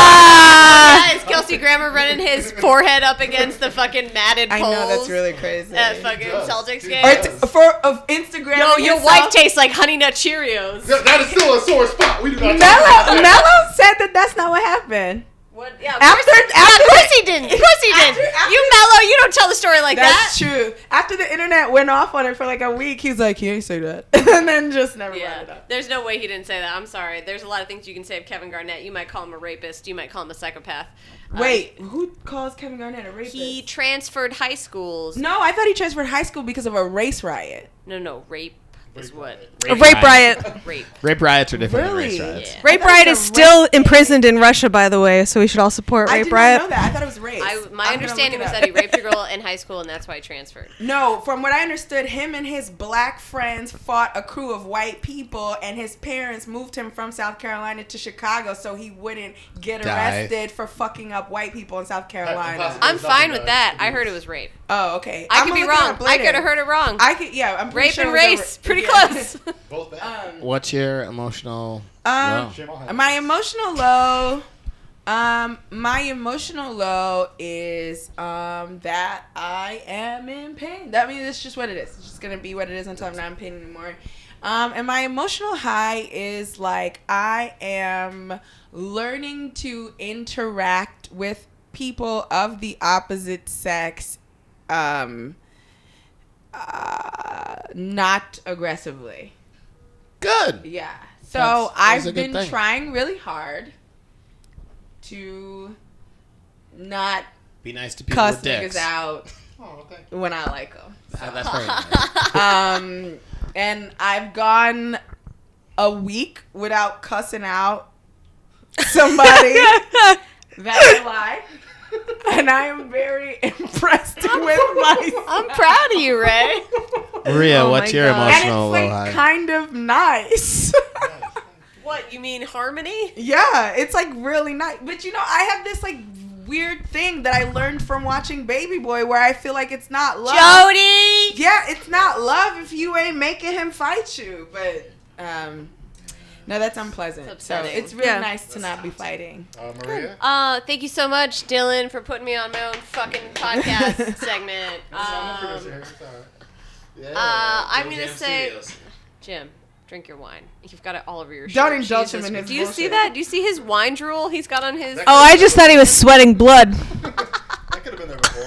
Speaker 7: Ah.
Speaker 5: Yeah, is Kelsey Grammer running his forehead up against the fucking matted
Speaker 3: i
Speaker 5: poles?
Speaker 3: know that's really crazy
Speaker 5: At fucking
Speaker 6: does.
Speaker 5: Celtics
Speaker 6: He
Speaker 5: game.
Speaker 3: or
Speaker 6: does.
Speaker 3: t- for of instagram
Speaker 5: Yo, your
Speaker 3: himself-
Speaker 5: wife tastes like Honey Nut Cheerios.
Speaker 6: That- that is still a sore spot. We do not. talk about
Speaker 3: mello
Speaker 6: that.
Speaker 3: mello said that that's not what happened
Speaker 5: What? Yeah, of
Speaker 3: after
Speaker 5: course-
Speaker 3: after
Speaker 5: of course he didn't. Of course he didn't.
Speaker 3: After- after-
Speaker 5: you mellow. You don't tell the story like
Speaker 3: that's
Speaker 5: that.
Speaker 3: true after the internet went off on it for like a week he's like he ain't say that and then just never brought it
Speaker 5: Yeah,
Speaker 3: up
Speaker 5: there's no way he didn't say that. I'm sorry. There's a lot of things you can say of Kevin Garnett. You might call him a rapist. You might call him a psychopath. Uh,
Speaker 3: wait who calls kevin garnett a rapist
Speaker 5: he transferred high schools.
Speaker 3: no i thought he transferred high school because of a race riot
Speaker 5: No, no, rape is what
Speaker 7: A rape riot.
Speaker 5: rape.
Speaker 4: Rape riots are different
Speaker 3: Really?
Speaker 4: than race riots.
Speaker 5: Yeah.
Speaker 7: Rape
Speaker 3: I thought it
Speaker 7: riot
Speaker 3: was
Speaker 7: is
Speaker 3: a
Speaker 7: still
Speaker 3: rape-
Speaker 7: imprisoned in Russia, by the way, so we should all support
Speaker 3: I
Speaker 7: rape
Speaker 3: did
Speaker 7: riot.
Speaker 3: not know that. I thought it was race.
Speaker 5: I, my
Speaker 3: I'm gonna
Speaker 5: understanding
Speaker 3: look
Speaker 5: was
Speaker 3: it
Speaker 5: that he
Speaker 3: up.
Speaker 5: raped a girl in high school, and that's why he transferred.
Speaker 3: No, from what I understood, him and his black friends fought a crew of white people, and his parents moved him from South Carolina to Chicago so he wouldn't get
Speaker 4: Die.
Speaker 3: arrested for fucking up white people in South Carolina.
Speaker 6: impossible.
Speaker 5: I'm
Speaker 6: There's
Speaker 5: fine
Speaker 6: nothing
Speaker 5: with
Speaker 6: to
Speaker 5: that. I
Speaker 6: abuse.
Speaker 5: heard it was rape.
Speaker 3: Oh, okay.
Speaker 5: I
Speaker 3: I'ma
Speaker 5: could be
Speaker 3: look it
Speaker 5: wrong.
Speaker 3: up
Speaker 5: I
Speaker 3: later.
Speaker 5: could have heard it wrong.
Speaker 3: I could, yeah, I'm pretty
Speaker 5: rape
Speaker 3: sure
Speaker 5: and
Speaker 3: it was a
Speaker 5: race,
Speaker 3: ra-
Speaker 5: pretty
Speaker 3: yeah.
Speaker 5: close.
Speaker 6: Both bad.
Speaker 4: What's your emotional?
Speaker 3: Um,
Speaker 6: Jim, I'll have
Speaker 3: my
Speaker 6: it.
Speaker 3: emotional low, um, my emotional low is um that I am in pain. That means it's just what it is. It's just gonna be what it is until I'm not in pain anymore. Um, and my emotional high is like I am learning to interact with people of the opposite sex, um, uh, not aggressively.
Speaker 4: Good.
Speaker 3: Yeah. So
Speaker 4: That's- that was a
Speaker 3: I've
Speaker 4: good
Speaker 3: been
Speaker 4: thing.
Speaker 3: trying really hard to not
Speaker 4: Be nice to people
Speaker 3: cuss
Speaker 4: with dicks.
Speaker 3: niggas out
Speaker 6: Oh, thank you.
Speaker 3: when I like them.
Speaker 4: Ah, that's very nice.
Speaker 3: um, and I've gone a week without cussing out somebody that I like. And I am very impressed with myself.
Speaker 5: I'm proud of you, Ray.
Speaker 4: Maria,
Speaker 7: Oh
Speaker 4: what's
Speaker 7: my
Speaker 4: your
Speaker 7: God.
Speaker 3: and it's
Speaker 4: emotional low
Speaker 3: like
Speaker 4: high?
Speaker 3: kind of nice.
Speaker 5: what you mean harmony?
Speaker 3: Yeah, it's like really nice. But you know, I have this like weird thing that I learned from watching Baby Boy where I feel like it's not love.
Speaker 5: Jody.
Speaker 3: Yeah, it's not love if you ain't making him fight you. But um no, that's unpleasant.
Speaker 5: It's
Speaker 3: so
Speaker 5: upsetting.
Speaker 3: it's really
Speaker 7: Yeah.
Speaker 3: nice to not be fighting.
Speaker 6: Uh, Maria.
Speaker 5: Uh, thank you so much, Dylan, for putting me on my own fucking podcast segment.
Speaker 6: I'm a
Speaker 5: Um,
Speaker 6: producer. It's all right. Yeah. Oh,
Speaker 5: uh, I'm gonna say, Jim, drink your wine. You've got it all over your.
Speaker 3: Don't
Speaker 5: shirt.
Speaker 3: indulge him
Speaker 5: Jesus
Speaker 3: in his
Speaker 5: Christ. Do you see
Speaker 3: bullshit.
Speaker 5: that? Do you see his wine drool he's got on his?
Speaker 7: Oh, I just thought he was sweating blood.
Speaker 6: I could have been there before.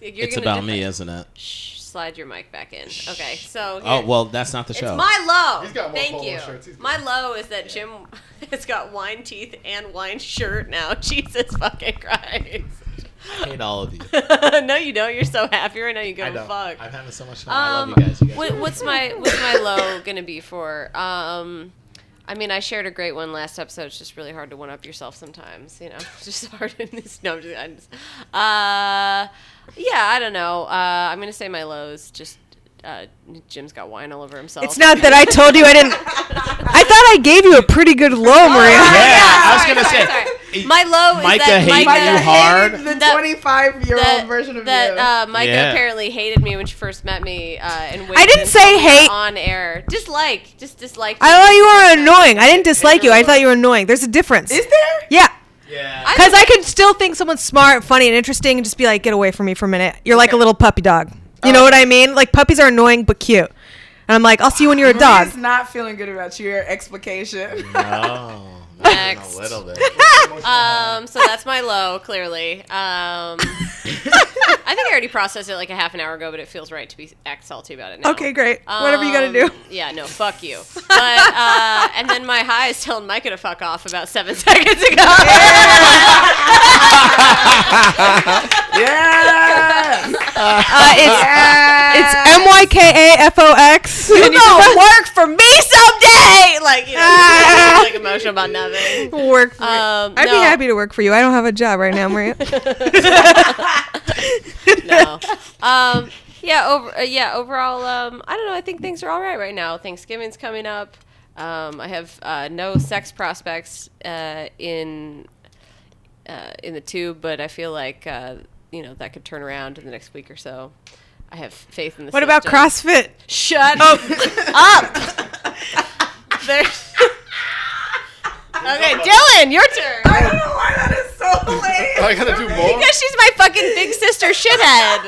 Speaker 5: You're
Speaker 4: It's
Speaker 5: gonna
Speaker 4: about
Speaker 5: differ-
Speaker 4: me, isn't it?
Speaker 5: Shh, slide your mic back in. Okay, so
Speaker 4: Oh
Speaker 5: here-
Speaker 4: well, that's not the
Speaker 5: It's
Speaker 4: show.
Speaker 5: my low.
Speaker 6: He's got more
Speaker 5: Thank
Speaker 6: polo
Speaker 5: you.
Speaker 6: shirts. He's
Speaker 5: My low is that Jim has got wine teeth and wine shirt now. Jesus fucking Christ.
Speaker 4: I hate all of you.
Speaker 5: no, you don't. You're so happy right now. You go
Speaker 4: I don't.
Speaker 5: fuck.
Speaker 4: I'm having so much fun. I love
Speaker 5: Um,
Speaker 4: you guys. You guys
Speaker 5: what,
Speaker 4: are
Speaker 5: what's my what's my low gonna be for? Um, I mean, I shared a great one last episode. It's just really hard to one up yourself sometimes, you know. It's just hard in this. No, I'm just, I'm just- uh, yeah, I don't know. Uh, I'm gonna say my lows. Just uh, Jim's got wine all over himself.
Speaker 7: It's not that I told you I didn't. I thought I gave you a pretty good low, Maria.
Speaker 4: Yeah,
Speaker 5: yeah,
Speaker 4: I was
Speaker 5: sorry,
Speaker 4: gonna
Speaker 5: sorry,
Speaker 4: say
Speaker 5: sorry. My low
Speaker 4: Micah
Speaker 5: is that
Speaker 4: hated
Speaker 5: Micah
Speaker 4: you
Speaker 5: hated
Speaker 4: hard.
Speaker 3: The
Speaker 5: that-
Speaker 3: 25 year
Speaker 5: that,
Speaker 3: old version of
Speaker 5: that,
Speaker 3: you.
Speaker 5: uh, Micah
Speaker 4: Yeah.
Speaker 5: apparently hated me when she first met me. Uh, and
Speaker 7: I didn't
Speaker 5: waited
Speaker 7: say
Speaker 5: until we were
Speaker 7: hate.
Speaker 5: on air. Dislike, just dislike.
Speaker 7: I thought you were annoying. I didn't dislike you. I thought you were annoying. There's a difference.
Speaker 3: Is there?
Speaker 7: yeah.
Speaker 4: Yeah.
Speaker 5: I
Speaker 7: Because I
Speaker 5: don't-
Speaker 7: can still think someone's smart, funny, and interesting, and just be like, "Get away from me for a minute." You're like a little puppy dog. You know what I mean? Like puppies are annoying but cute. And I'm like, "I'll see you when you're a dog."
Speaker 3: Maria's not feeling good about your explication.
Speaker 4: No.
Speaker 5: Next.
Speaker 4: A little bit.
Speaker 5: Um, so that's my low, clearly. Um, I think I already processed it like a half an hour ago, but it feels right to be act salty about it now.
Speaker 7: Okay, great. Whatever you gotta
Speaker 5: Um,
Speaker 7: do.
Speaker 5: Yeah, no, fuck you. But uh, and then my high is telling Micah to fuck off about seven seconds ago.
Speaker 3: yes.
Speaker 7: Uh, it's it's M Y K A F O X. You
Speaker 5: gonna work for me someday. Like you know, just, like emotional about nothing.
Speaker 7: work for me.
Speaker 5: Um,
Speaker 7: I'd be
Speaker 5: no.
Speaker 7: happy to work for you. I don't have a job right now, Maria.
Speaker 5: no. Um, yeah, over, uh, yeah, overall, um, I don't know. I think things are all right right now. Thanksgiving's coming up. Um, I have uh, no sex prospects uh, in uh, in the tube, but I feel like uh, you know that could turn around in the next week or so. I have faith in the.
Speaker 7: What about
Speaker 5: system.
Speaker 7: CrossFit?
Speaker 5: Shut
Speaker 7: Oh,
Speaker 5: up. There's- okay, Dylan, your turn.
Speaker 3: I don't know why that is so lame.
Speaker 6: I gotta do more.
Speaker 5: Because she's my fucking big sister shithead.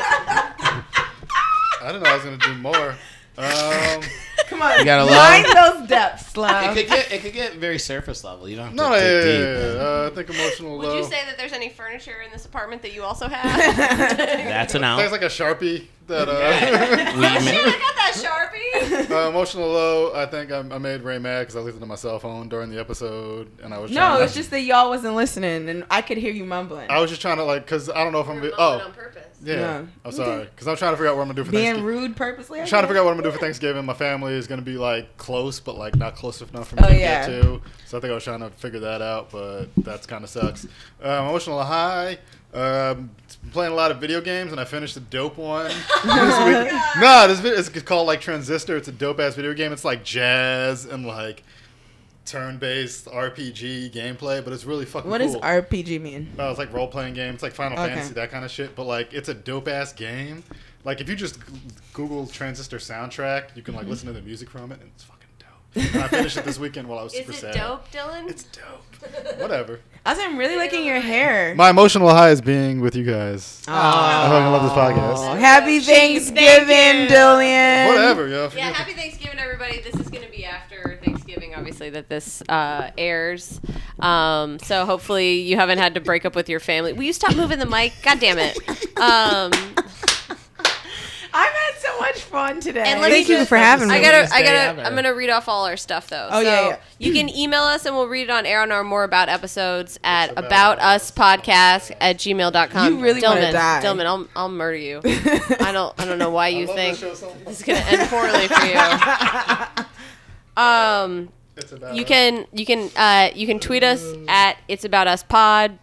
Speaker 6: I didn't know I was gonna do more. Um,
Speaker 3: Come on.
Speaker 4: You got a
Speaker 3: Mind
Speaker 4: low?
Speaker 3: those depths,
Speaker 4: It
Speaker 3: love.
Speaker 4: could get it could get very surface level. You don't have to
Speaker 6: no, yeah,
Speaker 4: dig
Speaker 6: yeah,
Speaker 4: deep.
Speaker 6: yeah, yeah. Uh, I think emotional
Speaker 5: Would
Speaker 6: low.
Speaker 5: you say that there's any furniture in this apartment that you also have?
Speaker 4: That's an
Speaker 6: There's
Speaker 4: out.
Speaker 6: like a sharpie that uh,
Speaker 4: We
Speaker 5: Shit, I
Speaker 4: ma-
Speaker 5: got that sharpie.
Speaker 6: uh, emotional low. I think I, I made Ray mad because I listened to my cell phone during the episode, and I was trying
Speaker 3: No, it's just that y'all wasn't listening, and I could hear you mumbling.
Speaker 6: I was just trying to like because I don't know if I'm gonna be,
Speaker 5: Moment
Speaker 6: oh
Speaker 5: purpose.
Speaker 6: yeah,
Speaker 3: Yeah.
Speaker 6: I'm sorry because I'm trying to figure out what I'm gonna do for
Speaker 3: Being
Speaker 6: Thanksgiving.
Speaker 3: rude purposely. I
Speaker 6: I'm trying to
Speaker 3: guess.
Speaker 6: figure out what I'm gonna do for Thanksgiving. My family is gonna be like close, but like not close enough for me
Speaker 3: Oh,
Speaker 6: to
Speaker 3: yeah.
Speaker 6: get to. So I think I was trying to figure that out, but that's kind of sucks. Um, emotional high. Um, playing a lot of video games, and I finished a dope one. this week. Nah, this vid- it's called like Transistor. It's a dope ass video game. It's like jazz and like turn-based RPG gameplay, but it's really fucking.
Speaker 3: What
Speaker 6: cool.
Speaker 3: does RPG mean?
Speaker 6: Uh, it's like role playing games, it's like Final
Speaker 3: Okay.
Speaker 6: Fantasy, that kind of shit. But like, it's a dope ass game. Like, if you just g- Google Transistor soundtrack, you can like listen to the music from it, and it's fucking dope. And I finished it this weekend while I was
Speaker 5: Is
Speaker 6: super
Speaker 5: it
Speaker 6: sad.
Speaker 5: dope, Dylan?
Speaker 6: It's dope. Whatever.
Speaker 3: As I'm really liking your hair.
Speaker 6: My emotional high is being with you guys. I fucking love this
Speaker 3: Oh,
Speaker 6: podcast.
Speaker 3: happy
Speaker 5: Thank
Speaker 3: Thanksgiving,
Speaker 5: you.
Speaker 3: Dillian.
Speaker 6: Whatever, yo.
Speaker 5: yeah,
Speaker 6: forget
Speaker 5: happy Thanksgiving, everybody. This is going to be after Thanksgiving, obviously, that this uh, airs. Um, so hopefully you haven't had to break up with your family. Will you stop moving the mic? God damn it. Um,
Speaker 3: I've had so much fun today.
Speaker 5: and let me
Speaker 7: Thank you
Speaker 5: just-
Speaker 7: for having
Speaker 5: I
Speaker 7: me.
Speaker 5: gotta, I
Speaker 4: Day
Speaker 5: gotta,
Speaker 4: ever.
Speaker 5: I'm gonna read off all our stuff though.
Speaker 3: Oh,
Speaker 5: so
Speaker 3: yeah, yeah.
Speaker 5: You can email us and well read it on air on our more about episodes at about us podcast at gmail.com.
Speaker 3: You really wanna
Speaker 5: Dillman,
Speaker 3: die.
Speaker 5: Dillman, I'll, I'll murder you. I don't, I don't know why you
Speaker 6: love
Speaker 5: think
Speaker 6: this show so much.
Speaker 5: this is gonna end poorly for you. Um,
Speaker 6: It's about
Speaker 5: you
Speaker 6: us.
Speaker 5: can you can uh, you can tweet us at it's about us pod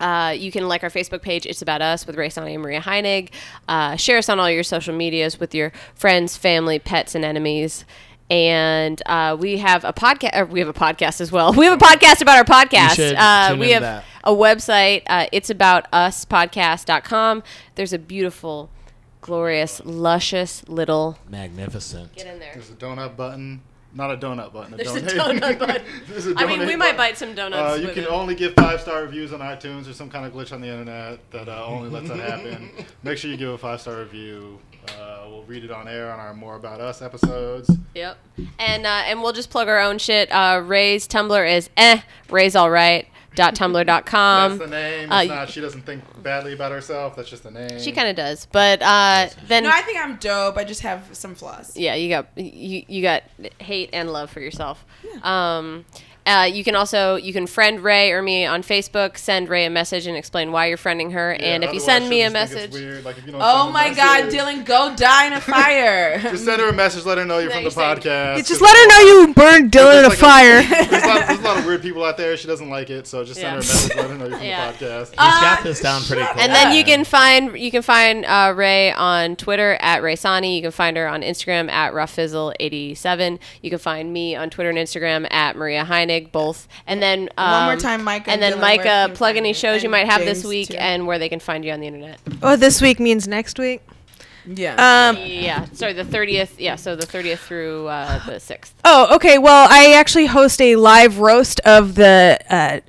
Speaker 5: uh, you can like our facebook page it's about us with ray Sonny and maria heinig uh, share us on all your social medias with your friends family pets and enemies and uh, we have a podcast we have a podcast as well we have a podcast about our podcast
Speaker 4: should
Speaker 5: uh,
Speaker 4: tune
Speaker 5: we
Speaker 4: into
Speaker 5: have
Speaker 4: that.
Speaker 5: a website uh, it's about us podcast.com there's a beautiful glorious luscious little
Speaker 4: Magnificent.
Speaker 5: get in there
Speaker 6: There's a donut button. Not a donut button. A
Speaker 5: There's a
Speaker 6: donate.
Speaker 5: donut button.
Speaker 6: There's a
Speaker 5: i mean
Speaker 6: donate
Speaker 5: we might
Speaker 6: button.
Speaker 5: bite some donuts
Speaker 6: Uh, you
Speaker 5: with
Speaker 6: can
Speaker 5: it.
Speaker 6: only give five star reviews on iTunes or some kind of glitch on the internet that uh, only lets that happen. Make sure you give a five star review. Uh, we'll read it on air on our More About Us episodes.
Speaker 5: Yep. And uh, and we'll just plug our own shit. Uh, Ray's Tumblr is eh Ray's all right dot tumblr dot
Speaker 6: That's
Speaker 5: com.
Speaker 6: the name.
Speaker 5: uh,
Speaker 6: It's not. She doesn't think badly about herself. That's just the name.
Speaker 5: She kind of does, but uh, then
Speaker 3: No, I think I'm dope. I just have some flaws.
Speaker 5: yeah, you got you, you got hate and love for yourself. Um, uh, you can also you can friend Ray or me on Facebook. Send Ray a message and explain why you're friending her.
Speaker 6: Yeah,
Speaker 5: and if you
Speaker 6: otherwise
Speaker 5: send me a
Speaker 6: she'll just think
Speaker 5: message,
Speaker 6: it's weird. Like, if you don't send
Speaker 3: Oh
Speaker 6: her a
Speaker 3: my God,
Speaker 6: message-
Speaker 3: Dylan, go die in a fire.
Speaker 6: Just send her a message. Let her know you're
Speaker 5: No,
Speaker 6: from
Speaker 5: you're
Speaker 6: the
Speaker 5: saying-
Speaker 6: podcast.
Speaker 7: Just let her know you burned Dylan in a
Speaker 6: Just like
Speaker 7: fire.
Speaker 6: There's a, lot, there's a lot of weird people out there. She doesn't like it, so just send
Speaker 5: Yeah.
Speaker 6: her a message. Let her know you're from
Speaker 5: Yeah. Ah.
Speaker 6: the podcast.
Speaker 4: He's got this down pretty cool.
Speaker 5: And then you can find you can find uh, Ray on Twitter at Raysani. You can find her on Instagram at roughfizzle87. You can find me on Twitter and Instagram at Maria Heinig. Egg both. And then um,
Speaker 3: One more time, Micah
Speaker 5: And
Speaker 3: and
Speaker 5: then
Speaker 3: Dylan, where can
Speaker 5: Micah,
Speaker 3: we
Speaker 5: plug
Speaker 3: find
Speaker 5: any
Speaker 3: you?
Speaker 5: shows you
Speaker 3: And
Speaker 5: might have this
Speaker 3: James,
Speaker 5: week
Speaker 3: too.
Speaker 5: and where they can find you on the internet.
Speaker 7: Oh, this week means next week.
Speaker 3: Yeah.
Speaker 7: Um,
Speaker 5: Yeah, sorry, the thirtieth. Yeah, so the thirtieth through uh, the sixth.
Speaker 7: Oh, okay. Well, I actually host a live roast of the uh,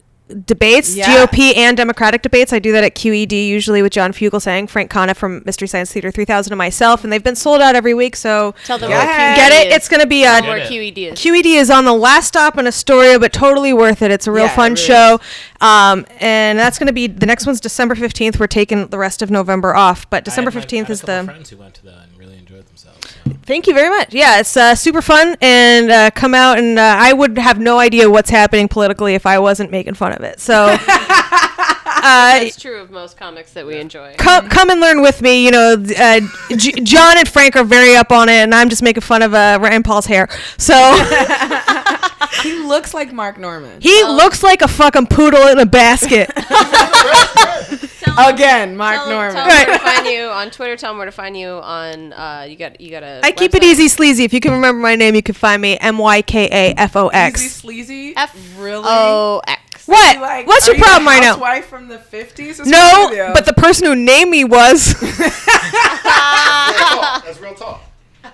Speaker 7: debates,
Speaker 3: Yeah.
Speaker 7: GOP and Democratic debates. I do that at QED usually with John Fugelsang, Frank Kana from Mystery Science Theater 3000, and myself. And they've been sold out every week, so
Speaker 5: Tell them E
Speaker 4: Go
Speaker 5: where
Speaker 3: ahead.
Speaker 5: QED
Speaker 7: get it.
Speaker 5: is.
Speaker 7: It's going to be
Speaker 5: Tell
Speaker 7: on
Speaker 5: them where
Speaker 4: Get it.
Speaker 5: QED E is.
Speaker 7: QED E is on the last stop in Astoria, but totally worth it. It's a real
Speaker 3: Yeah, it
Speaker 7: fun
Speaker 3: really
Speaker 7: show. Um, and that's going to be the next one's December 15th. We're taking the rest of November off, but December
Speaker 4: I had my- I
Speaker 7: 15th
Speaker 4: had a
Speaker 7: is
Speaker 4: couple
Speaker 7: the.
Speaker 4: friends who went to that and really enjoyed themselves. so.
Speaker 7: Thank you very much. Yeah, it's uh, super fun and uh, come out and uh, I would have no idea what's happening politically if I wasn't making fun of it. So uh,
Speaker 5: That's true of most comics that we enjoy.
Speaker 7: come come and learn with me. You know, th- uh, J- John and Frank are very up on it, and I'm just making fun of uh, Rand Paul's hair. So
Speaker 3: he looks like Mark Norman.
Speaker 7: he looks like a fucking poodle in a basket.
Speaker 5: Tell them-
Speaker 3: Again, Mark
Speaker 5: Tell them,
Speaker 3: Norman.
Speaker 5: tell them where to find you on Twitter. Tell them where to find you on. Uh, you got. You got a.
Speaker 7: I keep it
Speaker 5: website.
Speaker 7: easy sleazy. If you can remember my name, you can find me M Y K A F O
Speaker 3: Easy
Speaker 7: X.
Speaker 3: sleazy.
Speaker 5: F
Speaker 3: really.
Speaker 5: O X.
Speaker 7: What?
Speaker 3: Like, are
Speaker 7: What's your
Speaker 3: you a
Speaker 7: problem right now?
Speaker 3: Housewife from the fifties.
Speaker 7: No, but the person who named me was.
Speaker 6: That's real talk.
Speaker 5: You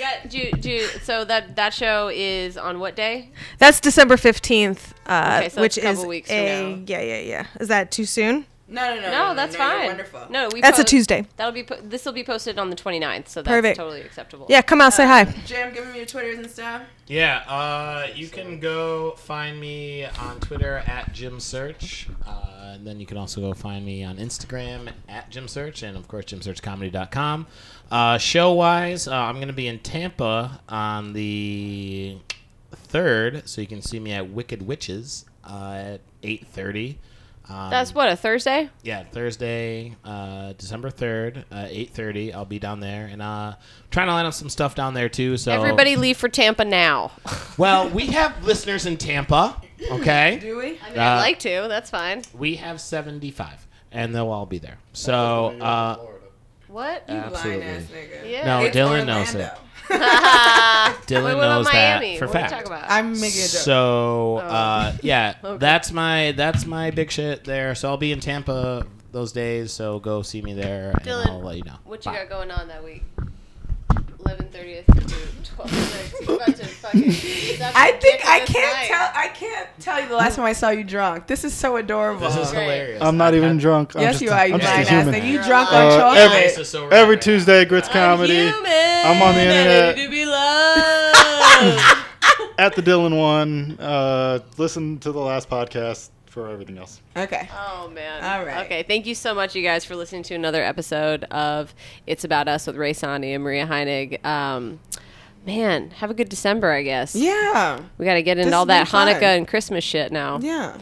Speaker 5: got. Do, you- do, you- so that that show is on what day?
Speaker 7: That's December 15th, uh,
Speaker 5: Okay, so
Speaker 7: which
Speaker 5: that's a couple
Speaker 7: is
Speaker 5: weeks from
Speaker 7: a
Speaker 5: now.
Speaker 7: yeah, yeah, yeah. Is that too soon?
Speaker 3: no, Oh, no, no,
Speaker 5: No, that's
Speaker 3: you're
Speaker 5: fine.
Speaker 3: Wonderful.
Speaker 5: No, we.
Speaker 7: That's a
Speaker 5: po-
Speaker 7: Tuesday.
Speaker 5: That'll be. Po- this will be posted on the 29th, so that's
Speaker 7: Perfect.
Speaker 5: totally acceptable.
Speaker 7: Yeah,
Speaker 3: Uh,
Speaker 7: come out, say hi.
Speaker 3: Jam, give me your Twitters and stuff.
Speaker 4: Yeah, uh, you can go find me on Twitter at Jim Search. Uh, and then you can also go find me on Instagram at Jim Search and, of course, jimsearchcomedy.com. Uh, show wise, uh, I'm going to be in Tampa on the 3rd, so you can see me at Wicked Witches uh, at 8.30. Um,
Speaker 5: That's what a Thursday.
Speaker 4: yeah thursday uh december 3rd uh 8.30 i'll be down there and uh trying to line up some stuff down there too so
Speaker 5: Everybody leave for Tampa now.
Speaker 4: Uh, well, we have listeners in Tampa, okay?
Speaker 3: Do we?
Speaker 5: I mean, I'd
Speaker 4: Uh,
Speaker 5: like to. That's fine.
Speaker 4: We have 75, and they'll all be there. So, uh,
Speaker 6: Florida.
Speaker 5: What?
Speaker 4: absolutely.
Speaker 3: Blind ass nigga.
Speaker 5: yeah.
Speaker 4: uh,
Speaker 6: Oh,
Speaker 4: No,
Speaker 3: It's
Speaker 4: Dylan knows
Speaker 3: Orlando.
Speaker 4: it.
Speaker 5: Wait,
Speaker 4: Dylan
Speaker 5: what about
Speaker 4: knows
Speaker 5: Miami?
Speaker 4: that for
Speaker 5: what
Speaker 4: fact.
Speaker 5: Are we talking about?
Speaker 3: I'm making a joke.
Speaker 4: So, uh, yeah,
Speaker 5: Okay.
Speaker 4: that's my that's my big shit there. So I'll be in Tampa those days. So go see me there,
Speaker 5: Dylan,
Speaker 4: and I'll let you know.
Speaker 5: What you
Speaker 4: Bye.
Speaker 5: got going on that week? 11:30th to 12:06. You about to fucking. stop
Speaker 3: I
Speaker 5: your
Speaker 3: think
Speaker 5: dick
Speaker 3: I
Speaker 5: this
Speaker 3: can't
Speaker 5: night.
Speaker 3: tell. I can't tell you the last time I saw you drunk. This is so adorable.
Speaker 4: This is
Speaker 5: Great.
Speaker 4: hilarious.
Speaker 6: I'm not
Speaker 4: I-
Speaker 6: even
Speaker 4: I-
Speaker 6: drunk. I'm
Speaker 3: yes,
Speaker 6: just
Speaker 3: you
Speaker 6: a-
Speaker 3: are. You
Speaker 6: I'm just
Speaker 3: lying
Speaker 6: a
Speaker 3: ass
Speaker 6: human.
Speaker 3: nigga. You drunk on
Speaker 6: Uh,
Speaker 3: chocolate.
Speaker 4: My face
Speaker 6: every-
Speaker 4: is so red
Speaker 6: Every
Speaker 4: right now.
Speaker 6: Tuesday, Grits Comedy I'm on the
Speaker 5: and I
Speaker 6: internet.
Speaker 5: need to be loved.
Speaker 6: at the Dylan One. Uh, listen to the last podcast for everything else.
Speaker 3: Okay.
Speaker 5: oh man.
Speaker 3: All right.
Speaker 5: Okay. Thank you so much, you guys, for listening to another episode of It's About Us with Ray Sani and Maria Heinig. Um, man, have a good December, I guess.
Speaker 3: Yeah.
Speaker 5: We got to get into
Speaker 3: This
Speaker 5: all
Speaker 3: has been
Speaker 5: that Hanukkah
Speaker 3: fun.
Speaker 5: and Christmas shit now.
Speaker 3: Yeah.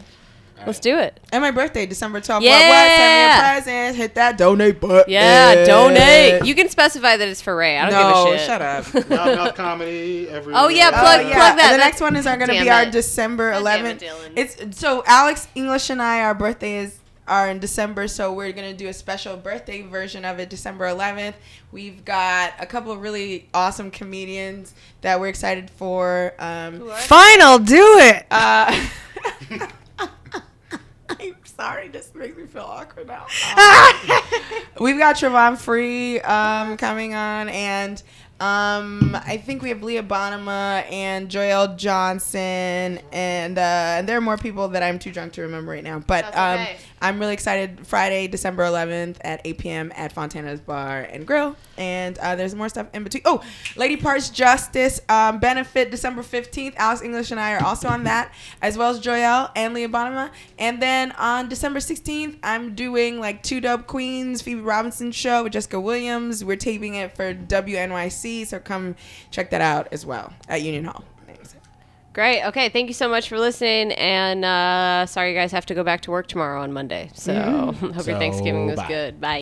Speaker 5: Let's do it.
Speaker 3: And my birthday, December 12th.
Speaker 5: Yeah.
Speaker 3: What, what? Send me a present. Hit that donate button.
Speaker 5: Yeah, donate. You can specify that it's for Ray. I don't
Speaker 3: no,
Speaker 5: give a shit.
Speaker 3: shut up.
Speaker 6: Loud Mouth Comedy every
Speaker 5: Oh, yeah,
Speaker 6: week.
Speaker 3: Oh,
Speaker 5: Plug-
Speaker 3: yeah.
Speaker 5: plug that.
Speaker 3: The
Speaker 5: That's-
Speaker 3: next one is going to
Speaker 5: Damn
Speaker 3: be our
Speaker 5: it.
Speaker 3: December
Speaker 5: God damn it,
Speaker 3: 11th.
Speaker 5: Dylan.
Speaker 3: It's so Alex English and I, our birthdays are in December, so we're gonna do a special birthday version of it, December 11th. We've got a couple of really awesome comedians that we're excited for. Um,
Speaker 7: Fine, I'll do it.
Speaker 3: uh, I'm sorry, this makes me feel awkward now. Um, We've got Trevon Free um, coming on, and um, I think we have Leah Bonema and Joel Johnson, and uh, and there are more people that I'm too drunk to remember right now. But
Speaker 5: That's
Speaker 3: um,
Speaker 5: okay.
Speaker 3: I'm really excited. Friday, December 11th at 8 p.m. at Fontana's Bar and Grill, and uh, there's more stuff in between. Oh, Lady Parts Justice um, benefit December 15th. Alice English and I are also on that, as well as Joel and Leah Bonema. And then on December 16th, I'm doing like two dope queens, Phoebe Robinson show with Jessica Williams. We're taping it for WNYC, so come check that out as well at Union Hall. Thanks.
Speaker 5: Great. Okay. Thank you so much for listening. And uh, sorry, you guys have to go back to work tomorrow on Monday. So hope your
Speaker 4: So,
Speaker 5: Thanksgiving was
Speaker 4: bye.
Speaker 5: good. Bye.